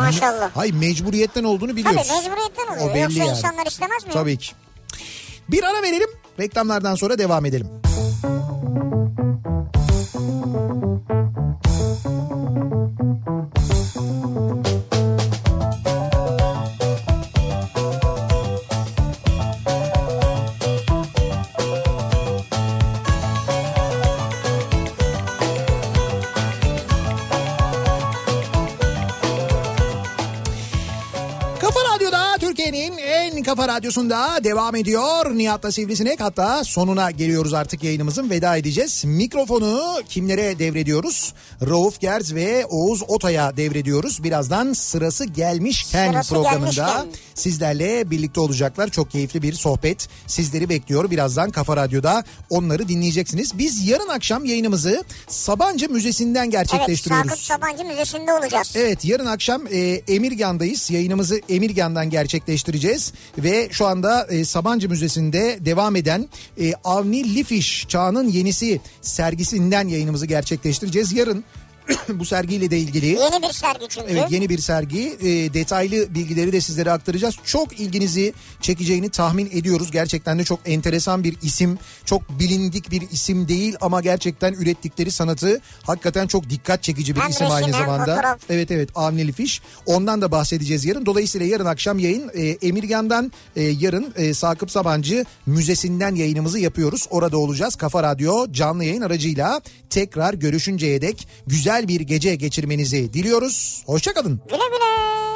Speaker 2: Maşallah.
Speaker 1: hay mecburiyetten olduğunu
Speaker 2: Tabii
Speaker 1: biliyoruz.
Speaker 2: mecburiyetten oluyor.
Speaker 1: O belli
Speaker 2: Yoksa
Speaker 1: yani.
Speaker 2: insanlar istemez mi?
Speaker 1: Tabii ki. Bir ara verelim. Reklamlardan sonra devam edelim. Kafa Radyo'da Türkiye'nin en kafa radyosunda devam ediyor. Nihat'la Sivrisinek hatta sonuna geliyoruz artık yayınımızın veda edeceğiz. Mikrofonu kimlere devrediyoruz? Rauf Gerz ve Oğuz Otay'a devrediyoruz. Birazdan sırası gelmişken
Speaker 2: Sırası
Speaker 1: programında
Speaker 2: gelmişken.
Speaker 1: sizlerle birlikte olacaklar. Çok keyifli bir sohbet sizleri bekliyor. Birazdan Kafa Radyo'da onları dinleyeceksiniz. Biz yarın akşam yayınımızı Sabancı Müzesi'nden
Speaker 2: Evet
Speaker 1: gerçekleştiriyoruz.
Speaker 2: Sakıp Sabancı Müzesi'nde olacağız.
Speaker 1: Evet yarın akşam e, Emirgan'dayız. Yayınımızı Emirgan'dan gerçekleştireceğiz. Ve şu anda e, Sabancı Müzesi'nde devam eden e, Avni Lifiş Çağ'ın yenisi sergisinden yayınımızı gerçekleştireceğiz. Yarın bu sergiyle de ilgili...
Speaker 2: Yeni bir sergi çünkü.
Speaker 1: Evet yeni bir sergi. E, detaylı bilgileri de sizlere aktaracağız. Çok ilginizi çekeceğini tahmin ediyoruz. Gerçekten de çok enteresan bir isim. Çok bilindik bir isim değil ama gerçekten ürettikleri sanatı hakikaten çok dikkat çekici bir
Speaker 2: Hem
Speaker 1: isim
Speaker 2: resim
Speaker 1: aynı
Speaker 2: hem
Speaker 1: zamanda.
Speaker 2: fotoğraf.
Speaker 1: Evet evet Avneli Fiş. Ondan da bahsedeceğiz yarın. Dolayısıyla yarın akşam yayın e, Emirgan'dan e, yarın e, Sakıp Sabancı Müzesi'nden yayınımızı yapıyoruz. Orada olacağız. Kafa Radyo canlı yayın aracıyla tekrar görüşünceye dek güzel bir gece geçirmenizi diliyoruz. Hoşçakalın.
Speaker 2: Güle güle.